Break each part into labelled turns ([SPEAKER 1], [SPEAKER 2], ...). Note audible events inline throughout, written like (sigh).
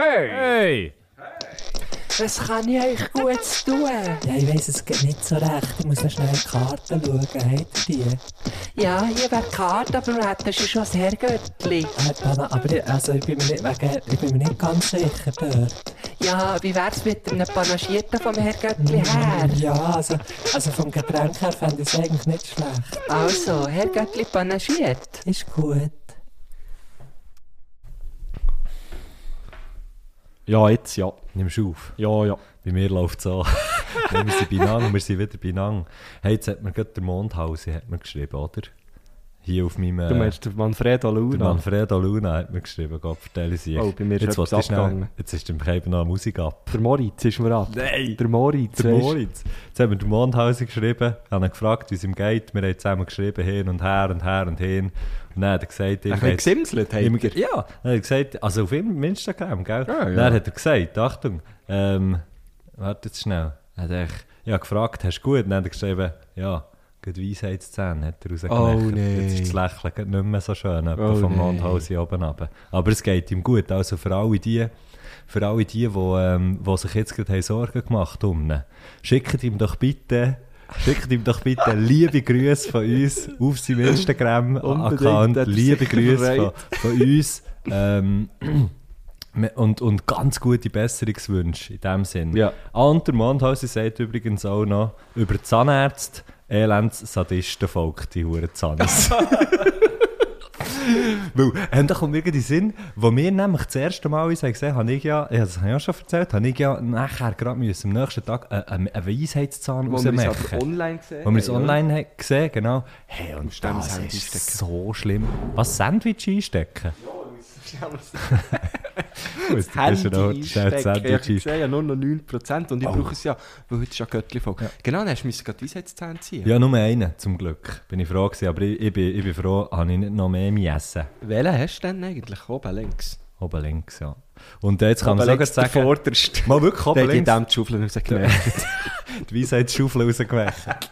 [SPEAKER 1] Hey!
[SPEAKER 2] Hey!
[SPEAKER 3] Was kann ich euch Gutes tun?
[SPEAKER 4] Ja, ich weiss, es geht nicht so recht. Ich muss noch schnell in die Karten schauen. Habt ihr die?
[SPEAKER 3] Ja, hier wäre die Karte, aber das ist schon das Herrgöttli.
[SPEAKER 4] Äh, Dana, aber ich, also ich, bin mir nicht, wegen, ich bin mir nicht ganz sicher dort.
[SPEAKER 3] Ja, wie wär's mit einem Panagierten vom Herrgöttli her?
[SPEAKER 4] Ja, also, also vom Getränk her fände ich es eigentlich nicht schlecht.
[SPEAKER 3] Also, Herrgöttli panagiert.
[SPEAKER 4] Ist gut.
[SPEAKER 5] Ja, jetzt ja.
[SPEAKER 2] Nimmst du auf?
[SPEAKER 5] Ja, ja.
[SPEAKER 2] Bei mir läuft es an. (laughs) Nein, wir sind bei und wir sind wieder bei Nang. Hey, jetzt hat mir gerade der Mondhausen hat mir geschrieben, oder? Hier auf meinem... äh,
[SPEAKER 5] Du meinst den Manfredo
[SPEAKER 2] der
[SPEAKER 5] Luna?
[SPEAKER 2] Manfredo Luna hat mir geschrieben, Gott, vertelle sie.
[SPEAKER 5] Oh, bei mir ist
[SPEAKER 2] jetzt
[SPEAKER 5] etwas
[SPEAKER 2] willst du schnell-
[SPEAKER 5] abgegangen.
[SPEAKER 2] Jetzt ist dem eben noch Musik ab.
[SPEAKER 5] Der Moritz ist mir ab.
[SPEAKER 2] Nein!
[SPEAKER 5] Der Moritz,
[SPEAKER 2] Der
[SPEAKER 5] weisst-
[SPEAKER 2] Moritz. Jetzt haben wir den Mondhausen geschrieben, haben ihn gefragt, wie es ihm geht. Wir haben zusammen geschrieben, hin und her und her und hin. Und dann hat er gesagt, ich
[SPEAKER 5] Ein bisschen gesimselt, habt
[SPEAKER 2] Immer,
[SPEAKER 5] ihr?
[SPEAKER 2] ja, dann hat er gesagt, also auf ihm- Instagram, gell?
[SPEAKER 5] Ja, ja.
[SPEAKER 2] Dann hat er gesagt, Achtung, ähm, warte jetzt schnell. Er hat echt, ja, gefragt, hast du gut? Dann hat er geschrieben, ja, gut Weisheitszähne, hat er rausgelächelt.
[SPEAKER 5] Oh, nee.
[SPEAKER 2] Jetzt ist das Lächeln gerade nicht mehr so schön, etwa
[SPEAKER 5] Oh,
[SPEAKER 2] vom
[SPEAKER 5] nee.
[SPEAKER 2] Mondhausen oben runter. Aber es geht ihm gut, also für alle die, für alle die, wo, ähm, wo sich jetzt gerade haben Sorgen gemacht um ihn, schickt ihm doch bitte... Schickt ihm doch bitte liebe Grüße von uns auf seinem Instagram-Account.
[SPEAKER 5] Unbedingt, hat er
[SPEAKER 2] Liebe
[SPEAKER 5] sicher
[SPEAKER 2] Grüße von,
[SPEAKER 5] bereit.
[SPEAKER 2] von uns ähm, (clears throat) me- und, und ganz gute Besserungswünsche in dem Sinn.
[SPEAKER 5] Ja.
[SPEAKER 2] Anter Mondhausen sagt übrigens auch noch über Zahnärzte, Elends Sadistenvolk, die Huren
[SPEAKER 5] (laughs)
[SPEAKER 2] Zahnis. Weil, ähm, da kommt mir gerade in den Sinn, wo wir nämlich das erste Mal uns haben gesehen haben, ich ja, ja, das habe ich auch schon erzählt, habe ich ja nachher gerade müssen, am nächsten Tag äh, einen einen Weisheitszahn
[SPEAKER 5] Wo wir uns
[SPEAKER 2] rausmachen.
[SPEAKER 5] aber online gesehen
[SPEAKER 2] Wo wir es
[SPEAKER 5] haben, oder?
[SPEAKER 2] online haben gesehen genau. Hey, und
[SPEAKER 5] dem
[SPEAKER 2] das
[SPEAKER 5] Sandwich
[SPEAKER 2] ist so schlimm. Was, Sandwich einstecken? Gut, du bist ja noch
[SPEAKER 5] Handy
[SPEAKER 2] schnell das Sandwich
[SPEAKER 5] einstecken. Ich
[SPEAKER 2] einstecken.
[SPEAKER 5] sehe ja nur noch 9% und ich
[SPEAKER 2] Oh.
[SPEAKER 5] brauche es ja, weil heute ist ja Göttli voll. Genau, dann hast du mir gerade die Weisheitszähne ziehen.
[SPEAKER 2] Ja, nur einen, zum Glück. Bin ich froh gewesen, aber ich, ich, bin, ich bin froh, habe ich nicht noch mehr müssen.
[SPEAKER 5] Welchen hast du denn eigentlich? Oben links.
[SPEAKER 2] Oben links, ja. Und jetzt kann
[SPEAKER 5] Oben
[SPEAKER 2] man sogar
[SPEAKER 5] links, der
[SPEAKER 2] sagen,
[SPEAKER 5] vorderste.
[SPEAKER 2] mal wirklich
[SPEAKER 5] Der
[SPEAKER 2] oben
[SPEAKER 5] hat in
[SPEAKER 2] links,
[SPEAKER 5] dem die Schaufel (laughs) rausgenommen.
[SPEAKER 2] die Weisheitsschaufel rausgewechselt.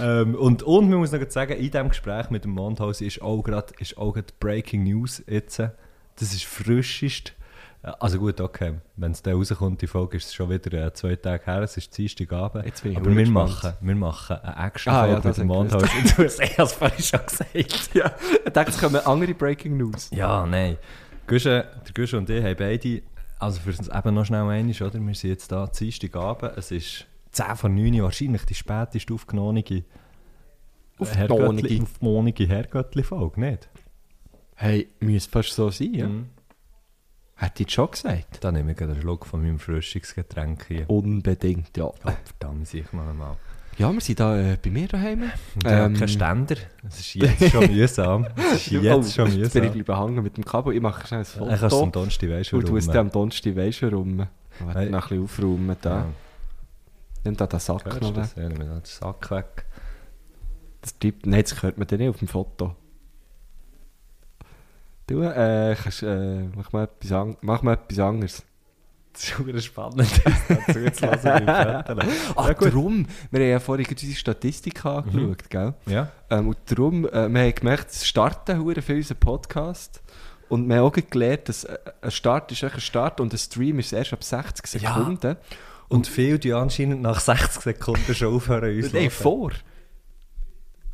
[SPEAKER 2] ähm, und, und man muss noch sagen, in diesem Gespräch mit dem Mondhaus ist auch gerade ist auch gerade Breaking News jetzt. Das ist frischest. Äh, Also gut, okay. Wenn es dann rauskommt, die Folge ist es schon wieder äh, zwei Tage her, es ist Dienstagabend.
[SPEAKER 5] Jetzt bin ich
[SPEAKER 2] Aber
[SPEAKER 5] verdammt
[SPEAKER 2] wir
[SPEAKER 5] gespannt.
[SPEAKER 2] machen, wir machen eine
[SPEAKER 5] Ah,
[SPEAKER 2] Action-Folge
[SPEAKER 5] ja, das
[SPEAKER 2] mit dem
[SPEAKER 5] hab ich
[SPEAKER 2] Mondhaus. (laughs) Du hast es eh als vorhin schon gesagt.
[SPEAKER 5] ja, ich dachte, es kommen andere Breaking News.
[SPEAKER 2] Ja, nein. Guschen, der Guschen und ich haben beide, also für uns eben noch schnell einig, oder? Wir sind jetzt da, Dienstagabend, es ist 10 von 9 Uhr, wahrscheinlich die spätest aufgenommene äh,
[SPEAKER 5] Aufgenommene.
[SPEAKER 2] Herrgöttli- Herrgöttli-Folge, nicht?
[SPEAKER 5] Hey, müsste fast so sein, ja?
[SPEAKER 2] Mhm.
[SPEAKER 5] Hat die schon gesagt?
[SPEAKER 2] Da nehme ich gerade einen Schluck von meinem Frühstücksgetränk hier.
[SPEAKER 5] Unbedingt, ja.
[SPEAKER 2] Ja, verdammt, sehe ich noch einmal.
[SPEAKER 5] Ja, wir sind da äh, bei mir daheim.
[SPEAKER 2] Und ähm, kein Ständer. Es ist jetzt (laughs) schon mühsam. Es ist
[SPEAKER 5] Oh,
[SPEAKER 2] jetzt schon
[SPEAKER 5] Jetzt bin ich
[SPEAKER 2] mühsam.
[SPEAKER 5] lieber hängen mit dem Kabel. Ich mache schnell ein
[SPEAKER 2] Ich kann es am
[SPEAKER 5] Foto.
[SPEAKER 2] Donnerstag, weißt du,
[SPEAKER 5] Und du
[SPEAKER 2] warum? äh,
[SPEAKER 5] musst dann am Donnerstag weisst du rum. Ich
[SPEAKER 2] Hey.
[SPEAKER 5] werde noch ein bisschen aufräumen. Da.
[SPEAKER 2] Ja,
[SPEAKER 5] Nimm da den Sack
[SPEAKER 2] hörst du
[SPEAKER 5] noch weg.
[SPEAKER 2] das? Ja, nimm den Sack weg.
[SPEAKER 5] Das tippt. Nein, das hört man dann nicht auf dem Foto. Du, äh, kannst, äh, mach, mal etwas an- mach mal etwas anderes.
[SPEAKER 2] Das ist schon spannend, (laughs) das dazu zu lassen. (laughs)
[SPEAKER 5] Ach, darum, wir haben ja vorhin gerade unsere Statistik angeschaut, gell?
[SPEAKER 2] Ja.
[SPEAKER 5] Ähm, und darum, äh, wir haben gemerkt, es starten hure für unseren Podcast. Und wir haben auch gelernt, dass äh, ein Start ist echt ein Start und ein Stream ist erst ab 60
[SPEAKER 2] Ja.
[SPEAKER 5] Sekunden.
[SPEAKER 2] Und viele die anscheinend nach 60 Sekunden schon aufhören uns
[SPEAKER 5] Und nein,
[SPEAKER 2] zu hören.
[SPEAKER 5] vor.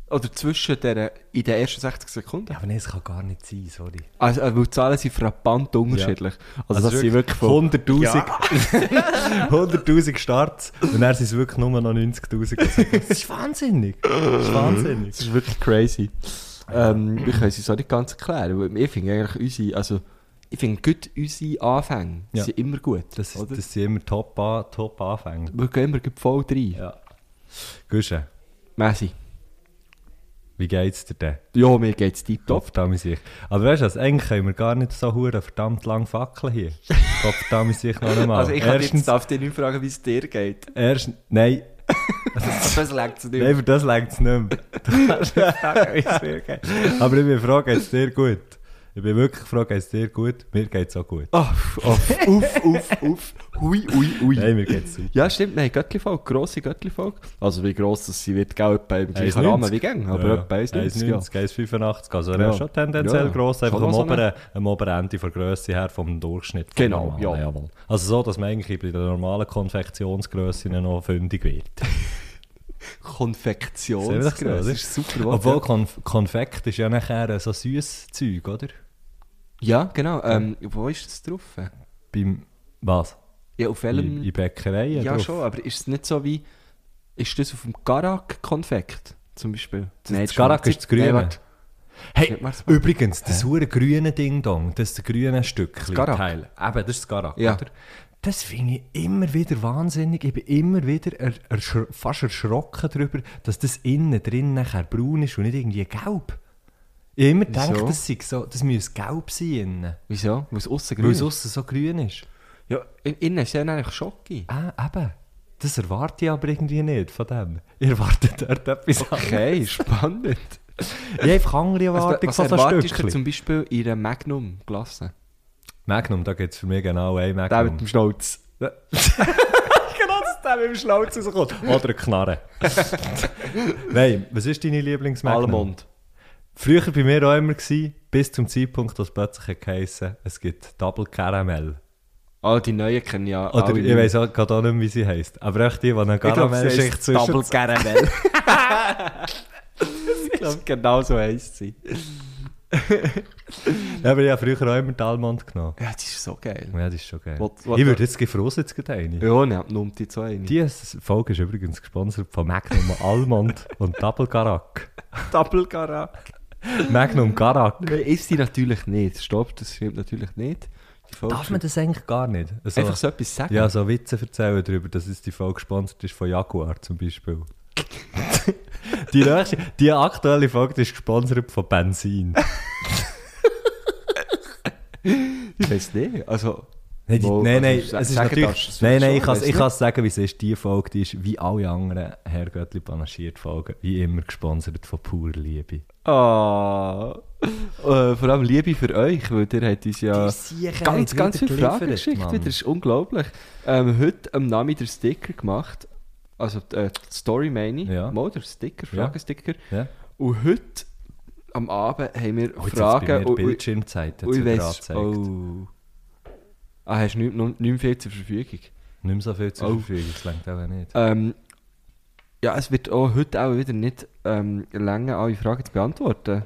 [SPEAKER 5] Oder zwischen der, in den ersten 60 Sekunden.
[SPEAKER 2] Ja, aber nein, es kann gar nicht sein, sorry.
[SPEAKER 5] Also, äh, weil die Zahlen sind frappant unterschiedlich. Also, das sind wirklich von
[SPEAKER 2] 100'000 (laughs) 100'000 Starts und dann sind es wirklich nur noch 90'000. Das ist wahnsinnig. Das ist wahnsinnig.
[SPEAKER 5] Das ist wirklich crazy. Ähm, ich kann es uns auch nicht ganz erklären. weil Ich finde eigentlich unsere, also ich finde gut unsere Anfänge
[SPEAKER 2] Ja.
[SPEAKER 5] sind immer gut.
[SPEAKER 2] Das, ist,
[SPEAKER 5] oder?
[SPEAKER 2] das sind immer top, an, top Anfänge.
[SPEAKER 5] Wir gehen immer gut voll rein.
[SPEAKER 2] Ja. Gusche,
[SPEAKER 5] Messi.
[SPEAKER 2] wie geht's dir denn?
[SPEAKER 5] Ja, mir geht's tiptop.
[SPEAKER 2] Kopfdame sich. Aber weißt du was, eigentlich können wir gar nicht so hure verdammt lang
[SPEAKER 5] (laughs)
[SPEAKER 2] fackeln hier. Kopfdame sich noch einmal.
[SPEAKER 5] Also ich kann
[SPEAKER 2] erstens,
[SPEAKER 5] jetzt darf dich nicht fragen, wie es dir geht.
[SPEAKER 2] erstens, nein,
[SPEAKER 5] Das lenkt es nicht.
[SPEAKER 2] Nein,
[SPEAKER 5] (laughs)
[SPEAKER 2] für (laughs) das längt es nicht mehr. Du kannst nicht sagen, wie es dir geht. Aber ich bin froh, geht es dir gut? Ich bin wirklich froh, geht es dir gut? Mir geht es auch gut.
[SPEAKER 5] Uff, uff, uff, uff, uff. Hui, ui, ui.
[SPEAKER 2] Nein, mir geht
[SPEAKER 5] (laughs)
[SPEAKER 2] es super.
[SPEAKER 5] Ja, stimmt, nein, Göttlifolge, grosse Göttlifolge. Also wie gross das sie wird, gell, etwa im gleichen
[SPEAKER 2] 1,90.
[SPEAKER 5] Rahmen wie gäng, aber etwa 1,90, ja.
[SPEAKER 2] 1,85. Also er
[SPEAKER 5] Ja.
[SPEAKER 2] ist schon tendenziell
[SPEAKER 5] Ja, ja.
[SPEAKER 2] gross, einfach
[SPEAKER 5] Schon
[SPEAKER 2] am
[SPEAKER 5] noch so
[SPEAKER 2] oberen, am oberen Ende von Grösse her, vom Durchschnitt. vom
[SPEAKER 5] Genau,
[SPEAKER 2] normalen,
[SPEAKER 5] ja.
[SPEAKER 2] jawohl. Also so, dass man eigentlich bei der normalen Konfektionsgrösse noch fündig wird.
[SPEAKER 5] Konfektionsgröße,
[SPEAKER 2] Soll ich das
[SPEAKER 5] das
[SPEAKER 2] sagen,
[SPEAKER 5] ist super. Wort,
[SPEAKER 2] Obwohl
[SPEAKER 5] ja.
[SPEAKER 2] Konf Konfekt ist ja nachher so süßes Zeug, oder?
[SPEAKER 5] ja, genau. Ähm, wo ist das drauf?
[SPEAKER 2] Beim, was?
[SPEAKER 5] Ja, auf
[SPEAKER 2] In,
[SPEAKER 5] welchem...
[SPEAKER 2] in Bäckereien
[SPEAKER 5] ja,
[SPEAKER 2] drauf?
[SPEAKER 5] schon, aber ist es nicht so wie... Ist das auf dem Garak-Konfekt zum Beispiel? Nein,
[SPEAKER 2] Das Garak ist das Grüne.
[SPEAKER 5] Nein, warte.
[SPEAKER 2] Hey,
[SPEAKER 5] Nicht Marzipan.
[SPEAKER 2] übrigens, das hure grüne Ding-Dong, das ist grüne Stückchen
[SPEAKER 5] Garak.
[SPEAKER 2] Teil. Eben, das ist das Garak,
[SPEAKER 5] Ja.
[SPEAKER 2] oder? Das finde ich immer wieder wahnsinnig. Ich bin immer wieder er, erschr- fast erschrocken darüber, dass das innen drin nachher braun ist und nicht irgendwie gelb. Ich habe immer gedacht,
[SPEAKER 5] Wieso?
[SPEAKER 2] das, sei so, das müsse gelb sein innen,
[SPEAKER 5] Wieso? Weil es aussen
[SPEAKER 2] weil
[SPEAKER 5] grün
[SPEAKER 2] es
[SPEAKER 5] ist.
[SPEAKER 2] aussen so grün ist.
[SPEAKER 5] Ja, in- innen ist ja eigentlich
[SPEAKER 2] (laughs)
[SPEAKER 5] Schocke.
[SPEAKER 2] Ah, eben. Das erwarte ich aber irgendwie nicht von dem. Ich erwarte dort etwas anderes.
[SPEAKER 5] Okay, spannend.
[SPEAKER 2] Ich habe einfach andere
[SPEAKER 5] Was, Also,
[SPEAKER 2] Erwartungen
[SPEAKER 5] was
[SPEAKER 2] von so
[SPEAKER 5] erwartest du
[SPEAKER 2] Stückchen.
[SPEAKER 5] zum Beispiel in einer Magnum-Glasse?
[SPEAKER 2] Magnum, da gibt es für mich genau
[SPEAKER 5] Der
[SPEAKER 2] ein Magnum.
[SPEAKER 5] mit dem Schnauze.
[SPEAKER 2] genau, dass der mit dem Schnauze rauskommt. Oder eine Knarre.
[SPEAKER 5] (laughs)
[SPEAKER 2] Nein, was ist deine Lieblingsmagnum?
[SPEAKER 5] Almond.
[SPEAKER 2] Früher bei mir auch immer gewesen, bis zum Zeitpunkt, dass plötzlich geheißen, es gibt Double Caramel.
[SPEAKER 5] Ah, die neuen kenne ich ja.
[SPEAKER 2] Oder
[SPEAKER 5] alle
[SPEAKER 2] ich
[SPEAKER 5] nicht.
[SPEAKER 2] weiß auch gerade auch nicht mehr, wie sie heisst. Aber auch die, die eine
[SPEAKER 5] Ich glaube,
[SPEAKER 2] Caramel
[SPEAKER 5] sie
[SPEAKER 2] schicht
[SPEAKER 5] heisst Double Caramel.
[SPEAKER 2] (laughs)
[SPEAKER 5] (laughs) ich glaube, genau so heisst sie.
[SPEAKER 2] Ja, aber ich habe früher auch immer die Almond genommen.
[SPEAKER 5] Ja, das ist so geil.
[SPEAKER 2] Ja, das ist schon geil.
[SPEAKER 5] What- what
[SPEAKER 2] ich
[SPEAKER 5] the-
[SPEAKER 2] würde jetzt gefroren, jetzt gerade eine.
[SPEAKER 5] Ja, ne, nimmt die zwei eine.
[SPEAKER 2] Diese Folge ist übrigens gesponsert von Magnum Almond und Double Garak.
[SPEAKER 5] Double Caramel.
[SPEAKER 2] Magnum Garak.
[SPEAKER 5] Ist sie natürlich nicht. Stopp, das stimmt natürlich nicht. Die Folge
[SPEAKER 2] Darf man das eigentlich gar nicht? Also-
[SPEAKER 5] Einfach so etwas sagen.
[SPEAKER 2] Ja, so Witze erzählen darüber, dass es die Folge gesponsert ist von Jaguar zum
[SPEAKER 5] (laughs)
[SPEAKER 2] Beispiel. die, nächste, die aktuelle Folge ist gesponsert von Benzin.
[SPEAKER 5] Ich weiß nicht. Also,
[SPEAKER 2] Nein, die,
[SPEAKER 5] Mal,
[SPEAKER 2] nein,
[SPEAKER 5] also,
[SPEAKER 2] nein,
[SPEAKER 5] sa-
[SPEAKER 2] es ist
[SPEAKER 5] sagen
[SPEAKER 2] natürlich,
[SPEAKER 5] das, das
[SPEAKER 2] nein, nein,
[SPEAKER 5] schon,
[SPEAKER 2] ich kann
[SPEAKER 5] weiss nicht.
[SPEAKER 2] es sagen, wie es ist. Die Folge die ist, wie alle anderen Herrgöttli panaschiert Folgen, wie immer gesponsert von pur Liebe.
[SPEAKER 5] Ah. Äh, vor allem Liebe für euch, weil ihr habt uns ja
[SPEAKER 2] Die Sieche
[SPEAKER 5] ganz,
[SPEAKER 2] hat
[SPEAKER 5] ganz
[SPEAKER 2] wieder
[SPEAKER 5] viele Fragen
[SPEAKER 2] geliefert,
[SPEAKER 5] geschickt.
[SPEAKER 2] Mann.
[SPEAKER 5] Wieder. Das ist unglaublich. Ähm, heute am Nami der Sticker gemacht. Also äh, die Story meine ich.
[SPEAKER 2] Ja.
[SPEAKER 5] Mal der Sticker,
[SPEAKER 2] Ja.
[SPEAKER 5] Fragesticker.
[SPEAKER 2] Ja?
[SPEAKER 5] Und heute am Abend haben wir
[SPEAKER 2] Oh, jetzt hat's bei
[SPEAKER 5] Fragen.
[SPEAKER 2] mir
[SPEAKER 5] und- und-
[SPEAKER 2] Bildschirmzeiten
[SPEAKER 5] und
[SPEAKER 2] zu
[SPEAKER 5] ich
[SPEAKER 2] dir
[SPEAKER 5] weiss,
[SPEAKER 2] angezeigt.
[SPEAKER 5] oh. Ah, hast du nicht, nicht mehr viel zur Verfügung?
[SPEAKER 2] Nicht mehr so viel zur
[SPEAKER 5] Oh.
[SPEAKER 2] Verfügung, das reicht auch nicht.
[SPEAKER 5] Ähm, ja, es wird auch heute auch wieder nicht ähm, länger alle Fragen zu beantworten.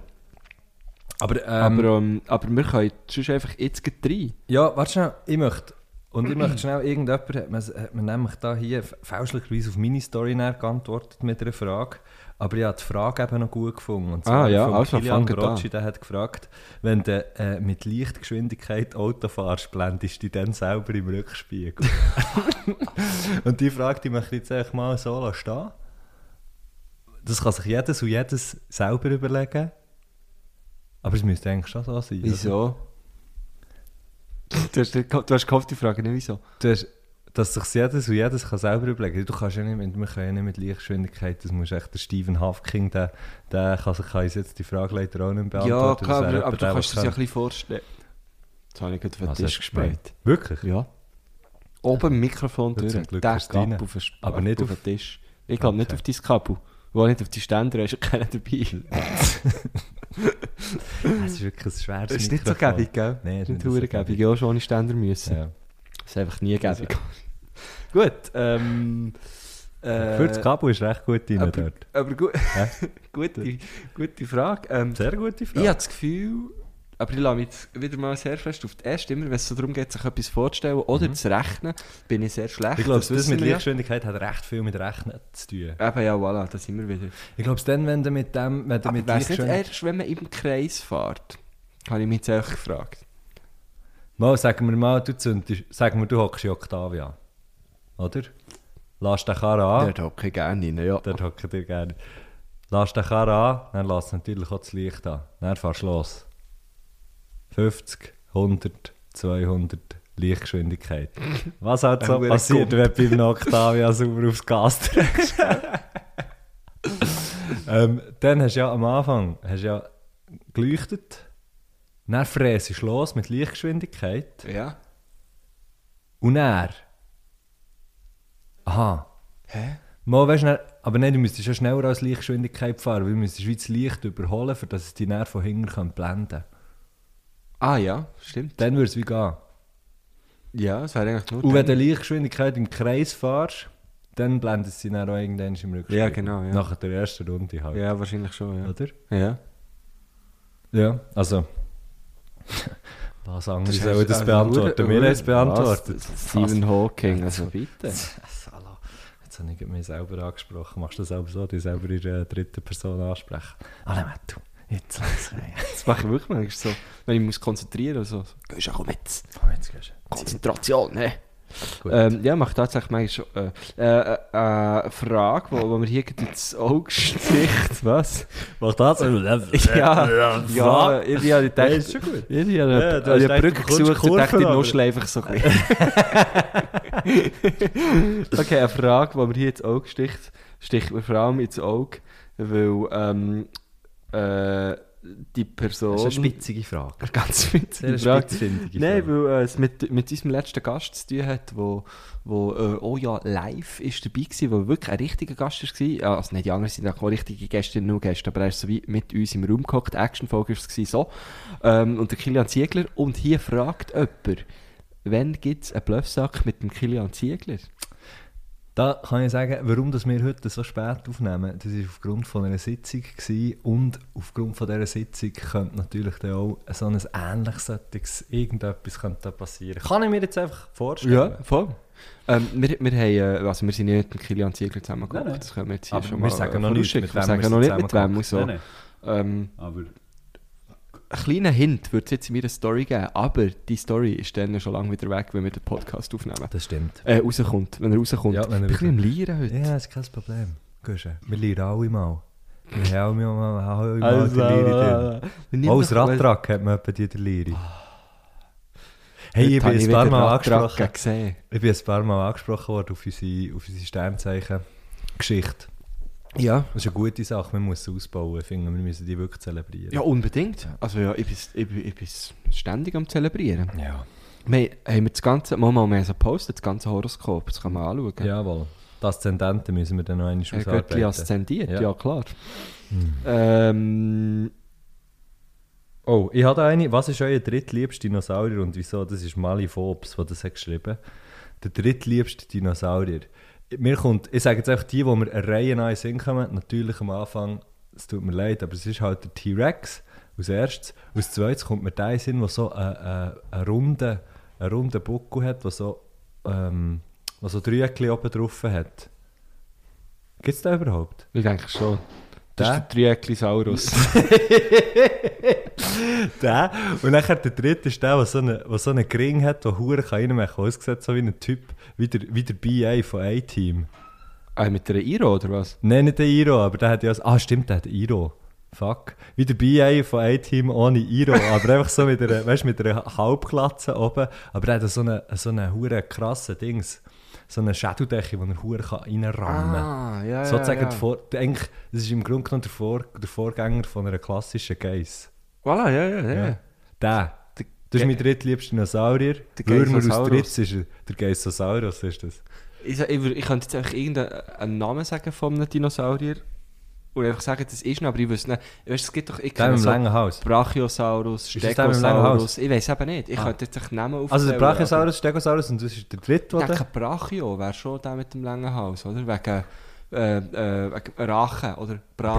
[SPEAKER 2] Aber, ähm,
[SPEAKER 5] aber, ähm, aber wir können sonst einfach jetzt gleich rein.
[SPEAKER 2] Ja, warte schnell, ich möchte. Und ich möchte schnell, irgendjemand hat mir, hat mir nämlich da hier f- fälschlicherweise auf meine Story nachher geantwortet mit einer Frage. Aber ich habe die Frage eben noch gut gefunden. Und
[SPEAKER 5] Ah, ja, also,
[SPEAKER 2] Kilian
[SPEAKER 5] fangt
[SPEAKER 2] Brodschi, der hat gefragt, wenn du äh, mit Lichtgeschwindigkeit Auto fährst, blendest du dich dann selber im Rückspiegel? (laughs) und die Frage, die möchte ich jetzt einfach mal so lassen stehen. Das kann sich jedes und jedes selber überlegen. Aber es müsste eigentlich schon so sein. oder?
[SPEAKER 5] Wieso? (laughs) Du hast, nicht geho- du hast gehofft, die Frage nicht wieso.
[SPEAKER 2] Du hast, dass sich jedes und jedes kann selber überlegen Du kannst ja nicht mit, wir können ja nicht mit Lichtgeschwindigkeit, das muss echt der Stephen Hawking, der, der kann, sich, kann uns jetzt die Frage leider auch nicht
[SPEAKER 5] Ja,
[SPEAKER 2] beantworten.
[SPEAKER 5] klar,
[SPEAKER 2] das
[SPEAKER 5] aber,
[SPEAKER 2] wäre
[SPEAKER 5] aber
[SPEAKER 2] jemand, der,
[SPEAKER 5] du kannst dir das
[SPEAKER 2] der
[SPEAKER 5] ja ein
[SPEAKER 2] kann.
[SPEAKER 5] bisschen vorstellen. Jetzt habe ich gerade auf den
[SPEAKER 2] Also,
[SPEAKER 5] Tisch gespielt.
[SPEAKER 2] Wirklich?
[SPEAKER 5] Ja. Oben im Mikrofon
[SPEAKER 2] Jetzt
[SPEAKER 5] durch.
[SPEAKER 2] zum Glück
[SPEAKER 5] Der
[SPEAKER 2] ist es rein.
[SPEAKER 5] Kabel auf den Sp-
[SPEAKER 2] Aber nicht
[SPEAKER 5] auf
[SPEAKER 2] auf-
[SPEAKER 5] den Tisch. Ich glaube nicht
[SPEAKER 2] Okay.
[SPEAKER 5] auf dein Kabel. Und auch nicht auf die Ständer, (laughs) hast du keinen dabei.
[SPEAKER 2] Es ist wirklich ein schweres
[SPEAKER 5] Das ist nicht so
[SPEAKER 2] Mikrofon.
[SPEAKER 5] gäbig, gell?
[SPEAKER 2] Nein, ist
[SPEAKER 5] nicht
[SPEAKER 2] nicht so
[SPEAKER 5] so gäbig. Ja, schon ohne Ständer müssen.
[SPEAKER 2] Ja.
[SPEAKER 5] Das ist einfach nie gäbig. (laughs) Gut, ähm... Äh,
[SPEAKER 2] Für das Kabel ist recht gut rein
[SPEAKER 5] aber,
[SPEAKER 2] dort.
[SPEAKER 5] aber gut,
[SPEAKER 2] Ja.
[SPEAKER 5] (laughs) gute, gute Frage. Ähm,
[SPEAKER 2] Sehr gute Frage.
[SPEAKER 5] ich habe das Gefühl, aber ich lasse mich jetzt wieder mal sehr fest auf die erste. Immer wenn es so darum geht, sich etwas vorzustellen oder zu rechnen, bin ich sehr schlecht.
[SPEAKER 2] Mhm. ich glaube, das,
[SPEAKER 5] wissen
[SPEAKER 2] mit
[SPEAKER 5] wir ja.
[SPEAKER 2] Lichtgeschwindigkeit hat recht viel mit Rechnen zu tun.
[SPEAKER 5] Eben ja, voilà, da sind wir wieder.
[SPEAKER 2] Ich glaube, dann, wenn du mit dem, wenn du
[SPEAKER 5] Aber
[SPEAKER 2] mit
[SPEAKER 5] wäre es nicht
[SPEAKER 2] Lichtgeschwindigkeit...
[SPEAKER 5] erst, wenn man im Kreis fährt? Habe ich mich jetzt auch gefragt.
[SPEAKER 2] Mal, sagen wir mal, du zündest, sagen wir, du hockst in Octavia. Oder? Lass den Karren an.
[SPEAKER 5] Ah. Der hocke ich gerne rein, ja.
[SPEAKER 2] Dort hocken dir gerne. Lass den Karren an, dann lass natürlich auch das Licht an. Dann fährst du los. 50, 100, 200 Lichtgeschwindigkeit. Was halt so
[SPEAKER 5] Ein hoher
[SPEAKER 2] passiert, wenn du beim Octavia sauber aufs Gas drückst. ähm, dann hast du ja am Anfang hast du ja geleuchtet. Dann fräst du los mit Lichtgeschwindigkeit.
[SPEAKER 5] Ja.
[SPEAKER 2] Und er. Aha.
[SPEAKER 5] Hä?
[SPEAKER 2] Mal, weißt, dann, aber nein, du müsstest ja schneller als Lichtgeschwindigkeit fahren, weil du müsstest wie das Licht überholen, für dass es dich dann von hinten kann blenden kann.
[SPEAKER 5] Ah ja, stimmt.
[SPEAKER 2] Dann würde es wie gehen.
[SPEAKER 5] Ja, es wäre eigentlich nur...
[SPEAKER 2] Und wenn
[SPEAKER 5] dann-
[SPEAKER 2] du Lichtgeschwindigkeit im Kreis fährst, dann blendet sie dann auch irgendwann im Rückspiegel.
[SPEAKER 5] Ja, genau, ja.
[SPEAKER 2] Nach der ersten Runde halt.
[SPEAKER 5] Ja, wahrscheinlich schon,
[SPEAKER 2] Oder?
[SPEAKER 5] ja. Ja.
[SPEAKER 2] Ja, also. (laughs) Was anderes
[SPEAKER 5] ist
[SPEAKER 2] sollen das
[SPEAKER 5] also
[SPEAKER 2] beantworten?
[SPEAKER 5] nur-
[SPEAKER 2] Wir haben
[SPEAKER 5] nur-
[SPEAKER 2] es beantwortet.
[SPEAKER 5] Was? Stephen Hawking, also bitte.
[SPEAKER 2] (laughs) Salo. Jetzt habe ich mich selber angesprochen. Machst du das selber so, dich selber in der dritten Person ansprechen? Alle Mattu, jetzt lass es
[SPEAKER 5] Das mache ich wirklich manchmal so. Wenn ich muss konzentrieren oder so. so. Gehst du auch mit.
[SPEAKER 2] Komm, jetzt gehst du.
[SPEAKER 5] Konzentration, ne?
[SPEAKER 2] Gut.
[SPEAKER 5] Ähm, ja, mache tatsächlich manchmal schon, äh, äh, äh, eine Frage, die mir hier gerade ins Auge sticht. Was? (laughs)
[SPEAKER 2] Was das? Äh,
[SPEAKER 5] ja, ja, ich ich habe
[SPEAKER 2] Nein, ist
[SPEAKER 5] gedacht,
[SPEAKER 2] schon gut.
[SPEAKER 5] ich habe eine,
[SPEAKER 2] Ja, du hast
[SPEAKER 5] ich habe eine
[SPEAKER 2] gedacht,
[SPEAKER 5] Brücke
[SPEAKER 2] du bekommst
[SPEAKER 5] gesucht und dachte,
[SPEAKER 2] Kurven,
[SPEAKER 5] ich
[SPEAKER 2] aber-
[SPEAKER 5] nuschle einfach so ein bisschen. okay, eine Frage, die mir hier ins Auge sticht, sticht mir vor allem ins Auge, weil ähm, äh, die Person...
[SPEAKER 2] Das ist eine spitzige Frage.
[SPEAKER 5] Ganz witzige
[SPEAKER 2] Sehr eine
[SPEAKER 5] Frage.
[SPEAKER 2] spitzfindige
[SPEAKER 5] Nein,
[SPEAKER 2] Frage.
[SPEAKER 5] weil äh, es mit, mit unserem letzten Gast zu tun hat, wo, wo äh, oh ja, live ist dabei gewesen, wo wirklich ein richtiger Gast war. Ja, Also nicht die anderen sind auch richtige Gäste, nur Gäste, aber er ist so wie mit uns im Raum gehockt, Action-Folge war es gewesen, so. Ähm, und der Kilian Ziegler. Und hier fragt jemand, wann gibt es einen Bluffsack mit dem Kilian Ziegler?
[SPEAKER 2] Da kann ich sagen, warum das wir heute so spät aufnehmen. Das war aufgrund von einer Sitzung gewesen und aufgrund von dieser Sitzung könnte natürlich dann auch so ein ähnliches, solches irgendetwas könnte da passieren. Kann ich mir jetzt einfach vorstellen.
[SPEAKER 5] voll. Ähm, wir, wir, haben, äh, also wir sind nicht mit dem Kilian Ziegler zusammengekommen,
[SPEAKER 2] Nein, nein.
[SPEAKER 5] das können wir jetzt hier
[SPEAKER 2] Aber
[SPEAKER 5] schon
[SPEAKER 2] wir
[SPEAKER 5] mal
[SPEAKER 2] sagen
[SPEAKER 5] äh,
[SPEAKER 2] noch nicht,
[SPEAKER 5] vorausschicken.
[SPEAKER 2] mit
[SPEAKER 5] Wir
[SPEAKER 2] wem
[SPEAKER 5] sagen
[SPEAKER 2] wir
[SPEAKER 5] noch nicht mit
[SPEAKER 2] zusammengekommen
[SPEAKER 5] wem und so.
[SPEAKER 2] sind. Nein,
[SPEAKER 5] Ähm,
[SPEAKER 2] nein, aber
[SPEAKER 5] Ein kleiner Hint würde es jetzt in meiner Story geben, aber die Story ist dann schon lange wieder weg, wenn wir den Podcast aufnehmen.
[SPEAKER 2] das stimmt.
[SPEAKER 5] Äh, rauskommt, wenn er rauskommt.
[SPEAKER 2] Ja, wenn er
[SPEAKER 5] ich bin ein bisschen am Lieren heute.
[SPEAKER 2] Ja, das ist kein Problem. Gehst du? Wir lernen alle mal. Wir haben alle mal, alle mal
[SPEAKER 5] Also,
[SPEAKER 2] die Lehre
[SPEAKER 5] wenn
[SPEAKER 2] drin.
[SPEAKER 5] ich
[SPEAKER 2] Auch als
[SPEAKER 5] noch-
[SPEAKER 2] Radtrack hat man etwa die Lehre. Hey, ich
[SPEAKER 5] Ah. Heute
[SPEAKER 2] bin
[SPEAKER 5] habe
[SPEAKER 2] ein paar
[SPEAKER 5] wieder
[SPEAKER 2] Mal
[SPEAKER 5] Radtrack
[SPEAKER 2] angesprochen.
[SPEAKER 5] gesehen.
[SPEAKER 2] Ich bin ein paar Mal angesprochen worden auf unsere, auf unsere Sternzeichen-Geschichte.
[SPEAKER 5] Ja.
[SPEAKER 2] Das ist eine gute Sache, man muss es ausbauen. Ich finde, wir müssen die wirklich zelebrieren.
[SPEAKER 5] Ja, unbedingt. Also ja, ich bin, ich bin, ich bin ständig am Zelebrieren.
[SPEAKER 2] ja.
[SPEAKER 5] Wir haben wir das ganze, mal, mal, wir haben so gepostet, das ganze Horoskop, das kann man anschauen.
[SPEAKER 2] Jawohl. Die Aszendenten müssen wir dann noch einmal
[SPEAKER 5] Er Göttli
[SPEAKER 2] ausarbeiten.
[SPEAKER 5] aszendiert, ja,
[SPEAKER 2] Ja. Hm.
[SPEAKER 5] klar. Ähm,
[SPEAKER 2] Oh, ich habe da eine. Was ist euer drittliebster Dinosaurier und wieso? Das ist Mali Phobes, der das hat geschrieben Der drittliebste Dinosaurier. Mir kommt, ich sage jetzt einfach die, die mir eine Reihe neu Sinn kommen. Natürlich am Anfang, es tut mir leid, aber es ist halt der T-Rex als erstes. Als zweites kommt mir der in den Sinn, der so äh, einen eine runden eine runde Buckel hat, der so, ähm, der so Dreieckchen oben drauf hat. Gibt es den überhaupt?
[SPEAKER 5] ich denke schon. Das
[SPEAKER 2] Der?
[SPEAKER 5] ist der
[SPEAKER 2] (laughs)
[SPEAKER 5] Trieklisaurus.
[SPEAKER 2] Der. Und nachher der dritte ist der, der so einen, der so einen Gring hat, der Huren kann reinmachen kann. Aussieht so wie ein Typ, wie der, wie der BA von A-Team.
[SPEAKER 5] ah, mit einer Iro, oder was?
[SPEAKER 2] Nein, nicht der Iro, aber der hat ja... Ah, stimmt, der hat Iro. Fuck. Wie der BA von A-Team ohne Iro, aber einfach so mit einer, (laughs) weißt, mit einer Halbglatze oben. Aber der hat so einen so einen Huren krassen Dings. So eine Schädeldecke, die er Huren kann reinrammen kann.
[SPEAKER 5] Ah, ja,
[SPEAKER 2] Sozusagen, der Vor eigentlich, das ist im Grunde genommen der, Vor der Vorgänger von einer klassischen Geiss.
[SPEAKER 5] Voilà, ja, ja, ja.
[SPEAKER 2] Ja. Der.
[SPEAKER 5] Der
[SPEAKER 2] Das ist
[SPEAKER 5] Ge-
[SPEAKER 2] mein drittliebster Dinosaurier.
[SPEAKER 5] Der
[SPEAKER 2] Würmer aus
[SPEAKER 5] Geisosaurus.
[SPEAKER 2] Trips ist er. Der Geisosaurus ist das.
[SPEAKER 5] Ich, sa- ich, wür- ich könnte jetzt einfach irgendeinen Namen sagen von einem Dinosaurier und einfach sagen, das ist noch, aber ich wüsste nicht. Weißt, es gibt doch ich
[SPEAKER 2] Der
[SPEAKER 5] kenne
[SPEAKER 2] mit dem
[SPEAKER 5] so
[SPEAKER 2] langen Hals.
[SPEAKER 5] Brachiosaurus,
[SPEAKER 2] Ist das der mit dem langen
[SPEAKER 5] Stegosaurus.
[SPEAKER 2] Hals?
[SPEAKER 5] Ich weiß eben nicht. Ich
[SPEAKER 2] Ah.
[SPEAKER 5] könnte jetzt echt Namen aufzählen.
[SPEAKER 2] Also der
[SPEAKER 5] aber-
[SPEAKER 2] Brachiosaurus, Stegosaurus und das ist der dritte,
[SPEAKER 5] Ich
[SPEAKER 2] oder?
[SPEAKER 5] denke, Brachio wäre schon der mit dem langen Hals, oder? Wegen, äh, äh, wegen Rache oder Brach,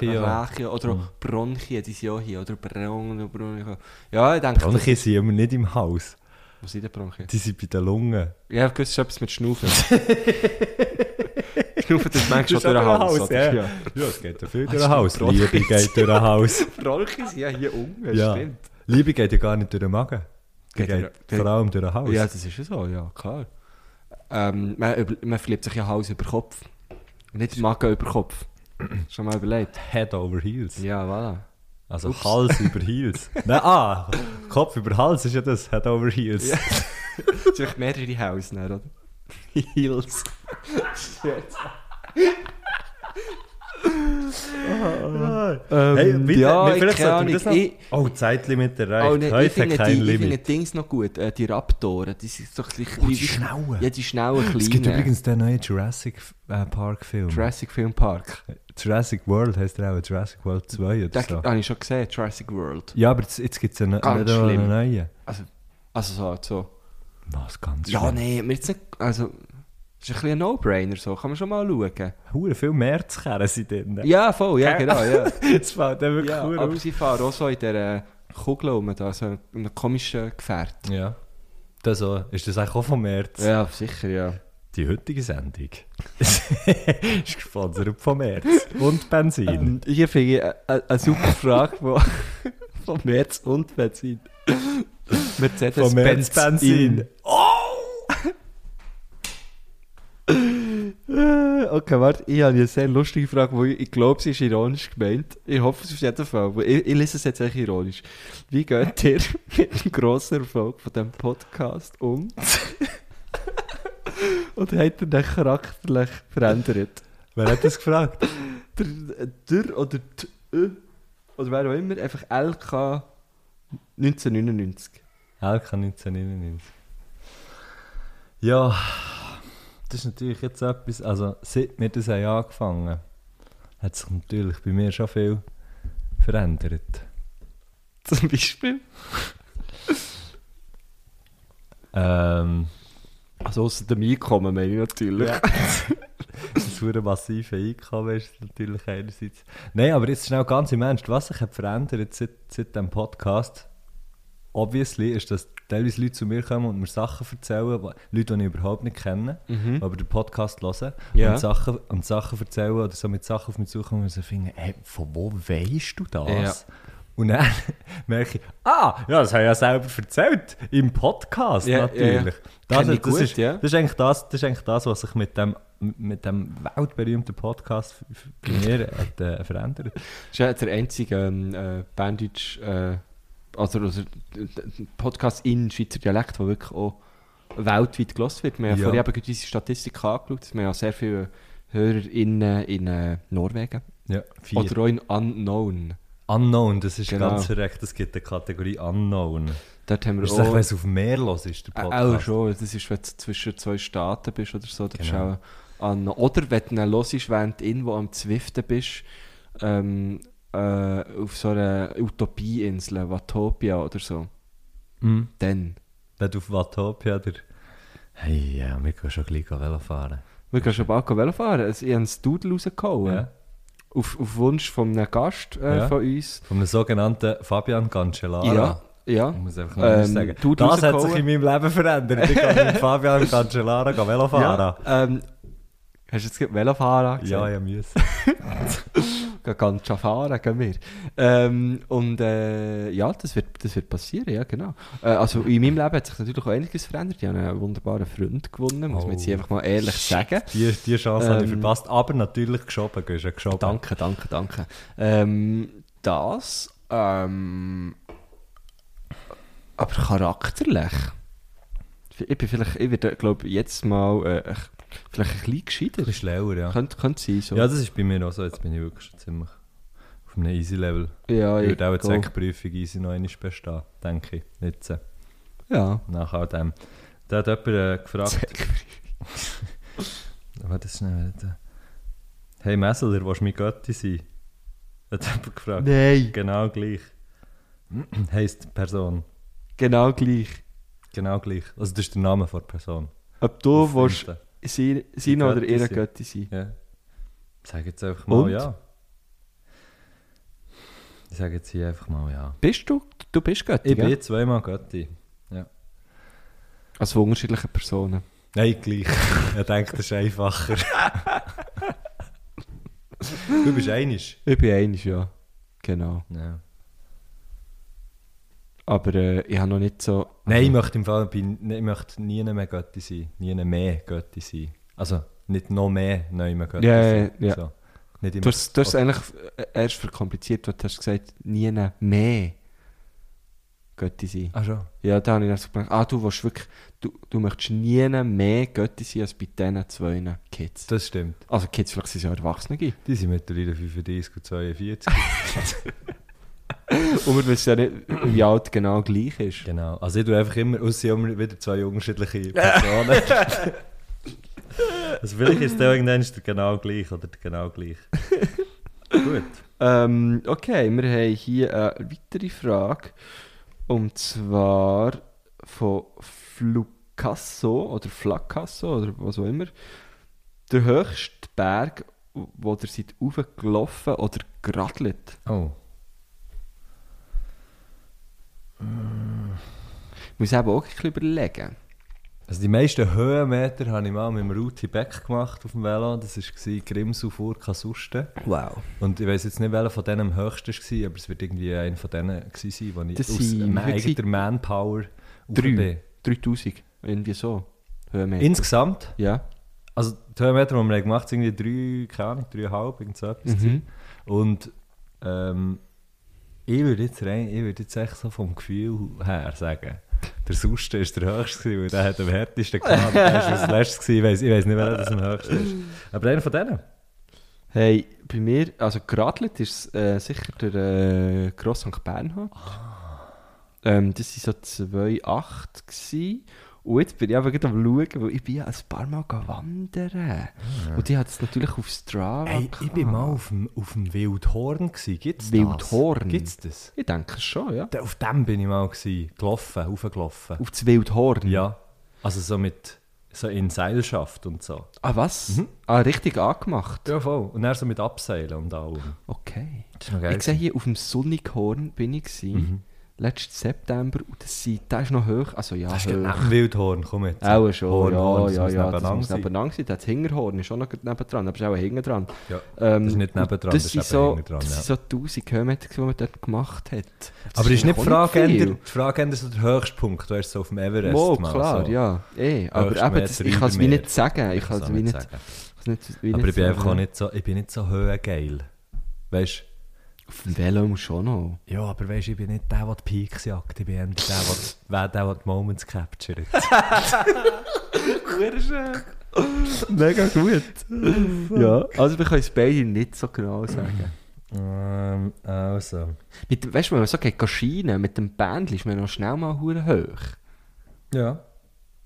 [SPEAKER 2] Brachio.
[SPEAKER 5] Brachio oder
[SPEAKER 2] Hm.
[SPEAKER 5] Bronchien, die sind ja hier, oder Bron, Bronchien. Ja, ich denke,
[SPEAKER 2] Bronchien sind immer nicht im Hals.
[SPEAKER 5] wo sind denn Bronchien?
[SPEAKER 2] Die sind bei den Lungen.
[SPEAKER 5] Ja, gewiss ist etwas mit
[SPEAKER 2] (laughs)
[SPEAKER 5] Schnaufen. Schnaufen tut manchmal schon durch den
[SPEAKER 2] aber ein
[SPEAKER 5] Hals. oder?
[SPEAKER 2] ja. ja, es geht dafür durch
[SPEAKER 5] Ah,
[SPEAKER 2] den Hals.
[SPEAKER 5] stimmt,
[SPEAKER 2] Liebe
[SPEAKER 5] Bronchien.
[SPEAKER 2] geht durch den Hals.
[SPEAKER 5] Bronchien sind ja hier unten,
[SPEAKER 2] ja.
[SPEAKER 5] stimmt.
[SPEAKER 2] (laughs) Liebe geht ja gar nicht durch den Magen. Die
[SPEAKER 5] Geht
[SPEAKER 2] geht,
[SPEAKER 5] durch-
[SPEAKER 2] vor allem durch den Hals.
[SPEAKER 5] Ja, das ist ja so, ja, klar. Ähm, man, über- man verliebt sich ja Hals über Kopf. Nicht Magen über
[SPEAKER 2] (clears throat)
[SPEAKER 5] Kopf. Schon mal überlegt.
[SPEAKER 2] Head over heels.
[SPEAKER 5] Ja, voilà.
[SPEAKER 2] Also Hals
[SPEAKER 5] (laughs)
[SPEAKER 2] über Heels. Nein, ah, Kopf über Hals ist ja das. Head over heels.
[SPEAKER 5] Ja. Es sind echt mehrere Hals, dann, (laughs) oder? Heels. Shit.
[SPEAKER 2] Ah.
[SPEAKER 5] Ähm,
[SPEAKER 2] Hey, bitte,
[SPEAKER 5] ja,
[SPEAKER 2] wir-
[SPEAKER 5] ich keine
[SPEAKER 2] vielleicht sollten wir
[SPEAKER 5] Ahnung.
[SPEAKER 2] das noch...
[SPEAKER 5] Ich,
[SPEAKER 2] Oh, Zeitlimit erreicht.
[SPEAKER 5] oh, ne, ich
[SPEAKER 2] Heute
[SPEAKER 5] finde
[SPEAKER 2] kein
[SPEAKER 5] die, ich finde
[SPEAKER 2] Limit. Oh,
[SPEAKER 5] Dings noch gut, äh, die Raptoren, die sind doch gleich...
[SPEAKER 2] die Schnauen.
[SPEAKER 5] Ja, die Schnauen kleinen.
[SPEAKER 2] Es gibt übrigens den neuen Jurassic äh, Park Film.
[SPEAKER 5] Jurassic Film Park.
[SPEAKER 2] Jurassic World heisst er auch, Jurassic World 2 oder
[SPEAKER 5] Den
[SPEAKER 2] so.
[SPEAKER 5] gibt- habe ich schon gesehen, Jurassic World.
[SPEAKER 2] Ja, aber jetzt, jetzt gibt es einen,
[SPEAKER 5] Ganz
[SPEAKER 2] einen,
[SPEAKER 5] schlimm.
[SPEAKER 2] einen neuen.
[SPEAKER 5] Also, also so, halt so.
[SPEAKER 2] Was, ganz
[SPEAKER 5] Ja,
[SPEAKER 2] schlimm.
[SPEAKER 5] nee, mir jetzt nicht... Also, das ist ein bisschen ein No-Brainer so, kann man schon mal schauen.
[SPEAKER 2] Hure viel Märzkerren sind drin.
[SPEAKER 5] Ja, voll, ja,
[SPEAKER 2] Gell?
[SPEAKER 5] genau, (laughs) ja.
[SPEAKER 2] Jetzt fällt der wirklich
[SPEAKER 5] ja
[SPEAKER 2] hure
[SPEAKER 5] aber
[SPEAKER 2] auf.
[SPEAKER 5] sie fahren auch so in dieser Kugel rum, da, so in einem komischen Gefährt.
[SPEAKER 2] Ja. Das auch. Ist das eigentlich auch vom März?
[SPEAKER 5] Ja, sicher, ja.
[SPEAKER 2] Die heutige Sendung (laughs) ist gesponsert von März und Benzin.
[SPEAKER 5] Und hier finde ich äh, äh, eine super Frage wo, (laughs) von März und Benzin. Mercedes
[SPEAKER 2] von März Benzin.
[SPEAKER 5] Äh, Okay, warte, ich habe eine sehr lustige Frage, wo ich, ich glaube, sie ist ironisch gemeint. Ich hoffe es auf jeden Fall. aber Ich, ich lese es jetzt echt ironisch. Wie geht ihr (laughs) mit dem grossen Erfolg von diesem Podcast um? (laughs) Und habt ihr den charakterlich verändert?
[SPEAKER 2] Wer hat das gefragt?
[SPEAKER 5] der, äh, der oder t, äh, oder wer auch immer, einfach LK 1999.
[SPEAKER 2] LK 1999. Ja, das ist natürlich jetzt etwas, also seit wir das haben angefangen haben, hat sich natürlich bei mir schon viel verändert.
[SPEAKER 5] Zum Beispiel?
[SPEAKER 2] Ähm,
[SPEAKER 5] Also außer dem Einkommen meine ich natürlich.
[SPEAKER 2] Ja. das hure massive Einkommen ist natürlich einerseits. Nein, aber jetzt schnell ganz im Ernst, was sich hat verändert seit, seit dem Podcast, obviously ist, dass teilweise Leute zu mir kommen und mir Sachen erzählen, wo- Leute, die ich überhaupt nicht kenne,
[SPEAKER 5] Mhm.
[SPEAKER 2] aber den Podcast hören
[SPEAKER 5] Ja.
[SPEAKER 2] und, Sachen, und Sachen erzählen oder so mit Sachen auf mich zukommen und so finden, hey, von wo weißt du das?
[SPEAKER 5] Ja.
[SPEAKER 2] Und dann (laughs) merke ich, ah, ja, das habe ich ja selber erzählt, im Podcast
[SPEAKER 5] Ja, ja, ja.
[SPEAKER 2] natürlich. Das,
[SPEAKER 5] Kenn ich
[SPEAKER 2] das,
[SPEAKER 5] gut,
[SPEAKER 2] ist,
[SPEAKER 5] ja.
[SPEAKER 2] das, ist eigentlich das, das ist eigentlich das, was sich mit dem, mit dem weltberühmten Podcast f- f- bei mir hat, äh, verändert.
[SPEAKER 5] Das ist ja der einzige ähm, äh, Bandage, äh, also, also äh, Podcast in Schweizer Dialekt, der wirklich auch weltweit gelost wird. Wir haben
[SPEAKER 2] Ja.
[SPEAKER 5] vorhin eben gerade diese Statistik angeschaut, wir haben ja sehr viele HörerInnen in äh, Norwegen.
[SPEAKER 2] Ja, vier.
[SPEAKER 5] Oder auch in Unknown.
[SPEAKER 2] Unknown, das ist
[SPEAKER 5] Genau.
[SPEAKER 2] ganz verreckt, es gibt eine Kategorie Unknown.
[SPEAKER 5] Dort haben wir
[SPEAKER 2] Ist das,
[SPEAKER 5] auch...
[SPEAKER 2] wenn es auf mehr los ist, der
[SPEAKER 5] Äh,
[SPEAKER 2] Podcast?
[SPEAKER 5] Auch schon, das ist, wenn du zwischen zwei Staaten bist oder so, dann
[SPEAKER 2] Genau.
[SPEAKER 5] genau. an. Oder wenn du dann hörst, während du irgendwo am Zwiften bist, ähm, äh, auf so einer Utopieinsel, Watopia oder so,
[SPEAKER 2] Mhm.
[SPEAKER 5] dann.
[SPEAKER 2] Wenn du auf Watopia der... Hey, ja, wir können schon gleich Velo fahren.
[SPEAKER 5] Wir können schon bald Velo fahren. Also, ich habe einen Doodle rausgehauen.
[SPEAKER 2] Ja.
[SPEAKER 5] Auf, auf Wunsch von einem Gast äh,
[SPEAKER 2] Ja. Ah,
[SPEAKER 5] von uns.
[SPEAKER 2] Vom sogenannten Fabian Cancellara.
[SPEAKER 5] Ja, ja.
[SPEAKER 2] Ich muss einfach noch ähm,
[SPEAKER 5] Ähm,
[SPEAKER 2] sagen.
[SPEAKER 5] du- du
[SPEAKER 2] das hat
[SPEAKER 5] rausgehauen.
[SPEAKER 2] sich in meinem Leben verändert. Ich kann (laughs) mit Fabian Cancellara gehen Velo fahren.
[SPEAKER 5] Ja, ähm, hast du jetzt gerade Velofahrer gesagt?
[SPEAKER 2] Ja, ja, müssen.
[SPEAKER 5] Gehen ganz schön fahren, gehen wir. Ähm, und äh, ja, das wird, das wird passieren, ja, genau. Äh, also in meinem Leben hat sich natürlich auch einiges verändert. Ich habe einen wunderbaren Freund gewonnen, muss
[SPEAKER 2] Oh.
[SPEAKER 5] man jetzt hier einfach mal ehrlich sagen.
[SPEAKER 2] Die, die Chance habe ich
[SPEAKER 5] Ähm,
[SPEAKER 2] verpasst. Aber natürlich geschoben. Du hast ja geschoben.
[SPEAKER 5] Danke, danke, danke. Ähm, das, ähm, aber charakterlich. Ich bin vielleicht, ich werde, glaube jetzt mal äh, vielleicht ein bisschen
[SPEAKER 2] Ein
[SPEAKER 5] gescheiter.
[SPEAKER 2] bisschen schlauer, ja.
[SPEAKER 5] Könnte, könnte sein, so.
[SPEAKER 2] Ja, das ist bei mir auch so. Jetzt bin ich wirklich schon ziemlich auf einem easy Level.
[SPEAKER 5] ja,
[SPEAKER 2] Ich würde auch jetzt
[SPEAKER 5] go.
[SPEAKER 2] die Prüfung easy noch einmal bestehen, denke ich. Jetzt, äh,
[SPEAKER 5] Ja.
[SPEAKER 2] nach all dem. Da hat jemand äh, gefragt... (laughs) Warte schnell. warte. Hey Messeler, willst du mein Götti sein? Hat jemand gefragt.
[SPEAKER 5] Nein.
[SPEAKER 2] Genau gleich. (clears throat) Heißt die Person.
[SPEAKER 5] (laughs) Genau gleich.
[SPEAKER 2] Genau gleich. Also das ist der Name von der Person.
[SPEAKER 5] Ob du
[SPEAKER 2] Auf
[SPEAKER 5] willst
[SPEAKER 2] Insta.
[SPEAKER 5] sie,
[SPEAKER 2] Die
[SPEAKER 5] sein oder
[SPEAKER 2] Götti
[SPEAKER 5] ihre
[SPEAKER 2] sein.
[SPEAKER 5] Götti sein.
[SPEAKER 2] Ja. Ich sage jetzt einfach mal
[SPEAKER 5] Und?
[SPEAKER 2] ja. Ich sage jetzt hier einfach mal ja.
[SPEAKER 5] Bist du? Du bist Götti,
[SPEAKER 2] Ich
[SPEAKER 5] gell?
[SPEAKER 2] bin zweimal Götti.
[SPEAKER 5] Also von unterschiedlichen Personen.
[SPEAKER 2] Nein, gleich. (laughs) ich denke, das ist (laughs) einfacher. du bist einisch.
[SPEAKER 5] Ich bin einig, ja. Genau.
[SPEAKER 2] Ja.
[SPEAKER 5] Aber äh, ich habe noch nicht so...
[SPEAKER 2] Nein, ich möchte im Fall bei, ich möchte nie mehr Götti sein. Nie mehr Götti sein. Also nicht noch mehr, nein, mehr Götti
[SPEAKER 5] Ja,
[SPEAKER 2] sein.
[SPEAKER 5] ja, ja.
[SPEAKER 2] So. Nicht
[SPEAKER 5] Du
[SPEAKER 2] immer.
[SPEAKER 5] hast, du hast es eigentlich äh, erst verkompliziert, weil du hast gesagt, nie mehr. Götti sein.
[SPEAKER 2] Ach schon.
[SPEAKER 5] Ja, da habe ich dann so gedacht, ah, du willst wirklich, du, du möchtest nie mehr Götti sein als bei diesen zwei Kids.
[SPEAKER 2] Das stimmt.
[SPEAKER 5] Also Kids, vielleicht sind sie ja Erwachsene.
[SPEAKER 2] Die sind mittlerweile 35 und 42.
[SPEAKER 5] Und wir wissen ja nicht, wie alt genau gleich ist.
[SPEAKER 2] genau. Also ich tue einfach immer, aus sind immer wieder zwei
[SPEAKER 5] (laughs)
[SPEAKER 2] unterschiedliche Personen. also vielleicht ist der irgendwann ist der genau gleich oder der
[SPEAKER 5] (laughs)
[SPEAKER 2] genau gleich. Gut.
[SPEAKER 5] Ähm, okay, wir haben hier eh, eine weitere Frage. Und zwar von Flucasso oder Flacasso oder was auch immer. Der höchste Berg, wo ihr seid raufgelaufen oder geradelt.
[SPEAKER 2] Oh.
[SPEAKER 5] Ich muss eben auch ein bisschen überlegen.
[SPEAKER 2] Also die meisten Höhenmeter habe ich mal mit dem Routi Beck gemacht auf dem Velo. Das war Grimsau vor Kasusten.
[SPEAKER 5] Wow.
[SPEAKER 2] Und ich weiß jetzt nicht, welcher von denen am höchsten war, aber es wird irgendwie einer von denen gewesen sein, wo ich
[SPEAKER 5] Das
[SPEAKER 2] aus
[SPEAKER 5] sind-
[SPEAKER 2] meiner
[SPEAKER 5] wie viel
[SPEAKER 2] eigenen Manpower rauf bin.
[SPEAKER 5] Drei. 3000. Irgendwie so. Höhenmeter.
[SPEAKER 2] Insgesamt
[SPEAKER 5] ja.
[SPEAKER 2] Also die Höhenmeter, die wir gemacht haben, sind irgendwie drei, keine Ahnung, dreieinhalb, irgend so etwas.
[SPEAKER 5] Mhm.
[SPEAKER 2] Und ähm, ich würde jetzt, rein, ich würde jetzt echt so vom Gefühl her sagen, der Suste ist der höchste, gewesen, weil der hat am
[SPEAKER 5] (laughs)
[SPEAKER 2] härtesten gehabt. Der war das letzte, gewesen, ich weiß, ich weiß nicht, wer das am höchsten ist. Aber einer von denen.
[SPEAKER 5] Hey, bei mir, also geradelt ist es, äh, sicher der äh, Gross St. Bernhard.
[SPEAKER 2] Ah.
[SPEAKER 5] Ähm, das war so 2,8 gsi. Und jetzt bin ich einfach gerade am schauen, weil ich bin ja ein paar Mal gegangen wandern. Und die hat es natürlich auf Strava
[SPEAKER 2] Ey, Ah, ich bin
[SPEAKER 5] gehabt.
[SPEAKER 2] mal auf dem, auf dem Wildhorn. Gewesen. Gibt's
[SPEAKER 5] Wildhorn?
[SPEAKER 2] Das? Gibt's das?
[SPEAKER 5] Ich denke schon, ja.
[SPEAKER 2] Da- Auf dem bin ich mal gewesen. gelaufen, hochgelaufen.
[SPEAKER 5] Auf das Wildhorn?
[SPEAKER 2] Ja, also so mit so in Seilschaft und so.
[SPEAKER 5] Ah, was? Ah, richtig angemacht.
[SPEAKER 2] Mhm. Ja, voll. Und dann so mit Abseilen und allem.
[SPEAKER 5] Okay.
[SPEAKER 2] Das ist noch
[SPEAKER 5] Ich sehe hier, auf dem Sonnighorn bin ich gsi.
[SPEAKER 2] Mhm.
[SPEAKER 5] Letzten September. Und das, sind- das ist noch hoch. Also ja,
[SPEAKER 2] Das ist
[SPEAKER 5] hoch.
[SPEAKER 2] genau ein Wildhorn, komm jetzt.
[SPEAKER 5] Auch schon,
[SPEAKER 2] Horn,
[SPEAKER 5] ja,
[SPEAKER 2] Horn, das
[SPEAKER 5] ja, ja,
[SPEAKER 2] muss
[SPEAKER 5] das
[SPEAKER 2] nebeneinander
[SPEAKER 5] muss
[SPEAKER 2] sein.
[SPEAKER 5] nebeneinander sein. Das Hingerhorn ist auch noch neben dran, aber es ist auch hinten dran.
[SPEAKER 2] Ja,
[SPEAKER 5] Ähm,
[SPEAKER 2] das ist nicht
[SPEAKER 5] und
[SPEAKER 2] nebendran,
[SPEAKER 5] das,
[SPEAKER 2] das ist
[SPEAKER 5] sind
[SPEAKER 2] eben
[SPEAKER 5] so,
[SPEAKER 2] hinten dran,
[SPEAKER 5] Das
[SPEAKER 2] ja.
[SPEAKER 5] sind so 1000 Kilometer, die man dort gemacht hat. Das
[SPEAKER 2] Aber ist nicht die
[SPEAKER 5] auch
[SPEAKER 2] Frage, ändert-
[SPEAKER 5] viel.
[SPEAKER 2] die Frage ändert so der höchste Punkt, du hast so auf dem Everest
[SPEAKER 5] Mo,
[SPEAKER 2] mal
[SPEAKER 5] klar,
[SPEAKER 2] so.
[SPEAKER 5] ja. Eh, aber
[SPEAKER 2] Höchstmeter
[SPEAKER 5] eben, das, ich kann es wie
[SPEAKER 2] Übermeer.
[SPEAKER 5] nicht sagen. Ich kann
[SPEAKER 2] kann's
[SPEAKER 5] es
[SPEAKER 2] auch
[SPEAKER 5] wie
[SPEAKER 2] nicht
[SPEAKER 5] nicht,
[SPEAKER 2] sagen.
[SPEAKER 5] kann's nicht, wie
[SPEAKER 2] Aber ich bin einfach auch
[SPEAKER 5] sagen.
[SPEAKER 2] nicht so, ich bin nicht so höhengeil. Weißt
[SPEAKER 5] Auf dem Velo muss schon noch.
[SPEAKER 2] ja, aber weißt, ich bin nicht der, der die Peaks jagt, ich bin eher der, der, der, der die Moments captured.
[SPEAKER 5] (laughs) Mega gut. (laughs) ja, also wir können es beide nicht so genau sagen.
[SPEAKER 2] ähm, also.
[SPEAKER 5] Mit, weißt du, wenn man so geht, Schienen mit dem Bändchen ist man noch schnell mal hure hoch.
[SPEAKER 2] Ja.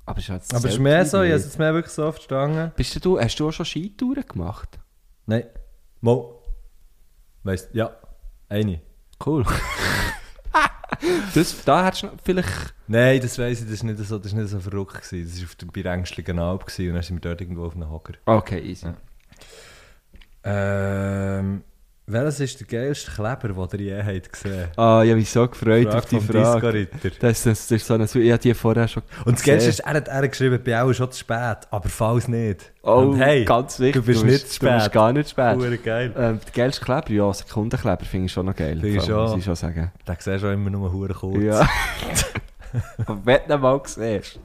[SPEAKER 5] Aber es ist, halt
[SPEAKER 2] Aber es ist
[SPEAKER 5] selten
[SPEAKER 2] mehr so, ich
[SPEAKER 5] nicht.
[SPEAKER 2] habe es jetzt mehr wirklich so oft gestanden.
[SPEAKER 5] Bist du, hast du auch schon Skitouren gemacht?
[SPEAKER 2] Nein. Mo. Weißt ja. Eine.
[SPEAKER 5] Cool. (laughs) das, da hättest du noch vielleicht...
[SPEAKER 2] Nein, das weiss ich, das war nicht so, das ist nicht so verrückt. Gewesen. Das war auf der Birengschligen Alp gewesen, und dann sind wir dort irgendwo auf einem Hocker.
[SPEAKER 5] Okay, easy.
[SPEAKER 2] Ähm, welches ist der geilste Kleber, den ihr je habt gesehen
[SPEAKER 5] Ah, ich habe mich so gefreut
[SPEAKER 2] Frage
[SPEAKER 5] auf die
[SPEAKER 2] vom
[SPEAKER 5] Frage.
[SPEAKER 2] Disco-Ritter.
[SPEAKER 5] Das, das, das ist so eine... Su- Ich habe die vorher schon
[SPEAKER 2] Und das Geilste ist,
[SPEAKER 5] gesehen.
[SPEAKER 2] er hat er hat geschrieben, bei auch schon zu spät, aber falls nicht.
[SPEAKER 5] Oh,
[SPEAKER 2] und hey,
[SPEAKER 5] ganz wichtig.
[SPEAKER 2] du bist nicht zu spät.
[SPEAKER 5] Du bist gar nicht zu spät.
[SPEAKER 2] Hure geil.
[SPEAKER 5] Ähm, der geilste Kleber, ja, Sekundenkleber finde ich schon noch geil.
[SPEAKER 2] Finde ich
[SPEAKER 5] So, Muss
[SPEAKER 2] schon.
[SPEAKER 5] ich schon sagen.
[SPEAKER 2] Den siehst du auch immer nur hure kurz. (laughs)
[SPEAKER 5] Ja. (laughs) Wenn du ihn mal siehst.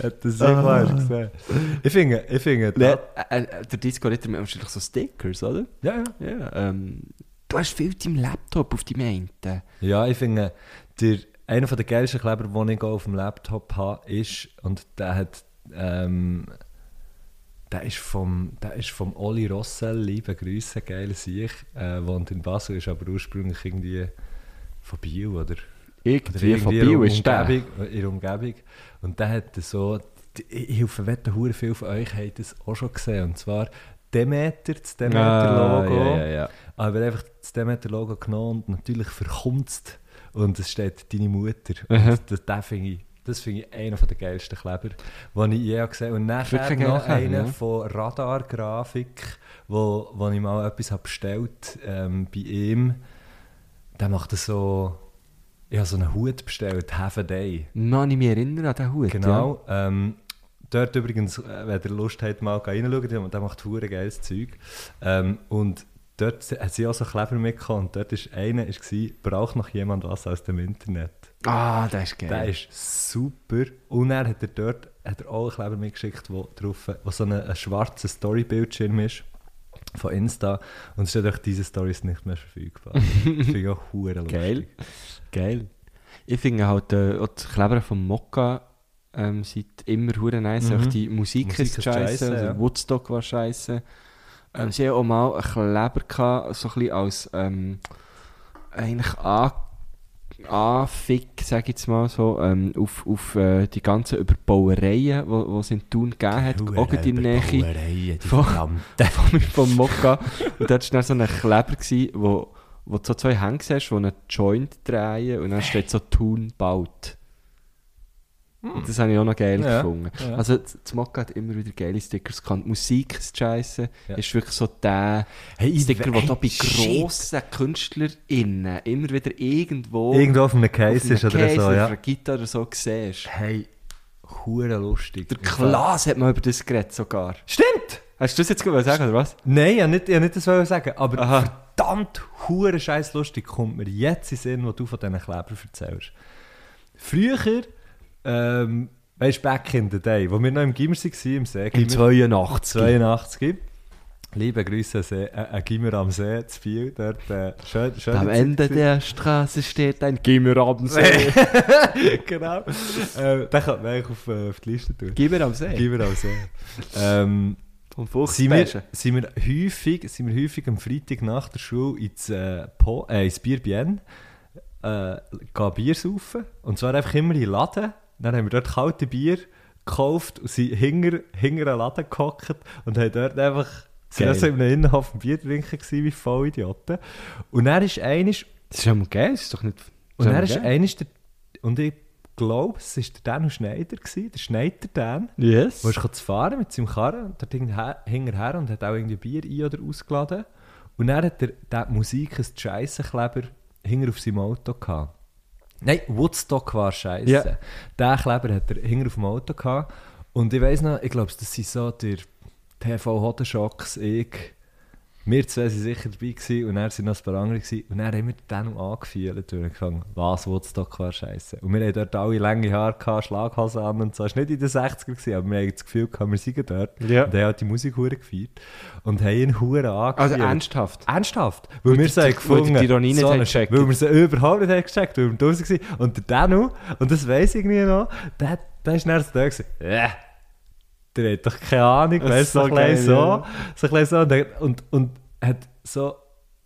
[SPEAKER 2] Hat das immer gesehen. Ich finde, ich finde...
[SPEAKER 5] Nee, äh, äh, der Disco-Ritter mit wahrscheinlich so Stickers, oder?
[SPEAKER 2] Ja, ja.
[SPEAKER 5] Ja, ähm... Du hast viel auf deinem Laptop auf deinem einen.
[SPEAKER 2] Ja, ich finde, der, einer der geilsten Kleber, den ich auf dem Laptop habe, ist, und der hat, ähm, der ist vom, der ist vom Oli Rossell, liebe Grüße, geiler Sieg, äh, wohnt in Basel, ist aber ursprünglich irgendwie von Biel, oder? Oder
[SPEAKER 5] Irgendwie von
[SPEAKER 2] irgendwie in
[SPEAKER 5] Bio
[SPEAKER 2] der
[SPEAKER 5] ist der.
[SPEAKER 2] Umgebung, in der Umgebung. Und der hat so, ich ich hoffe, wetten, hure viel von euch habt das auch schon gesehen, und zwar Demeter, das Demeter-Logo.
[SPEAKER 5] Ah, ja, ja, ja.
[SPEAKER 2] Aber einfach das Demeter-Logo genommen und natürlich verkunzt. Und es steht «Deine Mutter». Und das, das finde ich, das finde ich einer der geilsten Kleber, den ich je gesehen habe. Und nachher
[SPEAKER 5] Wirklich ein
[SPEAKER 2] noch
[SPEAKER 5] geiler Kleber,
[SPEAKER 2] einer
[SPEAKER 5] ja.
[SPEAKER 2] von Radar-Grafik, wo, wo ich mal etwas habe bestellt ähm, bei ihm. Der macht das so... Ich habe so einen Hut bestellt, «Have a Day».
[SPEAKER 5] Mann, ich mich erinnere an den Hut. Ja.
[SPEAKER 2] Genau. Ähm, dort übrigens, äh, wenn ihr Lust habt, mal reinschauen, der, der macht hure geiles Zeug. Ähm, und dort se- hat sie auch so Kleber mitgekommen und dort ist einer, ist gsi, braucht noch jemand was aus dem Internet?
[SPEAKER 5] Ah, das ist geil.
[SPEAKER 2] Der ist super. Und er hat er dort hat er auch einen Kleber mitgeschickt, wo, drauf, wo so ein, ein schwarzer Story-Bildschirm ist von Insta
[SPEAKER 5] (laughs)
[SPEAKER 2] und es steht auch, diese Story ist nicht mehr verfügbar. Finde ich auch hure lustig.
[SPEAKER 5] geil. Geil. Ich finde halt äh, auch die Kleber vom Mokka ähm, sind immer hure nice.
[SPEAKER 2] Mhm.
[SPEAKER 5] Auch die Musik,
[SPEAKER 2] Musik
[SPEAKER 5] ist
[SPEAKER 2] ist
[SPEAKER 5] scheiße,
[SPEAKER 2] scheisse,
[SPEAKER 5] also
[SPEAKER 2] ja.
[SPEAKER 5] Woodstock war scheiße. Ähm, sie haben auch mal einen Kleber gehabt, so ein bisschen als ähm, eigentlich an Anfick, sag ich jetzt mal so, ähm, auf, auf äh, die ganzen Überbauereien, die es in Thun gegeben hat, auch in der Nähe
[SPEAKER 2] Nähe.
[SPEAKER 5] Von-
[SPEAKER 2] Verdammte.
[SPEAKER 5] vom, vom Mokka. Und dort war dann so ein Kleber, gewesen, wo, wo du so zwei Hände siehst, die einen Joint drehen und dann steht so Thun baut. Und Das habe ich auch noch geil
[SPEAKER 2] Hm. Ja,
[SPEAKER 5] gefunden.
[SPEAKER 2] ja.
[SPEAKER 5] Also, das das Mokka hat immer wieder geile Stickers gehabt. Die Musik ist scheiße.
[SPEAKER 2] Ja.
[SPEAKER 5] Ist wirklich so der
[SPEAKER 2] Hey, ich-
[SPEAKER 5] Sticker,
[SPEAKER 2] hey,
[SPEAKER 5] der bei
[SPEAKER 2] shit.
[SPEAKER 5] grossen KünstlerInnen immer wieder irgendwo.
[SPEAKER 2] Irgendwo Oh. auf einem
[SPEAKER 5] auf
[SPEAKER 2] Case
[SPEAKER 5] einem
[SPEAKER 2] ist oder
[SPEAKER 5] Case
[SPEAKER 2] so,
[SPEAKER 5] auf einer
[SPEAKER 2] ja.
[SPEAKER 5] Gitarre oder so siehst.
[SPEAKER 2] Hey, hure lustig.
[SPEAKER 5] Der Klaas hat mal über das geredet sogar.
[SPEAKER 2] Stimmt!
[SPEAKER 5] Hast du das jetzt gut sagen, oder was?
[SPEAKER 2] Nein, ich wollte nicht, ich hab nicht das wollen sagen, aber
[SPEAKER 5] Aha.
[SPEAKER 2] verdammt hure scheiß lustig kommt mir jetzt in den Sinn, was du von diesen Klebern erzählst. Früher, ähm, weißt du, back in the day, wo wir noch im Gimmer waren, im See, Gimmer-
[SPEAKER 5] 82.
[SPEAKER 2] 82. Liebe Grüße an See, äh, an Gimmer am See, zu viel, dort äh, schön, schön
[SPEAKER 5] Am Ende der Straße steht ein Gimmer am (laughs) See.
[SPEAKER 2] (laughs) genau. äh, den könnte man eigentlich auf, äh, auf die Liste tun.
[SPEAKER 5] Gimmer am See.
[SPEAKER 2] Gimmer am See. ähm,
[SPEAKER 5] Vom
[SPEAKER 2] sind wir,
[SPEAKER 5] Fuchsbärchen.
[SPEAKER 2] sind, wir häufig, sind wir häufig am Freitag nach der Schule ins, äh, po, äh, ins Bier Bien, äh, gehen Bier saufen. Und zwar einfach immer in den Laden. Dann haben wir dort kalte Bier gekauft und sind hinter, hinter einen Laden gehockt und haben dort einfach... Sie
[SPEAKER 5] Geil.
[SPEAKER 2] waren in einem Innenhof ein Bier trinken, gewesen, wie voll Idioten. Und dann ist eines
[SPEAKER 5] Das ist ja mal geil, das ist doch nicht...
[SPEAKER 2] und
[SPEAKER 5] das
[SPEAKER 2] er
[SPEAKER 5] ist
[SPEAKER 2] ist
[SPEAKER 5] ja mal geil.
[SPEAKER 2] eines der. Und ich glaube, es war der Daniel Schneider, gewesen, der Schneider Dan.
[SPEAKER 5] Yes.
[SPEAKER 2] Der ist zu fahren mit seinem Karren und dort hing- hä- hinterher und hat auch irgendwie Bier ein- oder ausgeladen. Und dann hat er der Musik einen Scheissenkleber hinter auf seinem Auto gehabt. Nein, Woodstock war scheiße.
[SPEAKER 5] Ja.
[SPEAKER 2] Der Kleber hat er hinter auf dem Auto gehabt. Und ich weiss noch, ich glaube, das sind so der TV Hodenschocks, ich. Wir zwei waren sicher dabei gewesen, und dann waren noch ein paar andere. Gewesen, und dann haben wir den angefühlt und angefangen, was Woodstock war scheiße. Und wir hatten dort alle lange Haare, gehabt, Schlaghosen an und so. Es war nicht in den 60ern, gewesen, aber wir haben das Gefühl, gehabt, wir seien dort.
[SPEAKER 5] Ja.
[SPEAKER 2] Und haben halt die Musik hure gefeiert. Und haben ihn hure angefühlt.
[SPEAKER 5] Also ernsthaft.
[SPEAKER 2] Ernsthaft? Weil wir sie
[SPEAKER 5] die-
[SPEAKER 2] haben gefunden
[SPEAKER 5] weil die Ironie nicht
[SPEAKER 2] eine-
[SPEAKER 5] haben gecheckt.
[SPEAKER 2] Weil wir sie überhaupt nicht haben gecheckt, weil wir draußen waren. Und der Danu, und das weiss ich irgendwie noch, der, der ist dann so da gewesen. Äh, der hat doch keine Ahnung,
[SPEAKER 5] Das
[SPEAKER 2] weißt
[SPEAKER 5] ist
[SPEAKER 2] du, so,
[SPEAKER 5] so
[SPEAKER 2] ein bisschen
[SPEAKER 5] geil,
[SPEAKER 2] so,
[SPEAKER 5] ja.
[SPEAKER 2] so ein bisschen so. Und, er- und, und hat so,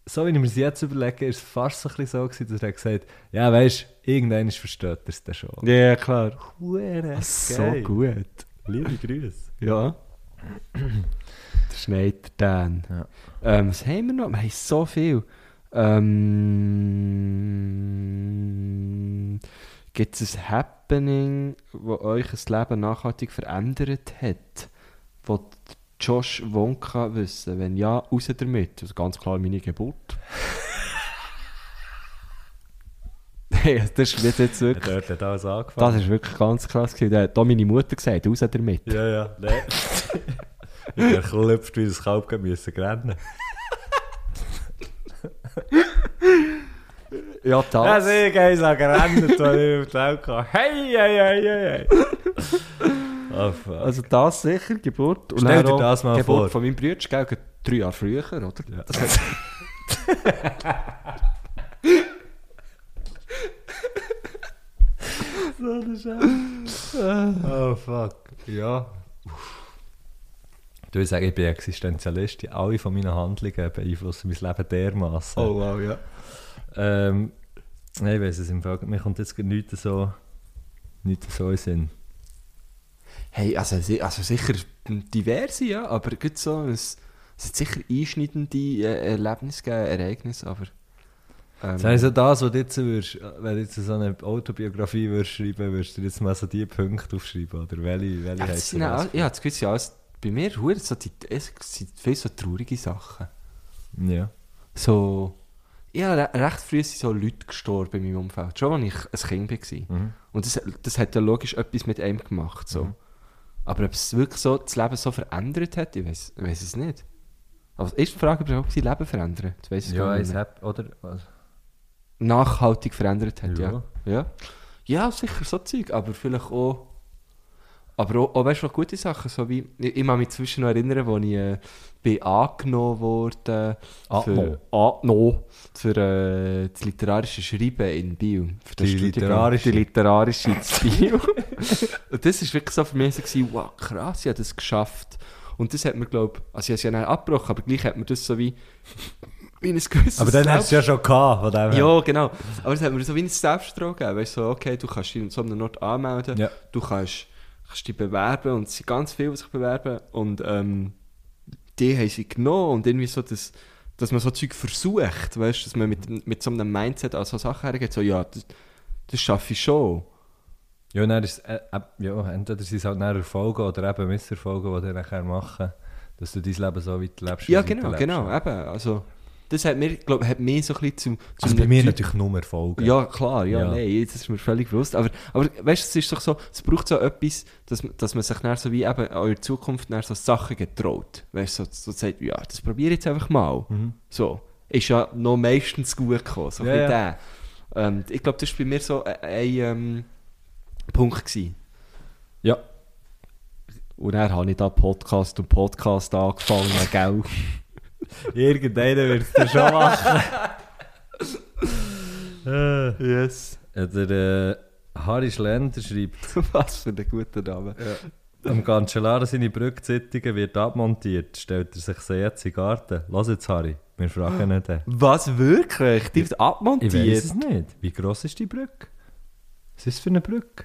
[SPEAKER 2] so wie ich mir es jetzt überlege, ist es fast so ein bisschen so gewesen, dass er gesagt hat, ja weisst, irgendwann versteht er es dann schon.
[SPEAKER 5] Ja, ja, klar.
[SPEAKER 2] Hure
[SPEAKER 5] So
[SPEAKER 2] geil.
[SPEAKER 5] gut.
[SPEAKER 2] Liebe Grüße. (clears throat)
[SPEAKER 5] Ja. Der Schneider Dan.
[SPEAKER 2] Ja.
[SPEAKER 5] Ähm, was haben wir noch? Wir haben so viel. Ähm, Gibt es ein Happening, das euch das Leben nachhaltig verändert hat? Wo die Josh Wonka wissen? Wenn ja, raus damit. Also ganz klar meine
[SPEAKER 2] (laughs)
[SPEAKER 5] Geburt. hey, das ist jetzt
[SPEAKER 2] Er hat
[SPEAKER 5] wirklich...
[SPEAKER 2] dort hat alles angefangen.
[SPEAKER 5] Das ist wirklich ganz krass. gewesen. Da hat auch meine Mutter gesagt, raus damit.
[SPEAKER 2] Ja, ja, nein. ich bin geklüpft, wie das Kalb gehen müssen rennen.
[SPEAKER 5] Ja,
[SPEAKER 2] Das ist ich geil, sag gerannt, weil ich auf die Welt kam. Hey, hey, hey, hey, hey. Oh, fuck.
[SPEAKER 5] Also das sicher, Geburt. Und
[SPEAKER 2] Stell
[SPEAKER 5] dann
[SPEAKER 2] dir
[SPEAKER 5] auch
[SPEAKER 2] das mal
[SPEAKER 5] Geburt
[SPEAKER 2] vor.
[SPEAKER 5] von meinem Bruder, gell, gerade drei Jahre früher, oder?
[SPEAKER 2] Ja.
[SPEAKER 5] Das hat-
[SPEAKER 2] oh, fuck. Ja. Du, ich sage, ich bin Existenzialist. Alle von meinen Handlungen beeinflussen mein Leben dermaßen.
[SPEAKER 5] wow, ja.
[SPEAKER 2] Ähm, nein, ich weiß es im Fall. Mir kommt jetzt nichts so, nichts so in den Sinn.
[SPEAKER 5] Hey, also, si- also sicher diverse, ja, aber gut so, es, es hat sicher einschneidende äh, Erlebnisse gegeben, Ereignisse, aber... ähm,
[SPEAKER 2] Das heißt, das, was du jetzt würdest, wenn du jetzt so eine Autobiografie würdest schreiben würdest, du jetzt mal so die Punkte aufschreiben, oder? Welche, welche
[SPEAKER 5] ja, das
[SPEAKER 2] heisst
[SPEAKER 5] sind auch, ja, das gewisse, alles, bei mir hure so die, es sind viele so traurige Sachen.
[SPEAKER 2] Ja.
[SPEAKER 5] so. Ja, re recht früh sind so Leute gestorben in meinem Umfeld. Schon als ich ein Kind war.
[SPEAKER 2] Mhm.
[SPEAKER 5] Und das, das hat ja logisch etwas mit einem gemacht. So. Aber ob es wirklich so das Leben so verändert hat, ich weiß es nicht. Aber die erste Frage war, ob sie Leben verändern. Das weiss ich
[SPEAKER 2] Ja,
[SPEAKER 5] gar nicht.
[SPEAKER 2] es
[SPEAKER 5] mehr.
[SPEAKER 2] hat, oder? Also,
[SPEAKER 5] Nachhaltig verändert hat, ja.
[SPEAKER 2] Ja.
[SPEAKER 5] Ja, ja. sicher so Zeug, aber vielleicht auch. Aber auch, auch weißt du, gute Sachen, so wie, ich, ich kann mich zwischen noch erinnern, wo ich äh, bin angenommen wurde
[SPEAKER 2] Ah,
[SPEAKER 5] für, angenommen, für äh, das literarische Schreiben in Bio. Für den
[SPEAKER 2] Die
[SPEAKER 5] Studiengang.
[SPEAKER 2] literarische?
[SPEAKER 5] Die literarische in Bio. (laughs) Und das war wirklich so für mich so, gewesen, wow, krass, ich habe das geschafft. Und das hat mir, glaube ich, also ich habe es ja dann abgebrochen, aber gleich hat mir das so wie, wie ein gewisses
[SPEAKER 2] Aber dann hast du ja schon gehabt, von dem her.
[SPEAKER 5] ja, genau. Aber es hat mir so wie ein Selbstvertrauen gegeben. Weißt du, so, okay, du kannst dich in so einem Ort anmelden,
[SPEAKER 2] Ja.
[SPEAKER 5] du kannst, kannst dich bewerben und es sind ganz viele, die sich bewerben. Und ähm, die haben sie genommen und irgendwie so das, dass man so Zeug versucht, weißt du, dass man mit, mit so einem Mindset an so Sachen hergeht, so, ja, das, das schaffe ich schon.
[SPEAKER 2] Ja, dann ist, es, äh, äh, ja, entweder sind es halt dann Erfolge oder eben Misserfolge, die du nachher machen, dass du dein Leben so weiterlebst. wie
[SPEAKER 5] Ja,
[SPEAKER 2] du
[SPEAKER 5] genau,
[SPEAKER 2] weiterlebst.
[SPEAKER 5] genau, eben. Also, das hat mir, glaube hat mir so ein bisschen zum, zum
[SPEAKER 2] Also bei mir
[SPEAKER 5] Typ-
[SPEAKER 2] natürlich nur Erfolge.
[SPEAKER 5] Ja, klar, ja,
[SPEAKER 2] Ja.
[SPEAKER 5] nein, das ist mir völlig bewusst. Aber, aber weißt du, es ist doch so, es braucht so etwas, dass, man- dass man sich dann so wie eben auch in Zukunft dann so Sachen getraut. Weißt du, so, so sagt, ja, das probiere ich jetzt einfach mal. So. Ist ja noch meistens gut gekommen, so
[SPEAKER 2] Ja,
[SPEAKER 5] ein bisschen
[SPEAKER 2] ja.
[SPEAKER 5] der. Ähm, ich glaube, das war bei mir so ein, ein ähm, Punkt. Gewesen.
[SPEAKER 2] Ja.
[SPEAKER 5] Und dann habe ich da Podcast und Podcast angefangen, gell?
[SPEAKER 2] Irgendeiner wird es dir
[SPEAKER 5] (laughs)
[SPEAKER 2] schon machen. Äh,
[SPEAKER 5] Yes. (laughs)
[SPEAKER 2] Der äh, Harry Schlender schreibt,
[SPEAKER 5] Was für ein guter Name.
[SPEAKER 2] am Cancellara seine Brückzittigen wird abmontiert, stellt er sich sie jetzt in den Garten. Lass jetzt, Harry, wir fragen ihn
[SPEAKER 5] (gasps)
[SPEAKER 2] dann.
[SPEAKER 5] Was wirklich? Die wird
[SPEAKER 2] Ich weiß
[SPEAKER 5] abmontiert.
[SPEAKER 2] es nicht. Wie gross ist die Brücke? Was ist es für eine Brücke?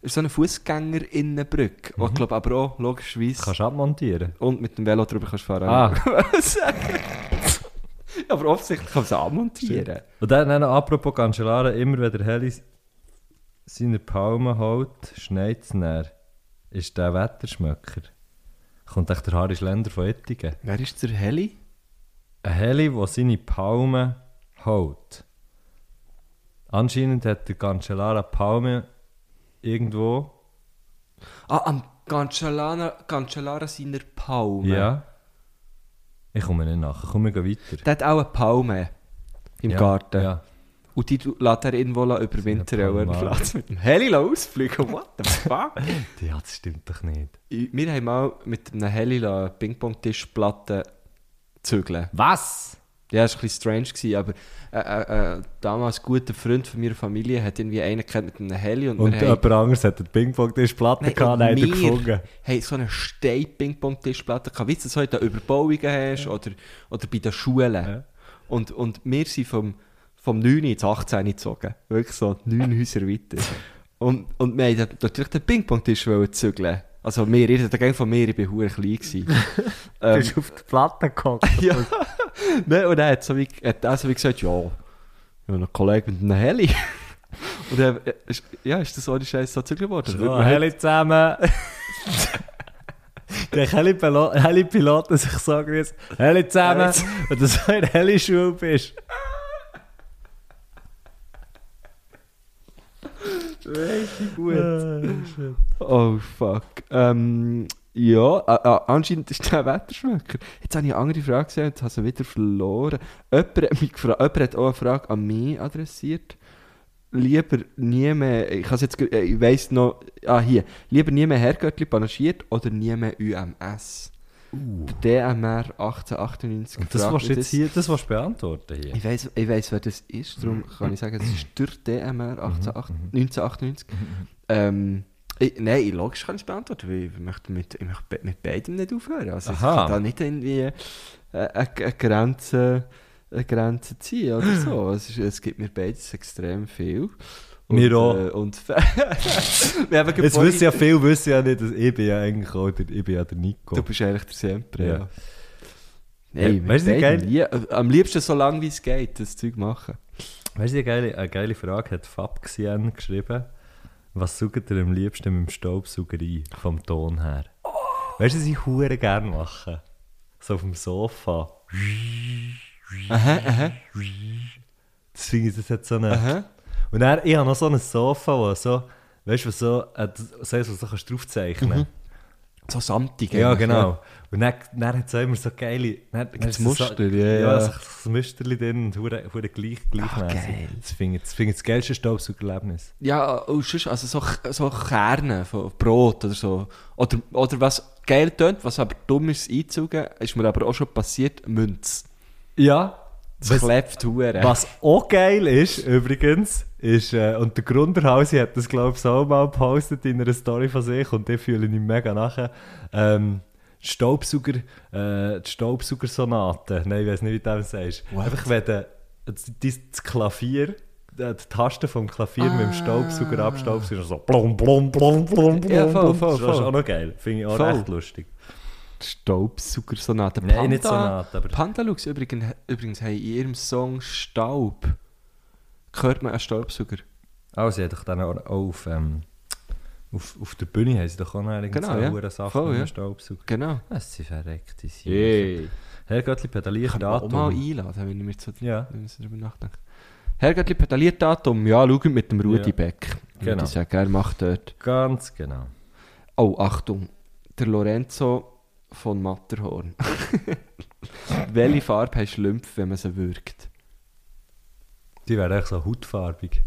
[SPEAKER 5] so eine Fußgängerinnenbrücke. Mhm. Ich glaube aber auch, logischerweise.
[SPEAKER 2] Kannst du abmontieren?
[SPEAKER 5] und mit dem Velo drüber kannst du fahren.
[SPEAKER 2] Ah.
[SPEAKER 5] (laughs) Was? aber offensichtlich kann man sie anmontieren.
[SPEAKER 2] Und dann, dann noch apropos Cancellara, immer wenn der Heli s- seine Palme holt, schneit es näher. Ist der Wetterschmöcker. Kommt echt der Harry Schlender von Ettingen.
[SPEAKER 5] Wer ist der Heli?
[SPEAKER 2] Ein Heli, der seine Palme holt. Anscheinend hat der Cancellara Palme irgendwo.
[SPEAKER 5] Ah, am Cancellara, Cancellara seiner Palme.
[SPEAKER 2] Ja. Ich komme nicht nach. Komm, wir gehen weiter.
[SPEAKER 5] Der hat auch eine Palme im
[SPEAKER 2] ja.
[SPEAKER 5] Garten.
[SPEAKER 2] Ja.
[SPEAKER 5] Und die lässt er irgendwo überwintern.
[SPEAKER 2] Seine
[SPEAKER 5] Und er
[SPEAKER 2] Palme.
[SPEAKER 5] lässt mit dem Heli ausfliegen. What the
[SPEAKER 2] (laughs)
[SPEAKER 5] fuck?
[SPEAKER 2] ja, das stimmt doch nicht.
[SPEAKER 5] Wir haben mal mit einem Heli eine Ping-Pong-Tischplatte zügeln.
[SPEAKER 2] Was?
[SPEAKER 5] Ja, es war ein bisschen strange, gewesen, aber äh, äh, äh, damals ein guter Freund von meiner Familie hat irgendwie einen kennt mit einem Heli und,
[SPEAKER 2] Und
[SPEAKER 5] wir
[SPEAKER 2] jemand anderes hat den Ping-Pong-Tisch Platte gehabt, nein,
[SPEAKER 5] wir
[SPEAKER 2] gefunden.
[SPEAKER 5] haben so eine Stein-Ping-Pong-Tischplatte gehabt. Weißt du, so in den Überbauungen hast oder, oder bei den Schulen.
[SPEAKER 2] Ja.
[SPEAKER 5] Und, und wir sind vom, vom 9 ins 18 gezogen. Wirklich so neun Häuser weiter. Und, und wir wollten natürlich den Ping-Pong-Tisch wollen zügeln. Also wir, ihr seid der Gang von mir, ich war verdammt klein.
[SPEAKER 2] (laughs)
[SPEAKER 5] gewesen. ähm,
[SPEAKER 2] Bist auf die Platte gekommen? (laughs)
[SPEAKER 5] ja. Nein, und er hat so wie, hat auch so wie gesagt, ja, ich habe einen Kollegen mit einem Heli. (laughs) und dann, äh, ist- ja, ist das so eine Scheiße so zügig geworden? Würde
[SPEAKER 2] So,
[SPEAKER 5] man heute-
[SPEAKER 2] Heli (laughs) zusammen. Der Heli-Pilot, dass ich so grüße. Heli zusammen. Und dass du in der Heli-Schule bist.
[SPEAKER 5] Oh, fuck. Ähm, ja, äh, äh, anscheinend ist der Wetterschmöcker. Jetzt habe ich eine andere Frage gesehen und habe sie wieder verloren. Jemand hat, mich gefragt, jemand hat auch eine Frage an mich adressiert. Lieber nie mehr, ich, has jetzt, ge- äh, ich weiss noch, ah hier, lieber nie mehr Herrgöttli panaschiert oder nie mehr UMS? Der DMR 1898
[SPEAKER 2] Uh. Und das
[SPEAKER 5] fragt
[SPEAKER 2] willst du
[SPEAKER 5] mich
[SPEAKER 2] jetzt hier, das willst du beantworten hier.
[SPEAKER 5] Ich weiss, ich weiss, wer das ist, darum
[SPEAKER 2] Mm-hmm.
[SPEAKER 5] kann ich sagen, es ist der DMR 1898. 1998.
[SPEAKER 2] Mm-hmm.
[SPEAKER 5] Ähm, ich, nein, logisch kann ich es beantworten, weil ich möchte mit, ich möchte be- mit beidem nicht aufhören. Also ich
[SPEAKER 2] Aha.
[SPEAKER 5] kann da nicht irgendwie äh, eine, eine, Grenze, eine Grenze ziehen oder
[SPEAKER 2] (gasps)
[SPEAKER 5] so. Es, ist, es gibt mir beides extrem viel.
[SPEAKER 2] Mir auch.
[SPEAKER 5] Äh, und (laughs) wir haben gerade
[SPEAKER 2] Jetzt
[SPEAKER 5] vorhin-
[SPEAKER 2] wissen ja viele wissen ja nicht, dass ich bin ja eigentlich auch der, ich bin ja der Nico.
[SPEAKER 5] Du bist eigentlich der Sempre, ja.
[SPEAKER 2] Ja.
[SPEAKER 5] Nein,
[SPEAKER 2] Ja,
[SPEAKER 5] mit
[SPEAKER 2] weißt du, wie
[SPEAKER 5] beidem
[SPEAKER 2] geil-
[SPEAKER 5] lie- äh, am liebsten so lange wie es geht, das Zeug machen.
[SPEAKER 2] Weißt du, eine geile, eine geile Frage hat Fab Xien geschrieben. Was saugt ihr am liebsten mit dem Staubsauger ein, vom Ton her? Weißt du, was ich hure gerne mache? So auf dem Sofa. Das finde ich, das hat so eine...
[SPEAKER 5] Aha.
[SPEAKER 2] Und dann, ich habe noch so ein Sofa, wo so... Weißt du, was so... Äh, das- so eins, was du so kannst draufzeichnen kannst.
[SPEAKER 5] so samtig.
[SPEAKER 2] Ja,
[SPEAKER 5] eigentlich,
[SPEAKER 2] genau. Und dann, dann hat es immer so geile... Dann, dann
[SPEAKER 5] gibt's
[SPEAKER 2] ist es
[SPEAKER 5] Muster,
[SPEAKER 2] so,
[SPEAKER 5] ja, ja.
[SPEAKER 2] Ja, so das Musterli drin und hure hure gleich, gleichmässig.
[SPEAKER 5] geil.
[SPEAKER 2] Das finde ich das, find ich das geilste Staubsaugerlebnis.
[SPEAKER 5] Ja, und sonst, also so, so Kerne von Brot oder so. Oder, oder was geil tönt, was aber dumm ist einzugen, ist mir aber auch schon passiert, Münz.
[SPEAKER 2] Ja.
[SPEAKER 5] Das
[SPEAKER 2] Was-
[SPEAKER 5] klebt hure.
[SPEAKER 2] Was auch geil ist, übrigens, ist, äh, und der Grunderhausi hat das, glaube ich, auch mal gepostet in einer Story von sich und die fühle ich mega nachher. Ähm, Staubsauger, äh, die Staubsaugersonate, nein, ich weiß nicht, wie du das sagst. Einfach, wenn du das, das Klavier, äh, die Tasten vom Klavier mit
[SPEAKER 5] Ah.
[SPEAKER 2] dem Staubsauger abstaubst, ist so blum, blum, blum, blum, blum.
[SPEAKER 5] Ja, voll,
[SPEAKER 2] blum.
[SPEAKER 5] voll,
[SPEAKER 2] Das ist
[SPEAKER 5] voll.
[SPEAKER 2] auch noch geil. Finde ich auch
[SPEAKER 5] Voll.
[SPEAKER 2] recht lustig.
[SPEAKER 5] Staubsaugersonate.
[SPEAKER 2] Nein, nicht Sonate, aber-
[SPEAKER 5] Pandalux übrigens, übrigens haben in ihrem Song Staub hört man einen Staubsauger.
[SPEAKER 2] Also, sie hat doch dann auch auf, ähm, auf, auf der Bühne haben sie doch auch noch irgendeine
[SPEAKER 5] Genau, ja.
[SPEAKER 2] verdammte Sache
[SPEAKER 5] Voll,
[SPEAKER 2] mit dem
[SPEAKER 5] ja.
[SPEAKER 2] Staubsauger.
[SPEAKER 5] Genau.
[SPEAKER 2] Das sind verreckte Sachen.
[SPEAKER 5] Yay.
[SPEAKER 2] Herrgöttli pedaliert
[SPEAKER 5] Kann man auch mal
[SPEAKER 2] Datum.
[SPEAKER 5] einladen, wenn ich mir so
[SPEAKER 2] Ja.
[SPEAKER 5] wenn ich so drüber nachdenke. Herrgöttli pedaliert Datum, ja, schaut mit dem Rudi
[SPEAKER 2] Ja.
[SPEAKER 5] Beck. Würde
[SPEAKER 2] Genau.
[SPEAKER 5] ich sagen, er macht dort.
[SPEAKER 2] Ganz genau.
[SPEAKER 5] Oh, Achtung, der Lorenzo von Matterhorn. (laughs) Welche Farbe hast du Lümpf, wenn man sie würgt?
[SPEAKER 2] Die wäre echt so hautfarbig.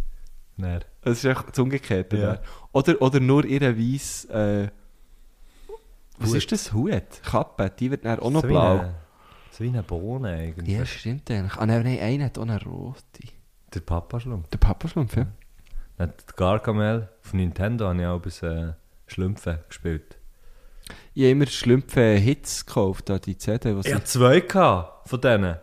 [SPEAKER 2] Nein.
[SPEAKER 5] Das ist echt das Umgekehrte.
[SPEAKER 2] Ja.
[SPEAKER 5] ne? Oder, oder nur ihre weiß. Äh, was
[SPEAKER 2] Hut.
[SPEAKER 5] ist das? Hut? Kappe? Die wird dann auch noch
[SPEAKER 2] So wie
[SPEAKER 5] blau.
[SPEAKER 2] eine- So wie eine Bohne eigentlich.
[SPEAKER 5] Ja, stimmt eigentlich. Ah, nein, nein, einer hat auch eine rote.
[SPEAKER 2] Der Papaschlumpf.
[SPEAKER 5] Der Papaschlumpf, ja?
[SPEAKER 2] Nein, Der Gargamel von Nintendo habe ich auch bis äh, Schlümpfe gespielt.
[SPEAKER 5] Ich habe immer Schlümpfe Hits gekauft, da die CD, was
[SPEAKER 2] Ich
[SPEAKER 5] ja.
[SPEAKER 2] hatte zwei gehabt von denen.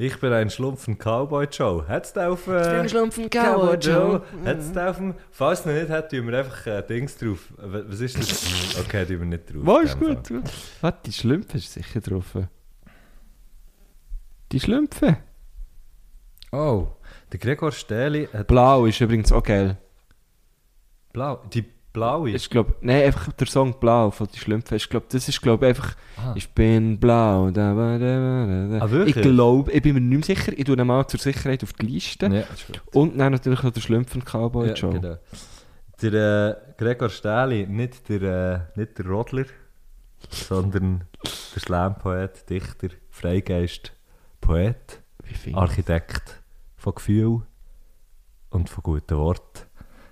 [SPEAKER 2] Ich bin ein Schlumpfen Cowboy Joe. Hättest du auf. Äh,
[SPEAKER 5] Schlumpfen
[SPEAKER 2] Hat's da auf dem. Falls noch nicht hat, tun wir einfach äh, Dings drauf. W- Was ist das? Okay, tun wir nicht drauf.
[SPEAKER 5] Wo ist
[SPEAKER 2] in dem
[SPEAKER 5] gut?
[SPEAKER 2] Fall.
[SPEAKER 5] gut. Was, die Schlümpfe ist sicher drauf. Die Schlümpfe?
[SPEAKER 2] Oh, der Gregor Stähli hat
[SPEAKER 5] Blau ist übrigens auch geil.
[SPEAKER 2] blau. Die blaue.
[SPEAKER 5] Ich glaube, nein, einfach der Song Blau von die Schlümpfe. Ich glaube, das ist glaube einfach
[SPEAKER 2] Ah.
[SPEAKER 5] Ich bin blau. Da, da, da, da, da.
[SPEAKER 2] Ah, wirklich?
[SPEAKER 5] ich glaube, ich bin mir nicht mehr sicher. Ich tue ihn mal zur Sicherheit auf die Liste.
[SPEAKER 2] ja, ist gut.
[SPEAKER 5] Und dann natürlich noch der Schlümpfen Cowboy
[SPEAKER 2] Ja,
[SPEAKER 5] Joe.
[SPEAKER 2] genau. Der äh, Gregor Stähli, nicht der, äh, nicht der Rodler, (laughs) sondern der Slam-Poet, Dichter, Freigeist, Poet,
[SPEAKER 5] Wie viel?
[SPEAKER 2] Architekt von Gefühl und von guten Wort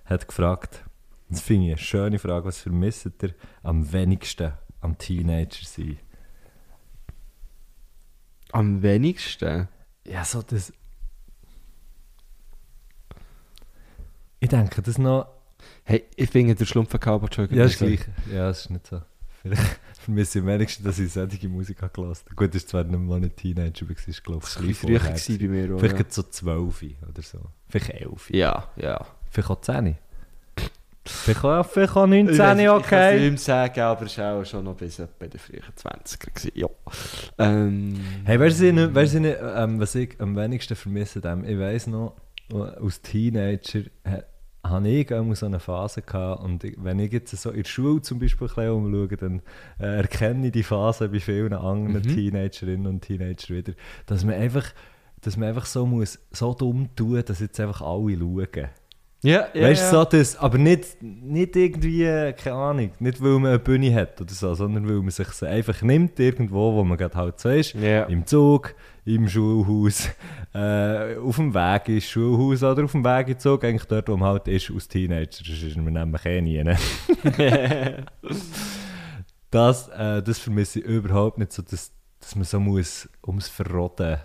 [SPEAKER 2] hat gefragt, das finde ich eine schöne Frage, was vermisst ihr am wenigsten am Teenager sein?
[SPEAKER 5] Am wenigsten.
[SPEAKER 2] Ja, so das... Ich denke, das noch...
[SPEAKER 5] Hey, ich finde der Schlümpfen Cowboy Joe.
[SPEAKER 2] Ja, ist gleich. Ja, es ist nicht so. Vielleicht (laughs) vermisse ich am wenigsten, dass ich solche Musik habe gelassen habe. Gut, das war zwar nicht mal ein Teenager, aber es ist, glaube ich,
[SPEAKER 5] Das war ein bisschen früher gewesen bei mir. auch,
[SPEAKER 2] Vielleicht gerade so 12 oder so. Vielleicht 11.
[SPEAKER 5] ja, ja. ja.
[SPEAKER 2] Vielleicht auch 10. vielleicht, auch, vielleicht auch 19,
[SPEAKER 5] Ich weiss nicht, Ich kann es
[SPEAKER 2] okay.
[SPEAKER 5] nicht mehr sagen, aber es war auch schon noch bis bei den frühen 20er. gewesen, Ja. Ähm,
[SPEAKER 2] Hey, weißt du nicht, weißt du nicht ähm, was ich am wenigsten vermisse? Dem? Ich weiss noch, äh, als Teenager äh, hatte ich auch so eine Phase gehabt und ich, wenn ich jetzt so in der Schule zum Beispiel ein bisschen umschaue, dann äh, erkenne ich die Phase bei vielen anderen Teenagerinnen und Teenager wieder, dass man einfach, dass man einfach so, muss, so dumm tun dass jetzt einfach alle schauen.
[SPEAKER 5] ja, ja,
[SPEAKER 2] weißt du,
[SPEAKER 5] ja.
[SPEAKER 2] so das, aber nicht, nicht irgendwie, äh, keine Ahnung, nicht weil man eine Bühne hat oder so, sondern weil man sich sie einfach nimmt, irgendwo, wo man gerade halt so ist,
[SPEAKER 5] Ja. (laughs)
[SPEAKER 2] im Zug, im Schulhaus, äh, auf dem Weg ins Schulhaus oder auf dem Weg in den Zug, eigentlich dort, wo man halt ist, als Teenager, das ist man nämlich eh nie. ne? das, äh, das vermisse ich überhaupt nicht, so, dass, dass man so muss, ums Verrotten,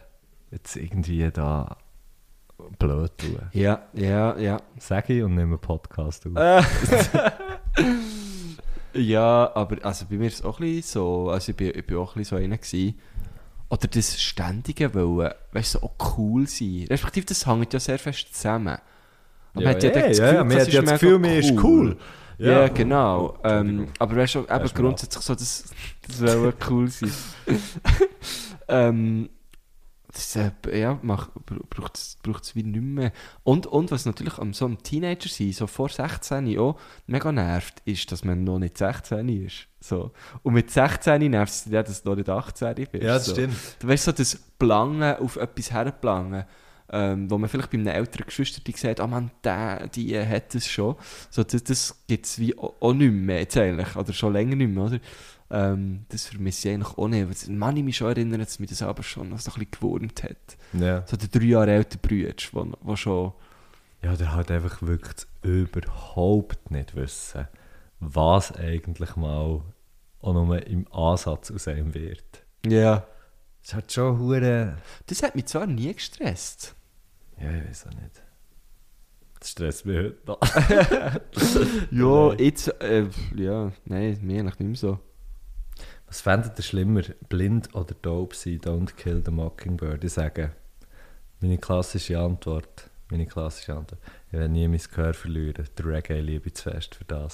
[SPEAKER 2] jetzt irgendwie da blöd tun.
[SPEAKER 5] Ja, ja, ja.
[SPEAKER 2] Sag ich und nehme einen Podcast auf.
[SPEAKER 5] (laughs) Ja, aber also bei mir ist es auch ein bisschen so, also ich bin, ich bin auch ein bisschen so einer gewesen. Oder das ständige Wollen, weißt du, so auch cool sein. Respektive, das hängt ja sehr fest zusammen. Aber man hat ja,
[SPEAKER 2] eh,
[SPEAKER 5] dann das Gefühl,
[SPEAKER 2] ja, man
[SPEAKER 5] das
[SPEAKER 2] hat ja das
[SPEAKER 5] mega
[SPEAKER 2] Gefühl, man ist cool.
[SPEAKER 5] Ja,
[SPEAKER 2] oh,
[SPEAKER 5] genau. Ähm, aber weißt du, eben
[SPEAKER 2] ist mir
[SPEAKER 5] grundsätzlich so, das, das wäre cool
[SPEAKER 2] (laughs)
[SPEAKER 5] sein. ähm, das, äh, ja, mach, braucht es braucht's wie nicht mehr. Und, und was natürlich am so einem Teenager sein, so vor 16 auch, mega nervt, ist, dass man noch nicht 16 ist. So. Und mit 16 nervt es dich, dann, dass du noch nicht 18 bist.
[SPEAKER 2] Ja, das
[SPEAKER 5] so.
[SPEAKER 2] stimmt.
[SPEAKER 5] Du weißt so, das Plangen auf etwas herblangen. ähm, wo man vielleicht bei einem älteren Geschwister die sieht, ah man, der, die äh, hat es schon. So, das das gibt es wie auch, auch nicht mehr jetzt eigentlich, oder schon länger nicht mehr, oder? Ähm, das vermisse ich eigentlich auch nicht. weil das- Mann, ich mich schon erinnern, dass mich das aber schon noch so ein bisschen gewurmt hat.
[SPEAKER 2] Ja.
[SPEAKER 5] So der drei Jahre ältere Bruder, wo, wo schon...
[SPEAKER 2] Ja, der hat einfach wirklich das überhaupt nicht wissen, was eigentlich mal auch nur im Ansatz aus einem wird.
[SPEAKER 5] Ja.
[SPEAKER 2] Es hat schon hure.
[SPEAKER 5] Das hat mich zwar nie gestresst.
[SPEAKER 2] Ja, ich weiß auch nicht. Das stresst mich heute noch. (laughs)
[SPEAKER 5] Ja, jetzt... Äh, ja, nein, mir eigentlich nicht mehr so.
[SPEAKER 2] Was fändet ihr schlimmer? Blind oder taub sein? Don't kill the Mockingbird. Ich sage, meine klassische Antwort, meine klassische Antwort, ich werde nie mein Gehör verlieren. Der Reggae liebe ich zu fest für das.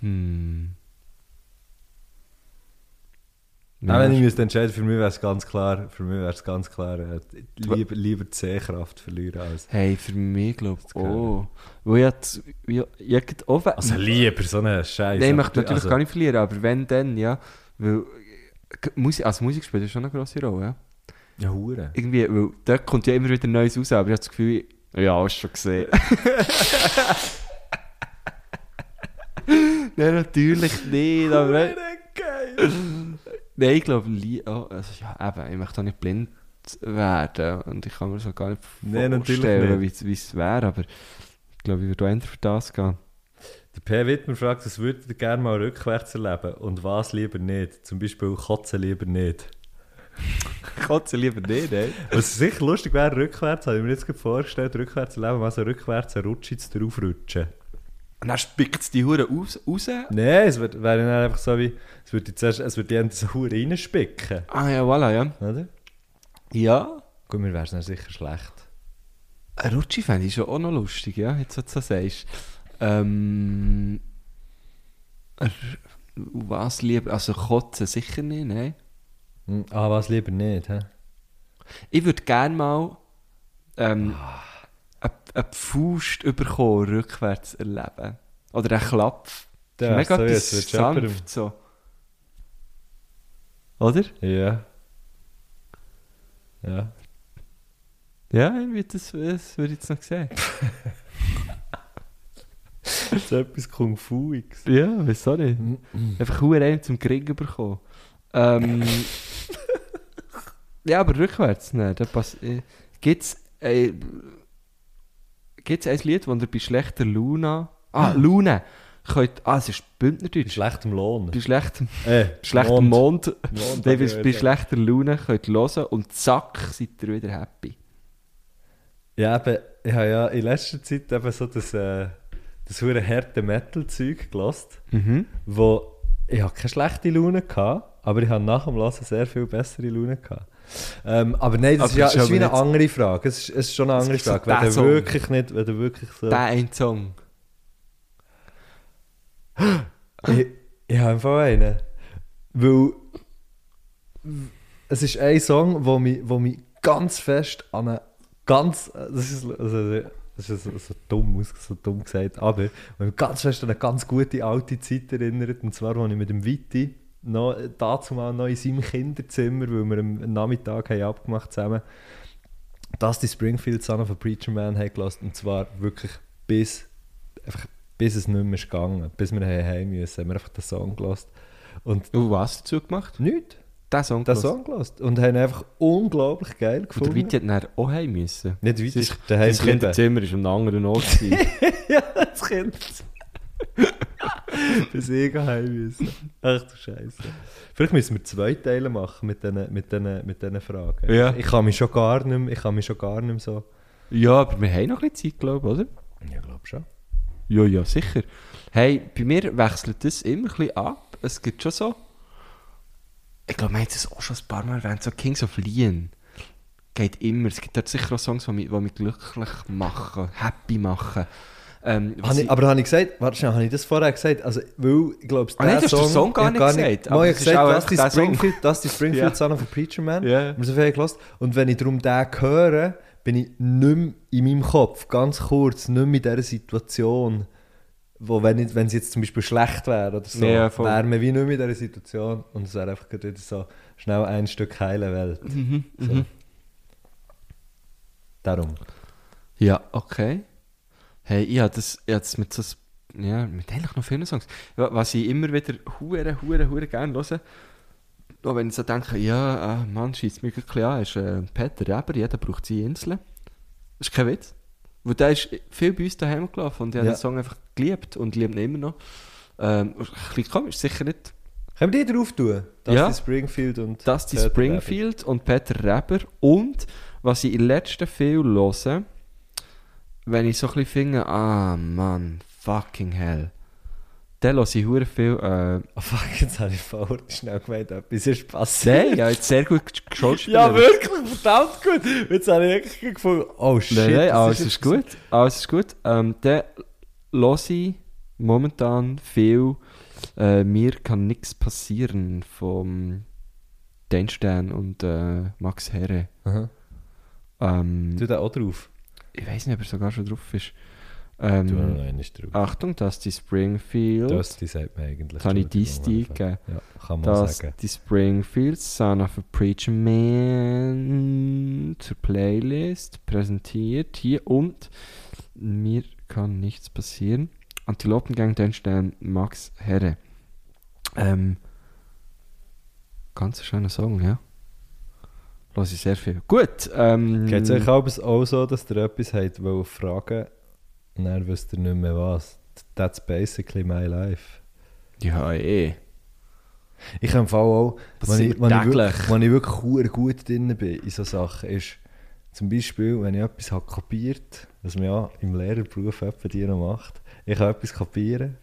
[SPEAKER 5] Hm.
[SPEAKER 2] Auch wenn ich müsste entscheiden, für mich wäre es ganz klar, für mich wäre es ganz klar, äh, lieber, lieber die Sehkraft verlieren als...
[SPEAKER 5] Hey, für mich glaube ich.
[SPEAKER 2] gehört.
[SPEAKER 5] Oh. Weil ja, das- ja, ja, gerade auch wenn-
[SPEAKER 2] Also lieber, so eine Scheiße.
[SPEAKER 5] Nein, ich möchte natürlich
[SPEAKER 2] also,
[SPEAKER 5] gar nicht verlieren, aber wenn dann, ja. Weil äh, Musik, also Musik spielt ja schon eine grosse Rolle. Ja?
[SPEAKER 2] Ja, hure.
[SPEAKER 5] Irgendwie, weil dort kommt ja immer wieder Neues raus, aber ich habe das Gefühl, ja, hast du schon gesehen. (laughs) Nein, natürlich nicht, aber. wenn- Nein, ich glaube, li- oh, also, ja, eben, ich möchte auch nicht blind werden. Und ich kann mir so gar nicht
[SPEAKER 2] Nein, natürlich
[SPEAKER 5] vorstellen, wie es wäre. Aber ich glaube, ich würde auch eher für das gehen.
[SPEAKER 2] Der P. Wittmer fragt, was würdet ihr gerne mal rückwärts erleben und was lieber nicht? Zum Beispiel kotzen
[SPEAKER 5] (laughs)
[SPEAKER 2] lieber nicht.
[SPEAKER 5] Kotze lieber nicht, ey.
[SPEAKER 2] Was sicher lustig wäre, rückwärts, habe ich mir jetzt gerade vorgestellt, rückwärts zu leben, also rückwärts eine Rutsche zu draufrutschen.
[SPEAKER 5] Und dann spickt es die Hure aus, raus.
[SPEAKER 2] Nein, es wird- wäre dann einfach so wie, es würde zuerst, es würde die Ente so hure reinspicken,
[SPEAKER 5] Ah ja, voilà, ja.
[SPEAKER 2] oder?
[SPEAKER 5] Ja.
[SPEAKER 2] Gut, mir wäre es dann sicher schlecht.
[SPEAKER 5] Ein Rutschi fände ich schon auch noch lustig, ja, jetzt, was du so sagst. Ähm. er- Was lieber? Also, Kotzen sicher nicht, nein.
[SPEAKER 2] Hm, Ah, was lieber nicht, hä?
[SPEAKER 5] Ich würde gerne mal ähm, eine eine Faust überkommen, rückwärts erleben. Oder einen Klapf.
[SPEAKER 2] Ja,
[SPEAKER 5] mega
[SPEAKER 2] so,
[SPEAKER 5] etwas
[SPEAKER 2] jetzt wird's jemandem-
[SPEAKER 5] sanft so. Oder?
[SPEAKER 2] Ja. Ja.
[SPEAKER 5] Ja, ich würd das, das würde ich jetzt noch sehen.
[SPEAKER 2] Das ist etwas Kung-Fuiges.
[SPEAKER 5] ja, wieso nicht? Einfach Huren einen zum Krieg bekommen. Ähm, ja, aber rückwärts, nein, da passt. Äh, gibt's, äh, gibt's ein Lied, wo ihr bei schlechter Luna. Ah, Luna! Könnt, ah, es ist
[SPEAKER 2] Bei
[SPEAKER 5] Bündnerdeutsch.
[SPEAKER 2] schlechtem Lohn.
[SPEAKER 5] Bei schlechtem,
[SPEAKER 2] Äh,
[SPEAKER 5] schlechtem Mond.
[SPEAKER 2] Mond,
[SPEAKER 5] Dann
[SPEAKER 2] hab ich
[SPEAKER 5] bist- bei
[SPEAKER 2] gehört, ja.
[SPEAKER 5] schlechter Laune könnt ihr hören und zack, seid ihr wieder happy.
[SPEAKER 2] Ja, eben, ich habe ja in letzter Zeit eben so das, äh, das hure harte Metal-Zeug gelost,
[SPEAKER 5] Mhm.
[SPEAKER 2] wo ich habe keine schlechte Laune hatte, aber ich habe nach dem Lassen sehr viel bessere Laune gehabt. Ähm, aber nein,
[SPEAKER 5] Aber
[SPEAKER 2] das
[SPEAKER 5] das
[SPEAKER 2] ist ja
[SPEAKER 5] ist
[SPEAKER 2] ist wie
[SPEAKER 5] aber
[SPEAKER 2] eine andere Frage. Es ist, es ist schon eine
[SPEAKER 5] Es
[SPEAKER 2] andere
[SPEAKER 5] ist so
[SPEAKER 2] Frage. Wenn
[SPEAKER 5] der
[SPEAKER 2] du
[SPEAKER 5] Song.
[SPEAKER 2] wirklich nicht, wenn du wirklich so...
[SPEAKER 5] Der ein Song.
[SPEAKER 2] Ich, ich habe einfach einen. Weil es ist ein Song, wo mich, wo mich ganz fest an eine ganz. Das ist, also, das ist so, so dumm, aus- so dumm gesagt, aber wo mich ganz fest an eine ganz gute alte Zeit erinnert. Und zwar, als ich mit dem Viti noch, dazu mal noch in seinem Kinderzimmer, weil wir am Nachmittag haben abgemacht zusammen, dass die Springfield Son of a Preacher Man haben gelassen. Und zwar wirklich bis einfach bis es nicht mehr ist gegangen, bis wir heim müssen, haben wir einfach den Song gelassen. Und
[SPEAKER 5] Und was dazu gemacht?
[SPEAKER 2] nichts,
[SPEAKER 5] Der Song.
[SPEAKER 2] den
[SPEAKER 5] gehört.
[SPEAKER 2] Song gelassen. Und haben einfach unglaublich geil
[SPEAKER 5] Und der
[SPEAKER 2] gefunden.
[SPEAKER 5] Viti hat dann auch heim müssen.
[SPEAKER 2] Nicht weit,
[SPEAKER 5] Das ist-
[SPEAKER 2] daheim
[SPEAKER 5] das
[SPEAKER 2] geblieben.
[SPEAKER 5] Kinderzimmer war am anderen Ort.
[SPEAKER 2] (laughs)
[SPEAKER 5] gewesen.
[SPEAKER 2] ja, (laughs) das Kind. (laughs) bis ich heim müssen. Ach du Scheiße. Vielleicht müssen wir zwei Teile machen mit diesen mit diesen- mit diesen Fragen.
[SPEAKER 5] Ja.
[SPEAKER 2] Ich kann mich schon gar nicht mehr, ich kann mich schon gar nicht mehr so...
[SPEAKER 5] ja, aber wir haben noch ein bisschen Zeit, glaube ich, oder?
[SPEAKER 2] Ja, glaube schon.
[SPEAKER 5] Ja, ja, sicher. Hey, bei mir wechselt das immer ein bisschen ab. Es gibt schon so. Ich glaube, wir haben es auch schon ein paar Mal erwähnt. So Kings of Leon. Geht immer. Es gibt dort sicher auch Songs, die mich, die mich glücklich machen, happy machen. Ähm, was
[SPEAKER 2] Habe
[SPEAKER 5] ich-
[SPEAKER 2] ich, aber habe ich gesagt, warte schnell, habe ich das vorher gesagt? Also, weil, ich glaube,
[SPEAKER 5] Ah, nein, du hast den Song gar
[SPEAKER 2] ich habe
[SPEAKER 5] nicht gesagt,
[SPEAKER 2] Mal,
[SPEAKER 5] aber
[SPEAKER 2] ich
[SPEAKER 5] es ist
[SPEAKER 2] habe gesagt,
[SPEAKER 5] auch
[SPEAKER 2] das ist die
[SPEAKER 5] echt der Song.
[SPEAKER 2] Springfield, das ist die Springfield
[SPEAKER 5] Ja.
[SPEAKER 2] Son of a Preacher Man.
[SPEAKER 5] Ja.
[SPEAKER 2] Wir haben so viel gehört. Und wenn ich darum den höre, bin ich nicht mehr in meinem Kopf, ganz kurz, nicht mehr in dieser Situation. wo wenn, ich- wenn es jetzt zum Beispiel schlecht wäre oder so,
[SPEAKER 5] Ja, voll.
[SPEAKER 2] wären wir wie nicht mehr in dieser Situation und es wäre einfach gerade wieder so schnell ein Stück heile Welt.
[SPEAKER 5] Mhm,
[SPEAKER 2] So. Darum.
[SPEAKER 5] Ja, okay. Hey, ich habe das jetzt mit so ein- ja, mit eigentlich noch vielen Songs. Wa- Was ich immer wieder hure, hure, hure gerne höre, auch wenn ich so denke, ja, äh, Mann, schießt mich wirklich an, ist äh, Peter Reber, jeder braucht seine Insel. Das ist kein Witz. Weil der ist viel bei uns daheim gelaufen und ich habe
[SPEAKER 2] Ja.
[SPEAKER 5] den Song einfach geliebt und liebe ihn immer noch. Ähm, ein bisschen komisch, sicher nicht
[SPEAKER 2] Können wir die drauf tun? Dusty
[SPEAKER 5] Ja.
[SPEAKER 2] Springfield und
[SPEAKER 5] Dusty
[SPEAKER 2] Peter
[SPEAKER 5] Springfield und Peter Reber. Und was ich in letzter viel höre, wenn ich so ein bisschen finde, ah Mann, fucking hell. Dann höre ich sehr viel.
[SPEAKER 2] (laughs)
[SPEAKER 5] Äh,
[SPEAKER 2] Rabbit. Oh fuck, jetzt habe ich vorher schnell gemeint, etwas ist passiert.
[SPEAKER 5] Nein, ja, jetzt sehr gut gesch- geschauspielt.
[SPEAKER 2] Ja, wirklich, verdammt gut. Jetzt habe ich wirklich gefunden, oh shit.
[SPEAKER 5] Nein, nein,
[SPEAKER 2] das
[SPEAKER 5] alles
[SPEAKER 2] jetzt-
[SPEAKER 5] ist gut. Alles ist gut. Ähm, dann höre ich momentan viel äh, «Mir kann nichts passieren» vom Denstern und äh, Max Herre.
[SPEAKER 2] Aha.
[SPEAKER 5] Ähm,
[SPEAKER 2] Tu den auch drauf.
[SPEAKER 5] ich weiß nicht, ob er sogar schon drauf ist.
[SPEAKER 2] Tu auch
[SPEAKER 5] Ähm,
[SPEAKER 2] noch einen drauf.
[SPEAKER 5] Achtung, dass die Springfield, das,
[SPEAKER 2] Dusty sagt man eigentlich.
[SPEAKER 5] kann ich Dusty
[SPEAKER 2] Entschuldigung,
[SPEAKER 5] eingeben,
[SPEAKER 2] Ja, kann man
[SPEAKER 5] dass
[SPEAKER 2] sagen.
[SPEAKER 5] die Springfield, Son of a Preacher Man, zur Playlist präsentiert hier und mir kann nichts passieren. Antilopengang, den Stern, Max Herre. Ähm, ganz schöner Song, ja. Lass ich sehr viel. Gut, ähm,
[SPEAKER 2] Geht es euch aber auch so, dass ihr etwas habt, wollt fragen und dann wisst ihr nicht mehr was? That's basically my life.
[SPEAKER 5] ja, eh.
[SPEAKER 2] Ich im Fall auch,
[SPEAKER 5] Das
[SPEAKER 2] wenn
[SPEAKER 5] sind
[SPEAKER 2] ich,
[SPEAKER 5] wir
[SPEAKER 2] wenn, ich
[SPEAKER 5] täglich.
[SPEAKER 2] wirklich, wenn ich wirklich verdammt gut drin bin in so Sachen, ist zum Beispiel, wenn ich etwas habe kopiert was man ja im Lehrerberuf etwa die noch macht, ich kann etwas kopieren,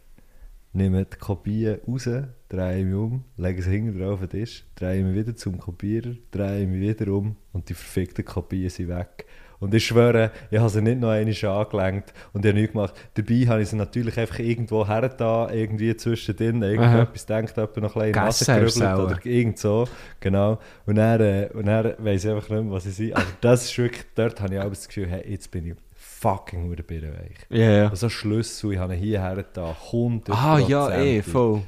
[SPEAKER 2] nehme die Kopie raus, drehe mich um, lege es hinten drauf auf den Tisch, drehe mich wieder zum Kopierer, drehe mich wieder um und die verfickten Kopien sind weg. Und ich schwöre, ich habe sie nicht noch einmal angelenkt und ich habe nichts gemacht. Dabei habe ich sie natürlich einfach irgendwo hergetan, irgendwie zwischendrin, irgendetwas denkt, jemand noch ein bisschen in die Nase
[SPEAKER 5] Gegessen hast du
[SPEAKER 2] gerübelt
[SPEAKER 5] auch.
[SPEAKER 2] oder irgend so, genau. Und dann, äh, und dann weiss ich einfach nicht mehr, was ich sehe. (laughs) Aber das ist wirklich, dort habe ich auch das Gefühl, hey, jetzt bin ich fucking verdammt birrenweich.
[SPEAKER 5] Ja, ja.
[SPEAKER 2] Also Schlüssel, ich habe ihn hierher da 100
[SPEAKER 5] Ah ja, eh, voll.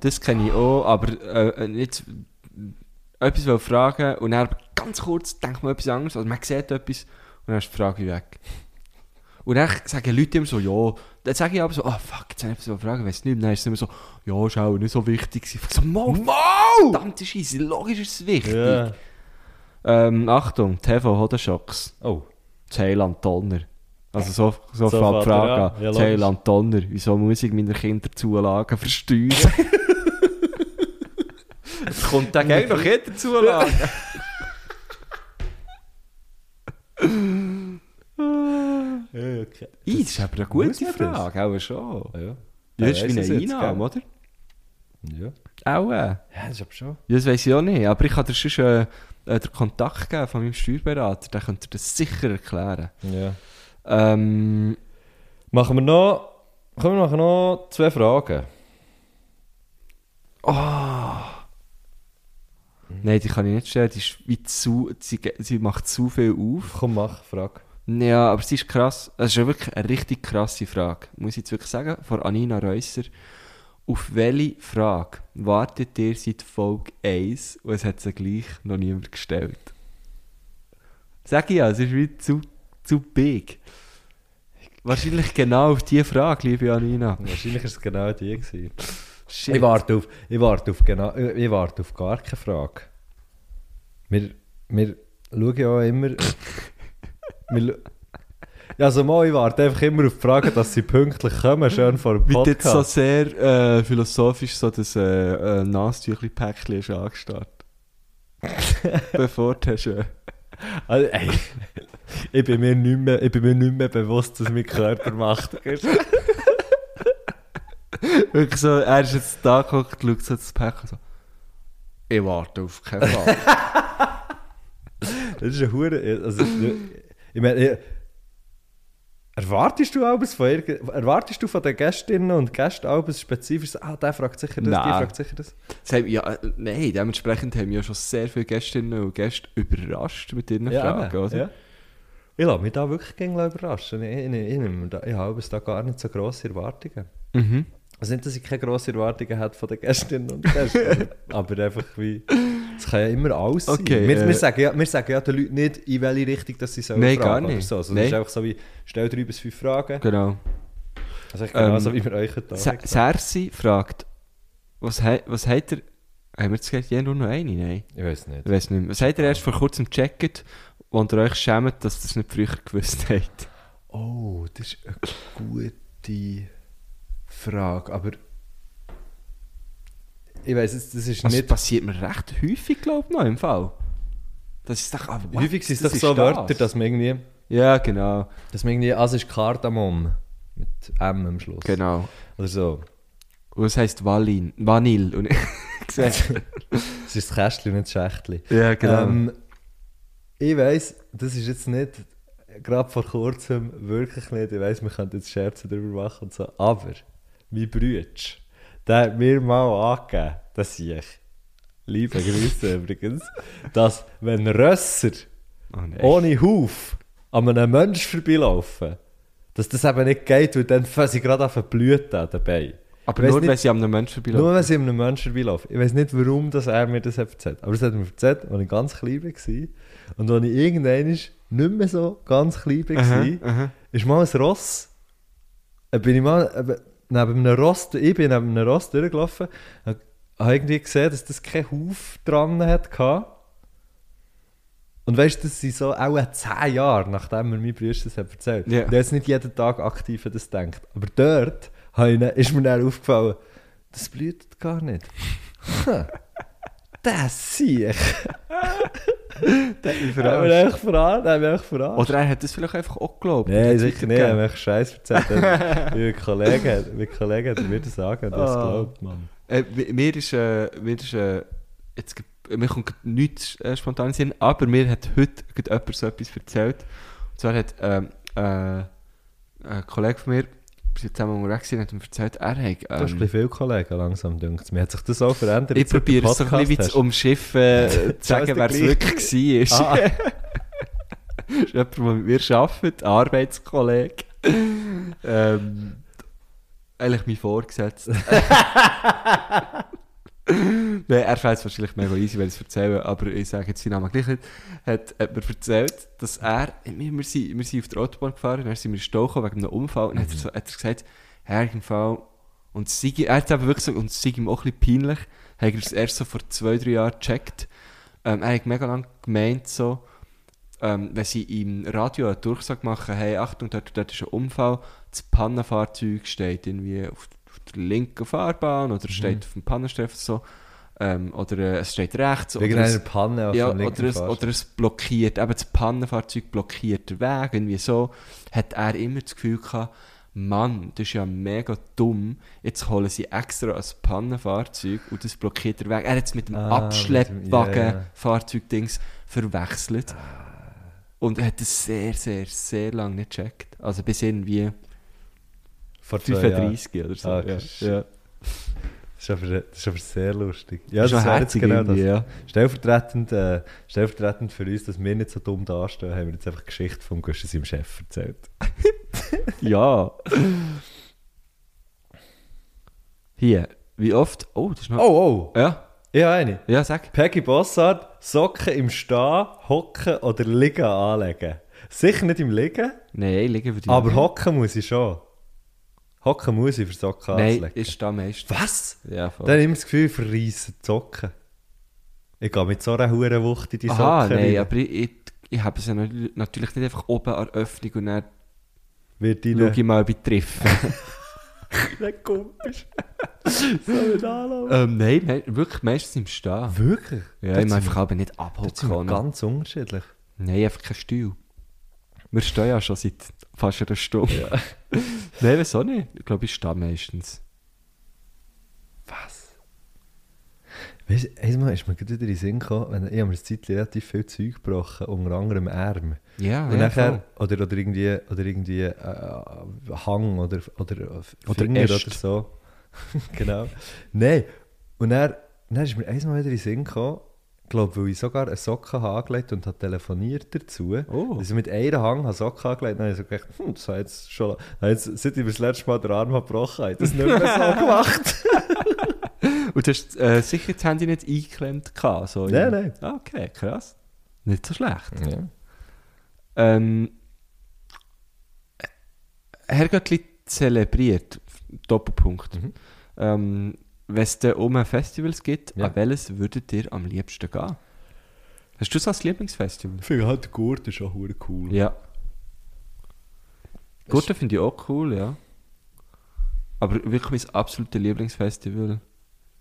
[SPEAKER 5] Das kenne ich auch, aber äh, äh, jetzt äh, etwas will fragen und dann ganz kurz denkt man etwas anderes, also man sieht etwas und dann ist die Frage weg. Und dann sagen Leute immer so, ja, dann sage ich aber so, ah fuck, jetzt habe ich etwas will fragen, weiss nicht, mehr. dann ist es immer so, ja, ist auch nicht so wichtig gewesen. Ich so, mal, verdammte Scheisse, logisch ist es wichtig.
[SPEAKER 2] Ja.
[SPEAKER 5] Ähm, Achtung, TV Hodenschocks.
[SPEAKER 2] Oh,
[SPEAKER 5] Thailand Donner. Also so, so,
[SPEAKER 2] So
[SPEAKER 5] fängt die
[SPEAKER 2] fährt er
[SPEAKER 5] Frage
[SPEAKER 2] an.
[SPEAKER 5] an.
[SPEAKER 2] Ja, logisch.
[SPEAKER 5] Thailand Donner. Wieso muss ich meine Kinderzulagen versteuern? (laughs) es kommt dann gleich noch Kinderzulagen. (laughs)
[SPEAKER 2] ja, okay.
[SPEAKER 5] Ih, das ist aber eine gute
[SPEAKER 2] Muss man das?
[SPEAKER 5] Frage, auch schon.
[SPEAKER 2] Ah, ja.
[SPEAKER 5] Ja,
[SPEAKER 2] Wer
[SPEAKER 5] das ist
[SPEAKER 2] weiss
[SPEAKER 5] wie
[SPEAKER 2] es
[SPEAKER 5] eine
[SPEAKER 2] jetzt,
[SPEAKER 5] Einnahme,
[SPEAKER 2] gell?
[SPEAKER 5] oder?
[SPEAKER 2] Ja.
[SPEAKER 5] Auch. Äh.
[SPEAKER 2] ja, das ist aber schon.
[SPEAKER 5] Ja, Das weiß ich auch nicht, aber ich kann dir sonst äh, äh, den Kontakt geben von meinem Steuerberater, der könnte dir das sicher erklären.
[SPEAKER 2] Ja.
[SPEAKER 5] Ähm,
[SPEAKER 2] Machen wir noch, kommen wir machen noch zwei Fragen.
[SPEAKER 5] Nein, die kann ich nicht stellen, die, ist wie zu, sie, ge- sie macht zu viel auf.
[SPEAKER 2] Komm, mach, frag.
[SPEAKER 5] Ja, aber es ist krass. Es ist ja wirklich eine richtig krasse Frage, muss ich jetzt wirklich sagen, von Anina Reusser. Auf welche Frage wartet ihr seit Folge 1 und es hat sie gleich noch niemand gestellt? Sag ich ja, es ist wie zu, zu big. Wahrscheinlich genau auf diese Frage, liebe Anina.
[SPEAKER 2] Wahrscheinlich war es genau die. Gewesen.
[SPEAKER 5] Shit.
[SPEAKER 2] Ich warte auf, ich warte auf, genau, ich ich warte auf gar keine Frage. Wir, wir schauen ja
[SPEAKER 5] (laughs)
[SPEAKER 2] auch immer. wir, lu- ja, also mal, ich warte einfach immer auf die Frage, dass sie pünktlich kommen, schön vor dem
[SPEAKER 5] Wie jetzt so
[SPEAKER 2] Podcast.
[SPEAKER 5] sehr äh, philosophisch so das äh, äh, Nasentüchli-Päckchen ist
[SPEAKER 2] (laughs)
[SPEAKER 5] angestarrt. Bevor du hast... Äh,
[SPEAKER 2] Also, ey, ich, bin mir nicht mehr, ich bin mir nicht mehr bewusst, was mein Körper macht.
[SPEAKER 5] Wirklich so, er ist jetzt da geguckt, schaut so das Päckchen so. Ich warte auf keinen Fall. (laughs)
[SPEAKER 2] Das ist eine Hure. Also, ich meine, ich- erwartest du etwas von irgend, erwartest du von den Gästinnen und Gästen etwas Spezifisches? Ah, der fragt sicher das, die
[SPEAKER 5] Nein.
[SPEAKER 2] fragt sicher das.
[SPEAKER 5] Das haben, ja, äh, nein, dementsprechend haben wir ja schon sehr viele Gästinnen und Gäste überrascht mit ihren Fragen,
[SPEAKER 2] eben,
[SPEAKER 5] oder?
[SPEAKER 2] ja. Ich lasse mich da wirklich gerne überraschen. Ich, ich, ich, nehme da- ich habe da gar nicht so grosse Erwartungen.
[SPEAKER 5] Mhm.
[SPEAKER 2] Also nicht, dass ich keine grosse Erwartungen hätte von den Gästinnen und (laughs) Gästen, aber aber einfach wie... Es kann ja immer alles
[SPEAKER 5] Okay,
[SPEAKER 2] sein. Wir,
[SPEAKER 5] äh,
[SPEAKER 2] wir, sagen ja, wir sagen ja den Leuten nicht, in welche Richtung dass sie sollen
[SPEAKER 5] Nein,
[SPEAKER 2] fragen
[SPEAKER 5] gar
[SPEAKER 2] Oder
[SPEAKER 5] nicht.
[SPEAKER 2] so. Also
[SPEAKER 5] Nein.
[SPEAKER 2] Es ist einfach so wie, stell drei bis fünf Fragen.
[SPEAKER 5] Genau.
[SPEAKER 2] Also ich genau
[SPEAKER 5] Ähm,
[SPEAKER 2] so, wie wir euch da
[SPEAKER 5] Sa- Sersi fragt, was, he was hat er. Haben wir jetzt gesagt, ja, nur noch eine? Nein.
[SPEAKER 2] Ich weiß nicht.
[SPEAKER 5] Ich weiß nicht mehr. Was habt ihr erst vor kurzem gecheckt, wo ihr euch schämt, dass ihr das nicht früher gewusst habt?
[SPEAKER 2] Oh, das ist eine gute Frage, aber... Ich weiß jetzt, das ist
[SPEAKER 5] Also,
[SPEAKER 2] nicht...
[SPEAKER 5] Das passiert mir recht häufig, glaube ich, noch im Fall. Das ist doch. ah, what?
[SPEAKER 2] Häufig sind es doch
[SPEAKER 5] Das
[SPEAKER 2] so
[SPEAKER 5] ist
[SPEAKER 2] Wörter,
[SPEAKER 5] das.
[SPEAKER 2] dass man irgendwie...
[SPEAKER 5] Ja, genau.
[SPEAKER 2] Dass man irgendwie... Also es ist Kardamom. Mit M am Schluss.
[SPEAKER 5] Genau.
[SPEAKER 2] Oder so.
[SPEAKER 5] Und es heisst Valin. Vanille. (laughs) Und gesagt.
[SPEAKER 2] (laughs) Es ist das Kästchen und nicht das Schächtchen.
[SPEAKER 5] ja, genau.
[SPEAKER 2] Ähm, ich weiss, das ist jetzt nicht gerade vor kurzem wirklich nicht. Ich weiss, wir könnten jetzt Scherze darüber machen und so. Aber mein Brütsch, der hat mir mal angegeben, dass ich, liebe Grüße übrigens, dass wenn Rösser
[SPEAKER 5] oh, nein.
[SPEAKER 2] ohne Huf an einem Menschen vorbeilaufen, dass das eben nicht geht, weil dann fangen sie gerade an zu blüten dabei.
[SPEAKER 5] Aber
[SPEAKER 2] Ich weiss
[SPEAKER 5] nur,
[SPEAKER 2] nicht-
[SPEAKER 5] wenn sie an einem Menschen
[SPEAKER 2] nur
[SPEAKER 5] vorbeilaufen.
[SPEAKER 2] wenn sie einem Menschen vorbeilaufen. Ich weiß nicht, warum dass er mir das hat erzählt Aber das hat er mir erzählt, als ich ganz klein war. Und als ich irgendwann nicht mehr so ganz klein war,
[SPEAKER 5] aha.
[SPEAKER 2] ist mal ein Ross. Äh, Bin ich mal äh, neben einem Ross, ich bin neben einem Ross durchgelaufen, äh, habe irgendwie gesehen, dass das keinen Huf dran hatte. Und weißt du, das sind so auch zehn Jahre, nachdem mir mein Bruder das hat erzählt.
[SPEAKER 5] Ja.
[SPEAKER 2] Und jetzt nicht jeden Tag aktiv an das denkt. Aber dort habe ich dann, ist mir dann aufgefallen, das blüht gar nicht. Hm. das sehe ich.
[SPEAKER 5] Nur,
[SPEAKER 2] Da haben wir euch verarscht. da haben wir euch verarscht.
[SPEAKER 5] Oder er hat das vielleicht einfach auch geglaubt. und
[SPEAKER 2] Nein,
[SPEAKER 5] hat's
[SPEAKER 2] sicher nicht. Ich
[SPEAKER 5] weitergegeben.
[SPEAKER 2] habe euch Scheiß
[SPEAKER 5] (laughs)
[SPEAKER 2] erzählt. Mein Kollege, hat- mein Kollege hat mir das sagen und das
[SPEAKER 5] Ah.
[SPEAKER 2] glaubt man.
[SPEAKER 5] Äh, mi- mir ist, äh, mir ist, äh, jetzt, ge- mir kommt grad nichts äh, spontan in den Sinn, aber mir hat heute grad jemand so etwas erzählt. Und zwar hat ähm, äh, ein Kollege von mir, wir sind zusammen unterwegs und hat mir erzählt, er hat...
[SPEAKER 2] Du hast
[SPEAKER 5] Ähm,
[SPEAKER 2] ein bisschen viele Kollegen langsam, denkt es mir. Hat sich das auch verändert?
[SPEAKER 5] ich
[SPEAKER 2] seit du
[SPEAKER 5] probiere es so ein bisschen
[SPEAKER 2] Podcast
[SPEAKER 5] um- wie
[SPEAKER 2] hast?
[SPEAKER 5] zu umschiffen, äh, zu
[SPEAKER 2] Scheiss,
[SPEAKER 5] sagen, wer es
[SPEAKER 2] der
[SPEAKER 5] wirklich war. (laughs)
[SPEAKER 2] Ah, ah.
[SPEAKER 5] Das ist jemand, der mit mir arbeitet, ein Arbeitskollege. ähm, eigentlich mein Vorgesetzter. Nein, er fällt es wahrscheinlich mega easy, wenn ich es erzähle, aber ich sage jetzt seinen Namen gleich nicht. Hat, hat mir erzählt, dass er, wir, wir, sind, wir sind auf der Autobahn gefahren, dann sind wir in den Stau gekommen wegen einem Unfall und dann
[SPEAKER 2] Mhm.
[SPEAKER 5] hat, er so, hat er gesagt, Herr, im Fall, und es sei, er hat eben wirklich gesagt, und es sei ihm auch ein bisschen peinlich, hat er es erst so vor zwei, drei Jahren gecheckt. Ähm, er hat mega lange gemeint, so, ähm, wenn sie im Radio eine Durchsage machen, hey, Achtung, dort, dort ist ein Unfall, das Pannenfahrzeug steht irgendwie auf, auf der linken Fahrbahn oder
[SPEAKER 2] Mhm.
[SPEAKER 5] steht auf dem Pannenstreifen so, ähm, oder äh, es steht rechts.
[SPEAKER 2] Wegen
[SPEAKER 5] oder es-
[SPEAKER 2] einer Panne auf
[SPEAKER 5] ja,
[SPEAKER 2] dem linken
[SPEAKER 5] oder es,
[SPEAKER 2] Fahrstuhl.
[SPEAKER 5] oder es blockiert, eben das Pannenfahrzeug blockiert den Weg, irgendwie so, hat er immer das Gefühl gehabt, Mann, das ist ja mega dumm, jetzt holen sie extra ein Pannenfahrzeug und das blockiert den Weg. Er hat es mit dem
[SPEAKER 2] Ah, mit dem- ja, Ah. ja.
[SPEAKER 5] Abschleppwagen-Fahrzeug-Dings verwechselt und er hat es sehr, sehr, sehr lange nicht gecheckt. Also bis irgendwie
[SPEAKER 2] Vor zwei Jahren.
[SPEAKER 5] 35 oder so.
[SPEAKER 2] Ah,
[SPEAKER 5] ja.
[SPEAKER 2] krass.
[SPEAKER 5] Ja.
[SPEAKER 2] Das ist, aber, das ist aber sehr lustig. Ja,
[SPEAKER 5] Ist
[SPEAKER 2] das
[SPEAKER 5] noch
[SPEAKER 2] wäre jetzt
[SPEAKER 5] herzig
[SPEAKER 2] genau das.
[SPEAKER 5] irgendwie, ja.
[SPEAKER 2] Stellvertretend, äh, stellvertretend für uns, dass wir nicht so dumm dastehen, haben wir jetzt einfach die Geschichte von Gusti seinem Chef erzählt.
[SPEAKER 5] Ja. Hier, wie oft? Oh, das ist noch.
[SPEAKER 2] Oh, oh!
[SPEAKER 5] Ja,
[SPEAKER 2] Ich habe eine.
[SPEAKER 5] ja, sag.
[SPEAKER 2] Peggy Bossard, Socken im Stehen, Hocken oder Liegen anlegen. Sicher nicht im Liegen,
[SPEAKER 5] Nein, liegen wir die.
[SPEAKER 2] aber Hocken muss ich schon. Hocken muss ich für Socken
[SPEAKER 5] Nein,
[SPEAKER 2] anzulegen.
[SPEAKER 5] ist da meistens.
[SPEAKER 2] Was?
[SPEAKER 5] Ja, voll.
[SPEAKER 2] Dann habe ich immer das Gefühl, ich verreisse die Socken. Ich gehe mit so einer hohen Wucht in die
[SPEAKER 5] Aha,
[SPEAKER 2] Socken
[SPEAKER 5] nein,
[SPEAKER 2] rein.
[SPEAKER 5] aber ich, ich, ich habe es ja nat- natürlich nicht einfach oben an der Öffnung und dann
[SPEAKER 2] Wird
[SPEAKER 5] schaue
[SPEAKER 2] deine
[SPEAKER 5] ich mal, ob ich
[SPEAKER 2] (laughs)
[SPEAKER 5] treffe.
[SPEAKER 2] Dein Kumpis. so ein Anlauf.
[SPEAKER 5] ähm, nein, me wirklich meistens im Stehen.
[SPEAKER 2] Wirklich?
[SPEAKER 5] Ja,
[SPEAKER 2] Das
[SPEAKER 5] ich meine
[SPEAKER 2] sind-
[SPEAKER 5] einfach aber nicht
[SPEAKER 2] das sind wir
[SPEAKER 5] abhocken. ne?
[SPEAKER 2] ganz unterschiedlich.
[SPEAKER 5] Nein, einfach kein Stuhl. Wir stehen ja schon seit fast einer Stunde. (laughs) nein, wieso nicht? Ich glaube, ich stehe meistens.
[SPEAKER 2] Was? Weißt du, einmal ist mir gerade wieder in den Sinn gekommen, wenn- ich habe mir eine Zeit relativ viel Zeug gebrochen, unter anderem Arm.
[SPEAKER 5] Ja,
[SPEAKER 2] Und
[SPEAKER 5] Ah, ja, voll.
[SPEAKER 2] nachher, oder, oder irgendwie, oder irgendwie äh, Hang oder, oder äh,
[SPEAKER 5] Oder
[SPEAKER 2] Finger oder,
[SPEAKER 5] Äste.
[SPEAKER 2] so. (laughs) genau. Nein. Und dann, dann ist mir eins Mal wieder in den Sinn gekommen, glaube, weil ich sogar eine Socke habe angelegt und habe telefoniert dazu.
[SPEAKER 5] Oh.
[SPEAKER 2] Dass ich mit einer Hang habe Socke angelegt habe, habe ich so gedacht, hm, das habe ich jetzt schon... Habe jetzt, seit ich mir das letzte Mal den Arm habe gebrochen habe, ich das
[SPEAKER 5] (laughs)
[SPEAKER 2] nicht mehr so gemacht.
[SPEAKER 5] Und du hast äh, sicher das Handy nicht eingeklemmt gehabt? So
[SPEAKER 2] Nein,
[SPEAKER 5] im-
[SPEAKER 2] nein.
[SPEAKER 5] Ah, Okay, krass. Nicht so schlecht.
[SPEAKER 2] Ja.
[SPEAKER 5] Ähm, Herr Göttli zelebriert, Doppelpunkt.
[SPEAKER 2] Mhm.
[SPEAKER 5] Ähm, Wenn es dann um Festivals gibt,
[SPEAKER 2] Ja.
[SPEAKER 5] an welches würdet ihr am liebsten gehen? Hast du so ein Lieblingsfestival?
[SPEAKER 2] Ich finde halt, der Gurt ist auch verdammt cool.
[SPEAKER 5] Ja. Gurten finde ich auch cool, ja. Aber wirklich mein absolutes Lieblingsfestival.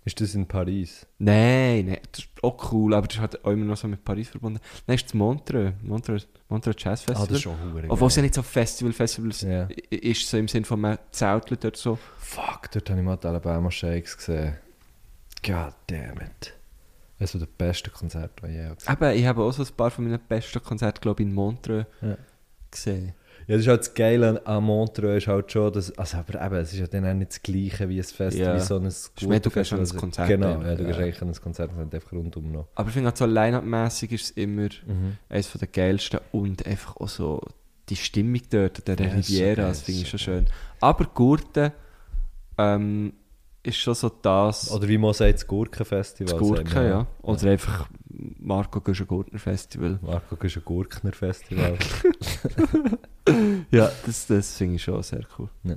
[SPEAKER 2] Ist das in Paris?
[SPEAKER 5] Nein, nein, das ist auch cool, aber das hat auch immer noch so mit Paris verbunden. Nein, ist das Montreux, Montreux, Montreux Jazz Festival.
[SPEAKER 2] Ah, schon
[SPEAKER 5] Obwohl es ja nicht so Festival, Festivals
[SPEAKER 2] Ja.
[SPEAKER 5] i- ist, so im Sinne von man zeltelt dort so.
[SPEAKER 2] Fuck, dort habe ich mal die Alabama Shakes gesehen. God damn it. Das war das beste Konzert, das ich je gesehen
[SPEAKER 5] Aber ich habe auch so ein paar von meinen besten Konzerten, glaube ich, in Montreux
[SPEAKER 2] Ja.
[SPEAKER 5] gesehen.
[SPEAKER 2] Ja, das ist halt das Geile an- an Montreux, ist halt schon, dass, also aber eben, es ist ja dann auch nicht das Gleiche wie ein Fest,
[SPEAKER 5] Ja.
[SPEAKER 2] wie so ein
[SPEAKER 5] mehr, du gehst an ein
[SPEAKER 2] Also,
[SPEAKER 5] Konzert
[SPEAKER 2] Genau,
[SPEAKER 5] einfach,
[SPEAKER 2] ja, du gehst
[SPEAKER 5] ja.
[SPEAKER 2] eigentlich an ein Konzert und dann einfach rundum noch.
[SPEAKER 5] Aber ich finde halt so line-up-mässig ist es immer
[SPEAKER 2] Mhm.
[SPEAKER 5] eines der geilsten und einfach auch so die Stimmung dort, der
[SPEAKER 2] Ja, ist so
[SPEAKER 5] Riviera,
[SPEAKER 2] geil,
[SPEAKER 5] das finde ich
[SPEAKER 2] ist so
[SPEAKER 5] schon schön. Aber Gurten ähm, ist schon so das,
[SPEAKER 2] Oder wie man sagt, das Gurkenfestival.
[SPEAKER 5] das
[SPEAKER 2] sagt man,
[SPEAKER 5] Gurken, ja. Oder einfach Marco Göscher Gurtner Festival.
[SPEAKER 2] Marco, du bist ein Gurkner-Festival.
[SPEAKER 5] Ja, das, das finde ich schon sehr cool.
[SPEAKER 2] Ja.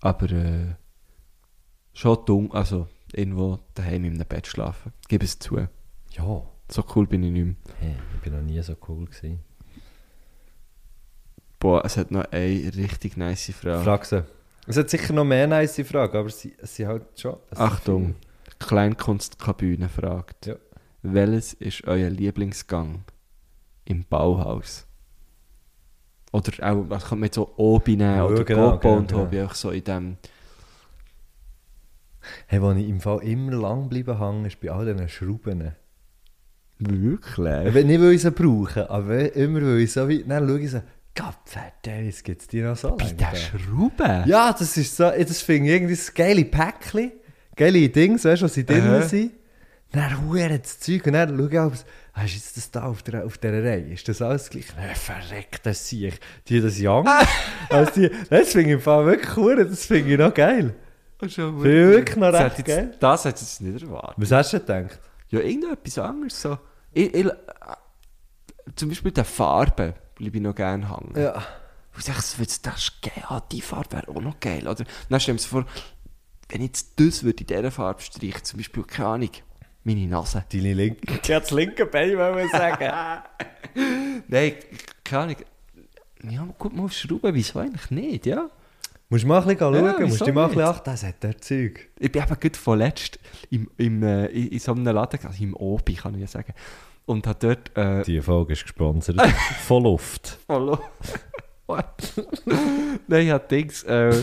[SPEAKER 5] Aber äh, schon dumm, also irgendwo daheim in einem Bett schlafen. Gib es zu.
[SPEAKER 2] (laughs) ja,
[SPEAKER 5] So cool bin ich nicht mehr.
[SPEAKER 2] hey, ich bin noch nie so cool gewesen.
[SPEAKER 5] Boah, es hat noch eine richtig nice Frage.
[SPEAKER 2] Frag sie. Es hat sicher noch mehr nice Fragen, aber sie, sie halt schon... es sind
[SPEAKER 5] Achtung, Kleinkunstkabüne fragt.
[SPEAKER 2] Ja.
[SPEAKER 5] Welches ist euer Lieblingsgang im Bauhaus? Oder auch, was kann man jetzt so Obi nehmen
[SPEAKER 2] Ja,
[SPEAKER 5] oder
[SPEAKER 2] genau,
[SPEAKER 5] Gopo und
[SPEAKER 2] genau,
[SPEAKER 5] Hobby, auch so in dem...
[SPEAKER 2] viele- Hey, wo ich im Fall immer lang bleiben hängen, ist bei all diesen Schrauben.
[SPEAKER 5] Wirklich?
[SPEAKER 2] Wenn nicht, weil ich sie brauche, aber wenn- immer, weil ich so weit... Dann schaue ich so, Gottverdammt, gibt es die noch so
[SPEAKER 5] Bei
[SPEAKER 2] lange?
[SPEAKER 5] der Schraube?
[SPEAKER 2] Ja, das ist so, das finde ich irgendwie das geile Päckchen, geile Dings, weißt du, was sie drin
[SPEAKER 5] Aha.
[SPEAKER 2] sind. Dann huere das Zeug und dann schau ich, ob es, hast du jetzt das da auf der, auf der Reihe? Ist das alles gleich? Nein, verreckt, das sehe ich. Die das Young.
[SPEAKER 5] Ah.
[SPEAKER 2] (laughs) also die, das finde ich im Fall wirklich cool, das finde ich noch geil.
[SPEAKER 5] Schon
[SPEAKER 2] Finde ich wirklich noch
[SPEAKER 5] Das
[SPEAKER 2] recht
[SPEAKER 5] hat
[SPEAKER 2] geil.
[SPEAKER 5] jetzt, das hätte ich jetzt nicht erwartet.
[SPEAKER 2] Was hast du gedacht?
[SPEAKER 5] Ja, irgendetwas anderes. So. Ich, ich, äh, zum Beispiel der Farbe bleibe ich noch gerne hängen.
[SPEAKER 2] Ja.
[SPEAKER 5] Und ich sage, das ist geil, ah, die Farbe wäre auch noch geil. Oder dann stell dir vor, wenn ich jetzt das würde in dieser Farbe streichen, zum Beispiel, keine Ahnung, meine Nase. (laughs)
[SPEAKER 2] Deine linke.
[SPEAKER 5] Die hat das linke Bein, wollen wir sagen. Nein, keine Ahnung. Ja, gut, mal auf Schrauben, wieso eigentlich nicht, ja?
[SPEAKER 2] Musst du mal ein bisschen schauen,
[SPEAKER 5] Ja,
[SPEAKER 2] musst
[SPEAKER 5] wieso
[SPEAKER 2] du mal ein bisschen
[SPEAKER 5] nicht?
[SPEAKER 2] achten, das hat der Zeug.
[SPEAKER 5] Ich bin eben gerade vorletzt im, im, äh, in, in so einem Laden, also im Obi, kann ich ja sagen. Und hat dort... Äh,
[SPEAKER 2] Die Folge
[SPEAKER 5] (laughs)
[SPEAKER 2] ist gesponsert. Von Luft.
[SPEAKER 5] Hallo. (laughs) What? Nein, ich habe Dings... Äh,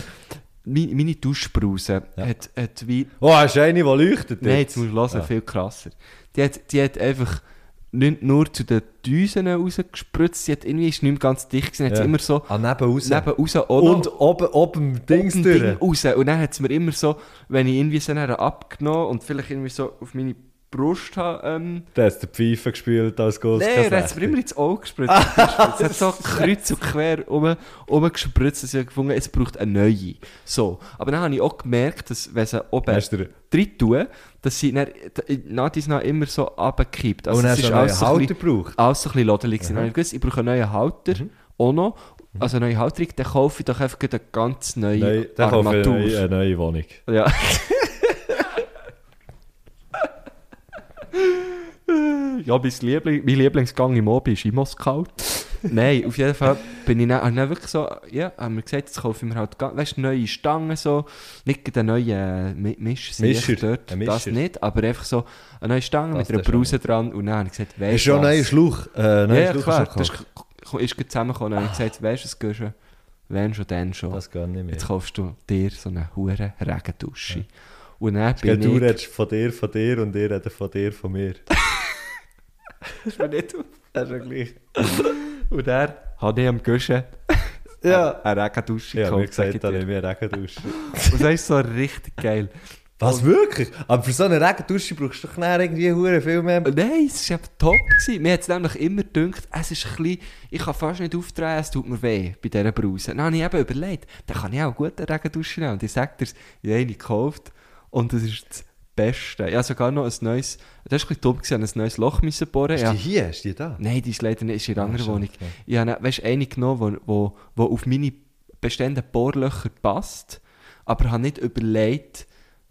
[SPEAKER 5] meine, meine Duschbrause
[SPEAKER 2] Ja.
[SPEAKER 5] hat, hat wie...
[SPEAKER 2] Oh, hast du eine, die leuchtet
[SPEAKER 5] Nein, jetzt musst du hören,
[SPEAKER 2] Ja.
[SPEAKER 5] viel krasser. Die hat, die hat einfach nicht nur zu den Düsen rausgespritzt, die hat irgendwie ist nicht mehr ganz dicht gewesen, hat
[SPEAKER 2] Ja.
[SPEAKER 5] sie immer so
[SPEAKER 2] Ah, neben raus.
[SPEAKER 5] neben raus auch noch-
[SPEAKER 2] Und oben, oben Dings
[SPEAKER 5] oben
[SPEAKER 2] durch.
[SPEAKER 5] nou. Ding raus. Und dann hat es mir immer so, wenn ich irgendwie so nachher abgenommen und vielleicht irgendwie so auf meine Brust habe, ähm,
[SPEAKER 2] Der hat den Pfeifen gespielt als Ghost.
[SPEAKER 5] Nein, er hat es mir immer ins Auge gespritzt. es hat so kreuz und quer um, umgespritzt, dass ich gefunden habe, es braucht eine neue. So. Aber dann habe ich auch gemerkt, dus dass, wenn sie oben
[SPEAKER 2] Hast du-
[SPEAKER 5] drin tun, dass sie dann, d- nach dies nach nou immer Dus so runterkippt.
[SPEAKER 2] Und hast du einen neuen
[SPEAKER 5] ein
[SPEAKER 2] Halter
[SPEAKER 5] bisschen-
[SPEAKER 2] gebraucht?
[SPEAKER 5] alles so ein bisschen lodelig gewesen. Dann habe ich gewusst, ich brauche einen neuen Halter, auch noch. Also eine neue Halterung, dann kaufe ich doch einfach gleich eine ganz neue
[SPEAKER 2] Nein, der kauft eine,
[SPEAKER 5] Armatur.
[SPEAKER 2] neue- eine neue Wohnung. (laughs)
[SPEAKER 5] Ja. ja, mein, Liebling, mein Lieblingsgang im Obi ist immer kalt. Nein, auf jeden Fall bin ich dann, habe ich dann wirklich so, ja, haben wir gesagt, jetzt kaufe ich mir halt, weißt du, neue Stangen so, nicht den neuen äh, Mi- Misch,
[SPEAKER 2] Mischer,
[SPEAKER 5] dort,
[SPEAKER 2] ein Mischer.
[SPEAKER 5] das nicht, aber einfach so eine neue Stange mit
[SPEAKER 2] Das
[SPEAKER 5] einer
[SPEAKER 2] ist schon
[SPEAKER 5] Brause dran und dann habe ich gesagt, weißt du
[SPEAKER 2] Ist schon ein
[SPEAKER 5] was?
[SPEAKER 2] neuer Schluch. Äh, neuer
[SPEAKER 5] Ja,
[SPEAKER 2] Schluch
[SPEAKER 5] klar,
[SPEAKER 2] hast du
[SPEAKER 5] das ist,
[SPEAKER 2] gekauft.
[SPEAKER 5] ist gerade zusammengekommen und dann habe ich gesagt, weißt du, es gehst schon, wenn schon, dann schon.
[SPEAKER 2] Das geht nicht mehr.
[SPEAKER 5] Jetzt kaufst du dir so eine hure Regendusche. Und dann
[SPEAKER 2] Gell,
[SPEAKER 5] bin
[SPEAKER 2] du
[SPEAKER 5] ich...
[SPEAKER 2] redest von dir, von dir und ihr redet von dir, von
[SPEAKER 5] (laughs)
[SPEAKER 2] mir.
[SPEAKER 5] Ist mir nicht auf.
[SPEAKER 2] Das ist ja gleich.
[SPEAKER 5] Und er hat ich am Guschen
[SPEAKER 2] Ja.
[SPEAKER 5] eine Regendusche
[SPEAKER 2] Ich habe mir
[SPEAKER 5] gekauft. sag
[SPEAKER 2] gesagt,
[SPEAKER 5] ich
[SPEAKER 2] da
[SPEAKER 5] dir. (laughs)
[SPEAKER 2] nehme ich einen Regendusch.
[SPEAKER 5] Und das ist so richtig geil.
[SPEAKER 2] Was, wirklich? Aber für so eine Regendusche brauchst du doch nachher irgendwie hure viel mehr...
[SPEAKER 5] Äh, Nein, es war eben top. Gewesen. Mir hat es nämlich immer gedacht, es ist ein bisschen, ich kann fast nicht aufdrehen, es tut mir weh bei dieser Brause. Dann habe ich eben überlegt, dann kann ich auch gut eine Regendusche nehmen. Und ich sage dir, ich habe eine gekauft und das ist das Beste. Ich habe sogar noch ein neues, das ist ein bisschen dumm, gewesen, ich habe ein neues Loch müssen bohren.
[SPEAKER 2] Ist
[SPEAKER 5] Ja.
[SPEAKER 2] die hier? Ist die da?
[SPEAKER 5] Nein, die ist leider nicht, ist in einer anderen
[SPEAKER 2] schade,
[SPEAKER 5] Wohnung.
[SPEAKER 2] ja.
[SPEAKER 5] Ich habe, weißt, eine genommen, die nou, wo, wo, wo auf meine bestehenden Bohrlöcher passt, aber habe nicht überlegt,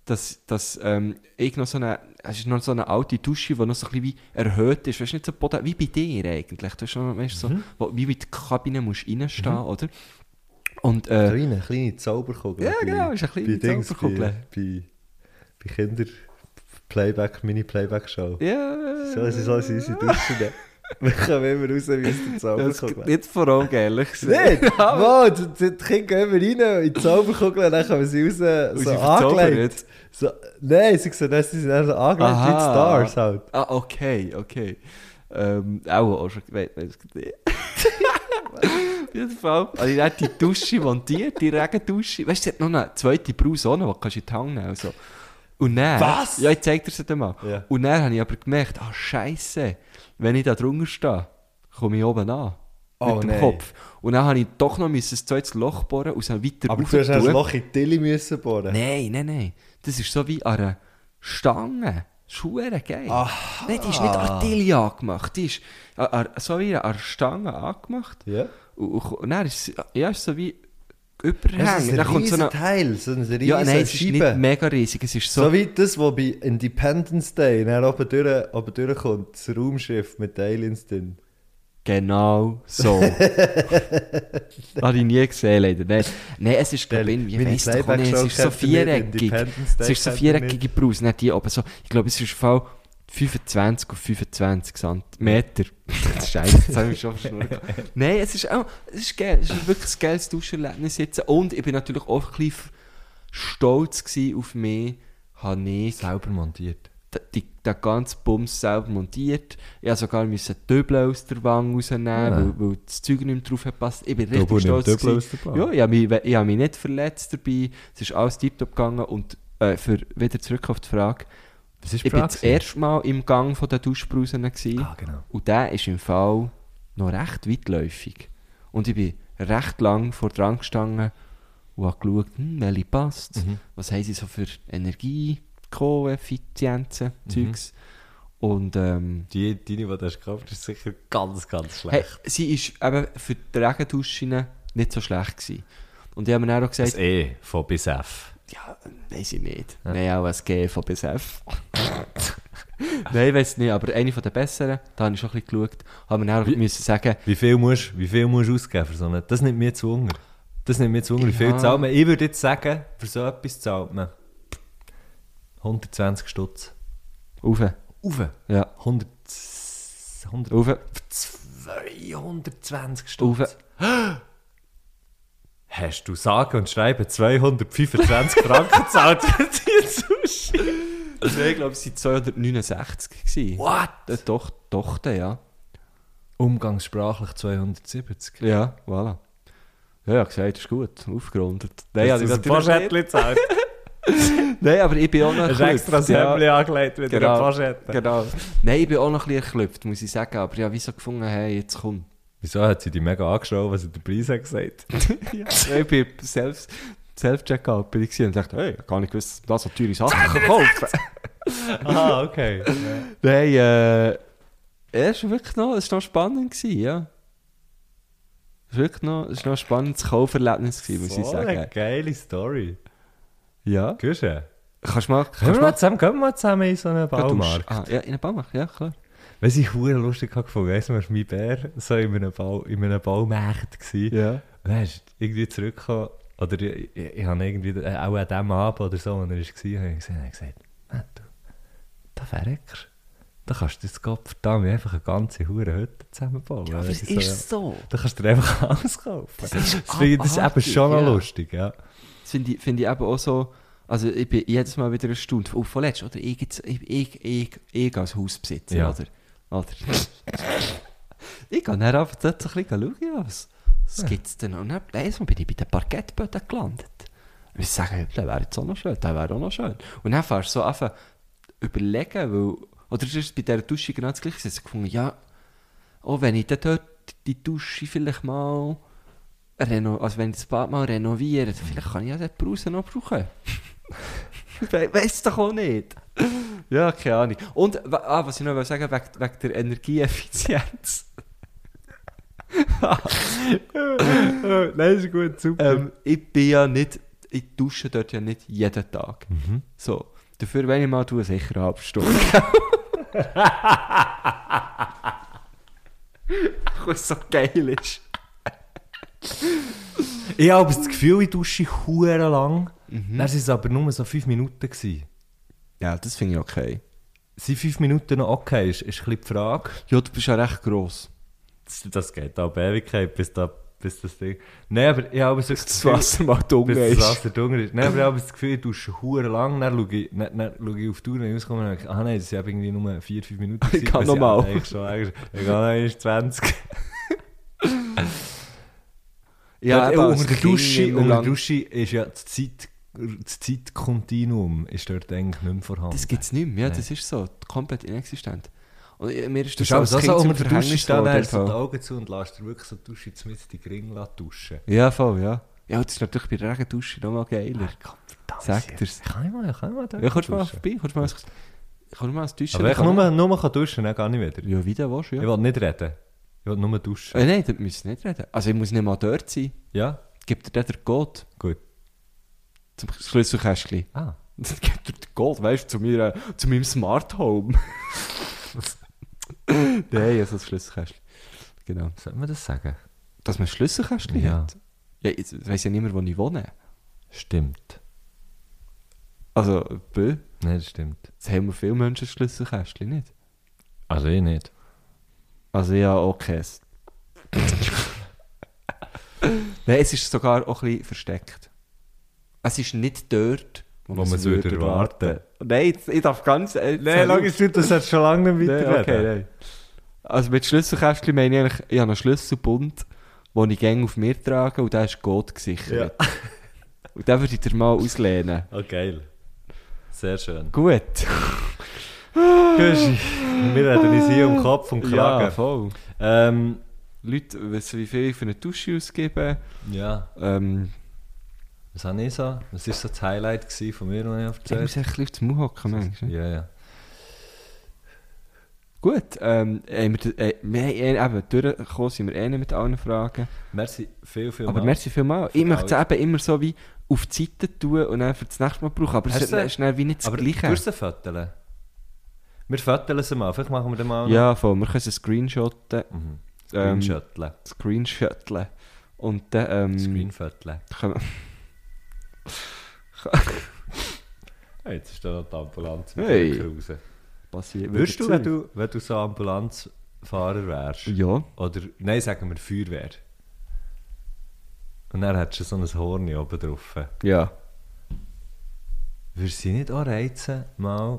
[SPEAKER 5] dass, dass ähm, ich noch so eine, es ist noch so eine alte Dusche, die noch so ein bisschen wie erhöht ist, weißt du, nicht so Boden, wie bei dir eigentlich, du hast noch, weißt, so, wo, wie bei der Kabine musst du reinstehen, oder? Und, äh,
[SPEAKER 2] Kleine, kleine Zauberkugel.
[SPEAKER 5] Ja,
[SPEAKER 2] bei-
[SPEAKER 5] genau, ist eine kleine
[SPEAKER 2] bei Dings,
[SPEAKER 5] Zauberkugel.
[SPEAKER 2] Bei, bei, bei Kinder... Playback, Mini-Playback-Show.
[SPEAKER 5] ja,
[SPEAKER 2] So ist es alles unsere Duschen.
[SPEAKER 5] (laughs)
[SPEAKER 2] ne? Wir kommen immer raus, wie es der
[SPEAKER 5] das
[SPEAKER 2] Zauberkugel
[SPEAKER 5] ist nicht vor Augen, ehrlich gesagt.
[SPEAKER 2] Nicht?
[SPEAKER 5] (laughs)
[SPEAKER 2] Wo? Die, die, die Kinder gehen immer rein in die Zauberkugel und dann kommen sie raus
[SPEAKER 5] Und
[SPEAKER 2] so
[SPEAKER 5] sie verzaubern
[SPEAKER 2] angelegt.
[SPEAKER 5] jetzt.
[SPEAKER 2] So, nein, sie sehen, dass sie sind dann so angelegt wie die
[SPEAKER 5] Aha.
[SPEAKER 2] Stars halt.
[SPEAKER 5] Ah, okay, okay. Ähm, auch, auch schon gewählt, weiß ich nicht. (laughs) Auf jeden Fall. Also ich habe die Dusche montiert, die Regendusche. Weißt du, sie hat noch eine zweite Brause auch noch, die kannst du in die Hand nehmen und so. Und dann...
[SPEAKER 2] Was?
[SPEAKER 5] Ja, ich zeig dir sie dann mal.
[SPEAKER 2] Ja.
[SPEAKER 5] Und dann habe ich aber gemerkt, ah, scheisse, wenn ich da drunter stehe, komme ich oben an.
[SPEAKER 2] Oh,
[SPEAKER 5] mit dem
[SPEAKER 2] nein.
[SPEAKER 5] Kopf. Und dann habe ich doch noch müssen ein zweites Loch bohren und so weiter
[SPEAKER 2] Aber du hast ein
[SPEAKER 5] tun.
[SPEAKER 2] Loch in die Tilly müssen bohren.
[SPEAKER 5] Nein, nein, nein. Das ist so wie an einer Stange. Schuhe geil.
[SPEAKER 2] Aha.
[SPEAKER 5] Nein, die ist nicht an Tilly angemacht. Die ist an, an, so wie an einer Stange angemacht.
[SPEAKER 2] Ja.
[SPEAKER 5] Und, und, und dann ist es ja, ist so wie
[SPEAKER 2] Das ist
[SPEAKER 5] überhängend.
[SPEAKER 2] ein
[SPEAKER 5] Dann kommt so
[SPEAKER 2] riesen
[SPEAKER 5] eine.
[SPEAKER 2] Teil, so eine riesen
[SPEAKER 5] Ja, nein, es ist nicht
[SPEAKER 2] Scheibe.
[SPEAKER 5] mega riesig. Es ist so.
[SPEAKER 2] So wie das, was bei Independence Day dann oben, durch, oben durchkommt, das Raumschiff mit den Aliens drin.
[SPEAKER 5] genau
[SPEAKER 2] (laughs)
[SPEAKER 5] so. Habe ich nie gesehen, leider. Nein, nein es ist, glaube ich, wie
[SPEAKER 2] meine
[SPEAKER 5] weiss doch auch nicht. Es
[SPEAKER 2] Playback-Show
[SPEAKER 5] ist so
[SPEAKER 2] kennt ihr nicht,
[SPEAKER 5] viereckig.
[SPEAKER 2] Independence Day
[SPEAKER 5] Es ist so
[SPEAKER 2] kennt ihr
[SPEAKER 5] viereckige Brust, nicht die oben. So, ich glaube, es ist im Fall 25 auf 25 Zentimeter. (laughs) Scheiße, jetzt habe ich mich schon
[SPEAKER 2] (laughs)
[SPEAKER 5] verschnurrt. Nein, es ist auch, es ist geil. Es ist wirklich ein geiles Duscherlebnis jetzt. Und ich bin natürlich auch ein bisschen stolz gewesen auf mich, habe ich
[SPEAKER 2] Selber montiert.
[SPEAKER 5] d- die, den ganzen Bums selber montiert. Ich musste sogar müssen Döbel aus der Wange rausnehmen, weil, weil das Zeug nicht mehr drauf hat passt. Ich bin richtig
[SPEAKER 2] Döbel nimmt
[SPEAKER 5] stolz.
[SPEAKER 2] Döbel
[SPEAKER 5] gewesen.
[SPEAKER 2] aus der Wange.
[SPEAKER 5] ja, ich habe mich, we- ich habe mich nicht verletzt dabei. Es ist alles tiptop gegangen. Und äh, für, wieder zurück auf die Frage.
[SPEAKER 2] Was ist die
[SPEAKER 5] ich war
[SPEAKER 2] Frage
[SPEAKER 5] das
[SPEAKER 2] gewesen?
[SPEAKER 5] erste Mal im Gang von der Duschbrausen. gewesen.
[SPEAKER 2] Ah, genau.
[SPEAKER 5] Und der ist im Fall noch recht weitläufig. Und ich bin recht lang vor dran gestanden und habe geschaut, hm, welche passt,
[SPEAKER 2] Mhm.
[SPEAKER 5] was haben sie so für Energie, Koeffizienzen,
[SPEAKER 2] Mhm.
[SPEAKER 5] Zeugs. Und ähm,
[SPEAKER 2] Die, die, die du hast gekauft hast, ist sicher ganz, ganz
[SPEAKER 5] hey,
[SPEAKER 2] schlecht.
[SPEAKER 5] sie ist eben für die Regenduschen nicht so schlecht gewesen. Und ich habe mir dann auch gesagt,
[SPEAKER 2] Das E von bis F.
[SPEAKER 5] Ja, weiß ich nicht. Nein, auch als G von bis F. Nein, ich weiß nicht, aber eine von den besseren, da habe ich schon ein bisschen geschaut, haben wir dann auch müssen sagen,
[SPEAKER 2] Wie viel musst, wie viel musst du ausgeben für so eine? Das nimmt mir zu Hunger. Das nimmt mir zu Hunger. Wie viel
[SPEAKER 5] Ja.
[SPEAKER 2] zahlt man? Ich würde jetzt sagen, für so etwas zahlt man 120 Stutz.
[SPEAKER 5] rauf,
[SPEAKER 2] Auf.
[SPEAKER 5] ja,
[SPEAKER 2] 100, 100,
[SPEAKER 5] rauf,
[SPEAKER 2] 220 Stutz.
[SPEAKER 5] rauf.
[SPEAKER 2] Hast du sagen und schreiben 225 Franken gezahlt für die Sushi?
[SPEAKER 5] Nein, ich glaube, es waren 269. Gewesen.
[SPEAKER 2] (laughs) What?
[SPEAKER 5] Äh, Doch, Tochter, ja.
[SPEAKER 2] Umgangssprachlich 270.
[SPEAKER 5] Ja, voilà. Ja, ja, gesagt, ist gut, aufgerundet. Nein,
[SPEAKER 2] Ja,
[SPEAKER 5] also,
[SPEAKER 2] das ist ein
[SPEAKER 5] natürlich
[SPEAKER 2] Poschettchen (laughs) gezahlt.
[SPEAKER 5] nicht. Nein, aber ich bin auch noch
[SPEAKER 2] Hast du extra
[SPEAKER 5] erklüpft, ja.
[SPEAKER 2] Sämmchen angelegt mit einer Poschette.
[SPEAKER 5] genau. Nein, ich bin auch noch ein bisschen erklüpft, muss ich sagen, aber ich habe wieso gefunden, hey, jetzt komm.
[SPEAKER 2] Wieso hat sie dich mega angeschaut, was sie den Preis hat gesagt
[SPEAKER 5] (laughs) ja. Ich bin selbst Self-Checkout bin ich gewesen und dachte, hey, gar nicht gewusst, dass man so teure Sachen kann kaufen
[SPEAKER 2] (laughs) ah, (laughs) okay.
[SPEAKER 5] Nein, äh, ja, es war wirklich noch, es war noch spannend, gewesen, ja. Es war wirklich noch, es war noch ein spannendes Kauferlebnis, gewesen, muss ich
[SPEAKER 2] so eine
[SPEAKER 5] sagen.
[SPEAKER 2] geile Story.
[SPEAKER 5] Ja.
[SPEAKER 2] Hörst du?
[SPEAKER 5] Kannst du mal,
[SPEAKER 2] Können
[SPEAKER 5] kannst
[SPEAKER 2] wir
[SPEAKER 5] du mal,
[SPEAKER 2] mal zusammen, gehen wir mal zusammen in so einen
[SPEAKER 5] Baumarkt.
[SPEAKER 2] Baumarkt?
[SPEAKER 5] Ah, ja, in einem Baumarkt, ja, klar.
[SPEAKER 2] Weißt du, ich habe lustig gefunden. Weißt du, warst mein Bär so in einem, Bau, in einem Baumarkt. Gewesen.
[SPEAKER 5] Ja.
[SPEAKER 2] Und dann ist irgendwie zurückgekommen. Oder ich, ich, ich habe irgendwie äh, auch an dem Abend oder so, als er war, habe ich gesehen, habe ich gesagt, «Mann, du, da verreckst. Da kannst du das Kopf da mir einfach eine ganze Hure Hütte zusammenbauen. Ja,
[SPEAKER 5] Das ist so.
[SPEAKER 2] Da kannst du dir einfach alles kaufen. Das ist, das finde ich- das ist eben
[SPEAKER 5] abartig,
[SPEAKER 2] schon noch
[SPEAKER 5] ja.
[SPEAKER 2] lustig, ja.
[SPEAKER 5] Das finde ich, finde ich eben auch so, also ich bin jedes Mal wieder erstaunt. Oh, vorletzt, oder? Ich, jetzt- ich, ich, ich, ich als Hausbesitzer,
[SPEAKER 2] Ja.
[SPEAKER 5] oder? oder? (laughs) ich gehe dann einfach dort so ein bisschen schauen, ja, was, was gibt's denn noch? Und dann, eins Mal bin ich bei den Parkettböden gelandet. Wir sagen, der wäre jetzt auch noch schön, der wäre auch noch schön. Und dann fährst du so einfach überlegen, weil, oder es ist bei dieser Dusche genau das Gleiche. Ich gefunden, ja, auch wenn ich dann dort die Dusche vielleicht mal, reno, also wenn ich das Bad mal renoviere, vielleicht kann ich ja den Brausen noch brauchen. (laughs) We weiss doch auch nicht. ja, keine Ahnung. Und, wa- ah, was ich noch will sagen, wegen, wegen der Energieeffizienz.
[SPEAKER 2] Äh, (laughs) Nein, ist gut, super.
[SPEAKER 5] ähm, ich bin ja nicht, ich dusche dort ja nicht jeden Tag.
[SPEAKER 2] mhm.
[SPEAKER 5] So, dafür, wenn ich mal tue, sicher eine halbe Stunde. Ach, (laughs) was so geil ist.
[SPEAKER 2] Ich habe aber das Gefühl, ich dusche hure lang. Dann waren es aber nur so fünf Minuten. Gewesen.
[SPEAKER 5] Ja, das finde ich okay.
[SPEAKER 2] Sind fünf Minuten noch okay? Ist, ist ein bisschen die Frage.
[SPEAKER 5] Ja, du bist ja recht (laughs) gross.
[SPEAKER 2] Das, das geht ab Ewigkeit, bis, da, bis das Ding... Nein, aber ich habe aber so
[SPEAKER 5] Das Wasser mal dunkel
[SPEAKER 2] Bis das
[SPEAKER 5] ist.
[SPEAKER 2] Wasser dunkel ist. Nein, aber ich habe das Gefühl, ich dusche hure lang, dann schaue ich, dann, dann schaue ich auf die Uhr, wenn ich rauskomme und denke, ah nein, das sind eben irgendwie nur vier, fünf Minuten. gewesen,
[SPEAKER 5] kann
[SPEAKER 2] was
[SPEAKER 5] noch mal.
[SPEAKER 2] eigentlich schon eigentlich- Ich kann eigentlich 20. Ja,
[SPEAKER 5] eben,
[SPEAKER 2] ja,
[SPEAKER 5] als
[SPEAKER 2] unter der
[SPEAKER 5] Kind
[SPEAKER 2] Dusche,
[SPEAKER 5] immer
[SPEAKER 2] unter der
[SPEAKER 5] lang-
[SPEAKER 2] Dusche ist ja das, Zeit, das Zeitkontinuum ist dort eigentlich nicht mehr vorhanden.
[SPEAKER 5] Das gibt es nicht mehr, ja, das ist so. Komplett inexistent. Und äh, mir ist
[SPEAKER 2] Du
[SPEAKER 5] das
[SPEAKER 2] schaust
[SPEAKER 5] als
[SPEAKER 2] auch so
[SPEAKER 5] Kind zum
[SPEAKER 2] unter der Dusche
[SPEAKER 5] Verhängnis
[SPEAKER 2] stehen,
[SPEAKER 5] geworden,
[SPEAKER 2] dann hast du
[SPEAKER 5] voll.
[SPEAKER 2] die Augen zu und lässt dir wirklich so die Dusche zumindest die Gringla duschen.
[SPEAKER 5] Ja, voll, ja. Ja, das ist natürlich bei der Regendusche noch mal geiler. Sag dir's.
[SPEAKER 2] Kann ich mal, kann ich mal dort
[SPEAKER 5] Ja, kommst du mal
[SPEAKER 2] duschen?
[SPEAKER 5] vorbei, kommst du mal, ins- kommst du mal ins Duschen.
[SPEAKER 2] Aber ich nur, nur kann duschen, dann gar nicht wieder.
[SPEAKER 5] Ja, wie du willst, ja.
[SPEAKER 2] Ich will nicht reden. Ich will nur duschen.
[SPEAKER 5] Äh, nein, dort müssen wir nicht reden. Also ich muss nicht mal dort sein.
[SPEAKER 2] Ja?
[SPEAKER 5] Gib dir dann den Gott.
[SPEAKER 2] Gut.
[SPEAKER 5] Zum (laughs) Schlüsselkästchen.
[SPEAKER 2] Ah.
[SPEAKER 5] Gib dir den Gott, weißt du, zu, mir, äh, zu meinem Smart Home. (laughs) nein, also das Schlüsselkästchen. Genau.
[SPEAKER 2] Sollte man das sagen?
[SPEAKER 5] Dass man ein Schlüsselkästchen
[SPEAKER 2] Ja.
[SPEAKER 5] hat. Ja, jetzt weiss ja niemand, wo ich wohne.
[SPEAKER 2] Stimmt.
[SPEAKER 5] Also, bö,
[SPEAKER 2] Nein, das stimmt.
[SPEAKER 5] jetzt haben wir viele Menschen ein Schlüsselkästchen nicht.
[SPEAKER 2] Also ich nicht.
[SPEAKER 5] Also ja, okay. (laughs) Nein, es ist sogar auch ein bisschen versteckt. Es ist nicht dort,
[SPEAKER 2] Wo man es würde erwarten.
[SPEAKER 5] Nein, jetzt- ich darf ganz... Äh,
[SPEAKER 2] Nein, lange ist das hat schon lange nicht
[SPEAKER 5] Nein,
[SPEAKER 2] weiterreden.
[SPEAKER 5] okay, nein. Also mit Schlüsselkästchen meine ich eigentlich, ich habe einen Schlüsselbund, den ich gerne auf mir trage und der ist Gott gesichert. Und den würde ich dir mal auslehnen.
[SPEAKER 2] Oh, geil. Sehr schön.
[SPEAKER 5] Gut.
[SPEAKER 2] Güschi, Wir reden uns hier um Kopf und
[SPEAKER 5] Ah. Ja,
[SPEAKER 2] Kragen.
[SPEAKER 5] voll.
[SPEAKER 2] Ja, ähm,
[SPEAKER 5] Leute wissen, wie viel ich für eine Dusche ausgebe.
[SPEAKER 2] ja.
[SPEAKER 5] Ähm,
[SPEAKER 2] was habe ich so? Was war so das Highlight gewesen von mir, was ich auf
[SPEAKER 5] Ich muss
[SPEAKER 2] erzählt
[SPEAKER 5] echt ein bisschen auf die Mauer hocken, manchmal.
[SPEAKER 2] Ja, ja.
[SPEAKER 5] Gut, ähm, haben wir, äh, wir haben eh- eben durchgekommen, sind wir eh nicht mit allen Fragen.
[SPEAKER 2] Merci viel, viel
[SPEAKER 5] Aber
[SPEAKER 2] Dank.
[SPEAKER 5] merci vielmals. Ich möchte es eben immer so wie auf die Seite tun und dann für das nächste Mal brauchen, aber äh, es
[SPEAKER 2] Hast
[SPEAKER 5] ist
[SPEAKER 2] du-
[SPEAKER 5] dann- ist dann wie nicht das
[SPEAKER 2] Aber
[SPEAKER 5] Gleiche.
[SPEAKER 2] du sie föteln. Wir föteln sie mal. Vielleicht machen wir den mal
[SPEAKER 5] Ja, voll, wir können es screenshotten,
[SPEAKER 2] Mhm.
[SPEAKER 5] Ähm,
[SPEAKER 2] Screenshotteln.
[SPEAKER 5] screenshotten und dann, ähm,
[SPEAKER 2] Screenföteln. (laughs)
[SPEAKER 5] können
[SPEAKER 2] Ah, Jetzt ist da noch die Ambulanz
[SPEAKER 5] Hey.
[SPEAKER 2] Brücke raus.
[SPEAKER 5] passieren.
[SPEAKER 2] Würdest du, wenn
[SPEAKER 5] Dazu.
[SPEAKER 2] du, wenn du so Ambulanzfahrer wärst,
[SPEAKER 5] Ja.
[SPEAKER 2] oder nein, sagen wir Feuerwehr, und dann hättest du so ein Horn oben drauf,
[SPEAKER 5] Ja.
[SPEAKER 2] würdest du dich nicht auch reizen, mal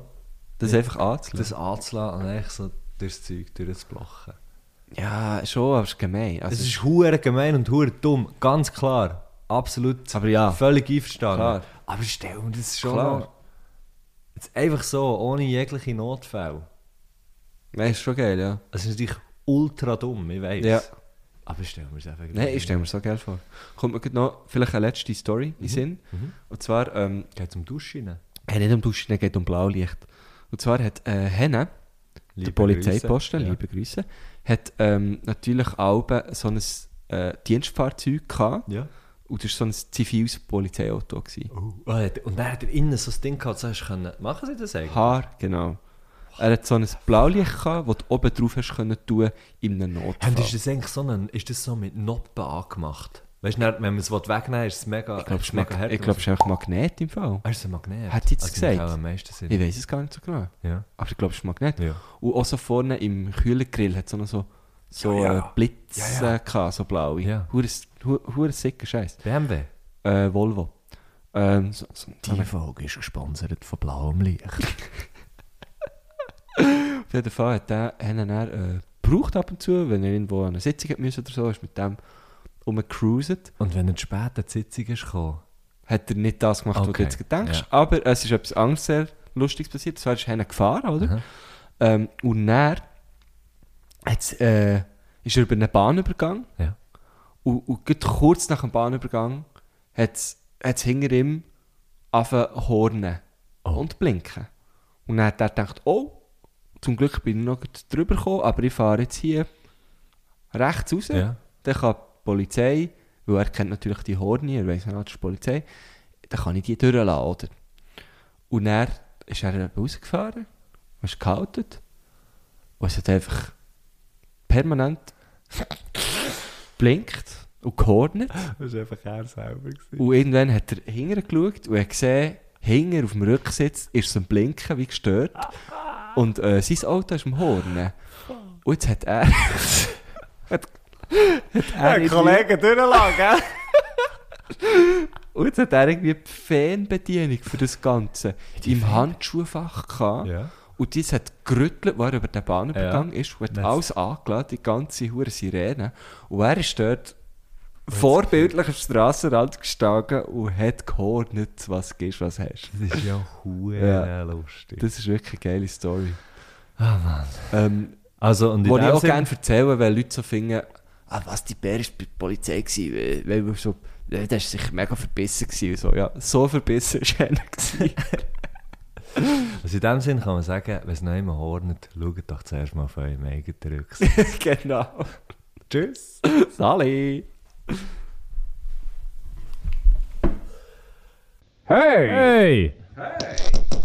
[SPEAKER 5] Das einfach anzulegen.
[SPEAKER 2] das anzulassen und eigentlich so durchs Zeug durchzublochen?
[SPEAKER 5] Ja, schon, aber es ist gemein. Also,
[SPEAKER 2] Es ist hure gemein und hure dumm, ganz klar. Absolut.
[SPEAKER 5] Aber ja.
[SPEAKER 2] Völlig einverstanden.
[SPEAKER 5] Klar.
[SPEAKER 2] Aber stell mir das schon
[SPEAKER 5] Klar.
[SPEAKER 2] noch- Jetzt einfach so, ohne jegliche Notfälle.
[SPEAKER 5] nein, ist schon geil, ja.
[SPEAKER 2] Es ist natürlich ultra dumm, ich weiß.
[SPEAKER 5] Ja.
[SPEAKER 2] Aber stell mir es einfach
[SPEAKER 5] Nein, ich stelle mir so geil vor. Kommt mir gerade noch vielleicht eine letzte Story
[SPEAKER 2] Mhm,
[SPEAKER 5] in den Sinn. Und zwar, ähm,
[SPEAKER 2] Geht zum Duschen rein.
[SPEAKER 5] hey, nicht um Duschen, es geht um Blaulicht. Und zwar hat äh, Henne, der
[SPEAKER 2] Liebe
[SPEAKER 5] Polizeiposten,
[SPEAKER 2] Grüße.
[SPEAKER 5] liebe Grüße, hat ähm, natürlich auch so ein äh, Dienstfahrzeug gehabt.
[SPEAKER 2] Ja.
[SPEAKER 5] Und das war so ein ziviles Polizeiauto. Gewesen.
[SPEAKER 2] Oh. Oh, er hat- und dann hat er innen so ein Ding gehabt, so hast du können. Machen sie das eigentlich?
[SPEAKER 5] Haar, genau. Er hat so ein Blaulicht gehabt, das du oben drauf hast können tun in einem Notfall.
[SPEAKER 2] Und ist das eigentlich so, ein, ist das so mit Noppen angemacht? Weißt du, dann, wenn man es wegnehmen will, ist es mega,
[SPEAKER 5] ich glaube, es
[SPEAKER 2] ist mega
[SPEAKER 5] mag- ich glaub, es ist einfach Magnet im Fall.
[SPEAKER 2] er Ah, ist ein Magnet.
[SPEAKER 5] Hat sie jetzt
[SPEAKER 2] macht
[SPEAKER 5] gesagt?
[SPEAKER 2] Auch am meisten Sinn.
[SPEAKER 5] Ich weiß es gar nicht so genau.
[SPEAKER 2] Ja.
[SPEAKER 5] Aber ich glaube, es ist Magnet.
[SPEAKER 2] Ja.
[SPEAKER 5] Und auch so vorne im Kühlergrill hat es auch noch so, so
[SPEAKER 2] Ja, ja.
[SPEAKER 5] äh, Blitze
[SPEAKER 2] Ja,
[SPEAKER 5] gehabt, so blaue.
[SPEAKER 2] Ja.
[SPEAKER 5] Hure, hu- hure sicker Scheiß.
[SPEAKER 2] BMW.
[SPEAKER 5] Äh, Volvo. Ähm, so, so, so eine-
[SPEAKER 2] Folge ist gesponsert von Blauem (laughs) Licht.
[SPEAKER 5] auf jeden Fall hat der einen dann, äh, gebraucht ab und zu, wenn er irgendwo an eine Sitzung hat müssen oder so, ist mit dem rumgecruised.
[SPEAKER 2] Und wenn er zu spät an die Sitzung ist gekommen,
[SPEAKER 5] hat er nicht das gemacht, was
[SPEAKER 2] Okay,
[SPEAKER 5] du jetzt denkst.
[SPEAKER 2] ja.
[SPEAKER 5] Aber es ist etwas anderes sehr Lustiges passiert. Zwar ist er gefahren, oder?
[SPEAKER 2] Aha.
[SPEAKER 5] Ähm, und dann hat's, äh, ist er über einen Bahnübergang
[SPEAKER 2] Ja.
[SPEAKER 5] und, und gerade kurz nach dem Bahnübergang hat es hinter ihm angefangen hornen und blinken. Und dann hat er gedacht, oh, zum Glück bin ich noch gerade drüber gekommen, aber ich fahre jetzt hier rechts raus.
[SPEAKER 2] Ja.
[SPEAKER 5] Dann kann die Polizei, weil er kennt natürlich die Horne, er weiss nicht, das ist die Polizei, dann kann ich die durchlassen, oder? Und dann ist er eben rausgefahren, ist gehalten und es hat einfach permanent blinkt und gehornet.
[SPEAKER 2] (laughs) Das war einfach er selber. gewesen.
[SPEAKER 5] Und irgendwann hat er hinterher geschaut und hat gesehen, hinter auf dem Rücksitz ist es am Blinken, wie gestört.
[SPEAKER 2] Ah.
[SPEAKER 5] Und äh, sein Auto ist am Hornen. Und jetzt hat er... (laughs) hat, hat er
[SPEAKER 2] Ein
[SPEAKER 5] irgendwie-
[SPEAKER 2] Kollege durchlang, gell?
[SPEAKER 5] Und jetzt hat er irgendwie die Fernbedienung für das Ganze im Handschuhfach gehabt.
[SPEAKER 2] Ja.
[SPEAKER 5] Und das hat gerüttelt, wo er über den Bahnübergang
[SPEAKER 2] Ja.
[SPEAKER 5] ist und hat
[SPEAKER 2] Nice.
[SPEAKER 5] alles angeladen, die ganze hure Sirene. Und er ist dort vorbildlich am Strassenrand gestanden und hat gehornet, was gehst, was hast.
[SPEAKER 2] Das ist ja
[SPEAKER 5] Ja.
[SPEAKER 2] huere lustig.
[SPEAKER 5] Das ist wirklich eine geile Story.
[SPEAKER 2] Ah, Mann.
[SPEAKER 5] Ähm,
[SPEAKER 2] Also, und in
[SPEAKER 5] wo ich
[SPEAKER 2] dem
[SPEAKER 5] auch
[SPEAKER 2] Sinn-
[SPEAKER 5] gerne erzähle, weil Leute so finden, ah, was, die Bär ist bei der Polizei gewesen, weil- weil wir so, ja, der ist sicher mega verbissen gewesen. und So, ja, so verbissen ist er nicht gewesen.
[SPEAKER 2] Also in dem Sinn kann man sagen, wenn es noch immer hornet, schaut doch zuerst mal auf euren eigenen Rücksitz. (laughs)
[SPEAKER 5] (laughs) genau.
[SPEAKER 2] Tschüss.
[SPEAKER 5] Sali!
[SPEAKER 2] Hey! Hey!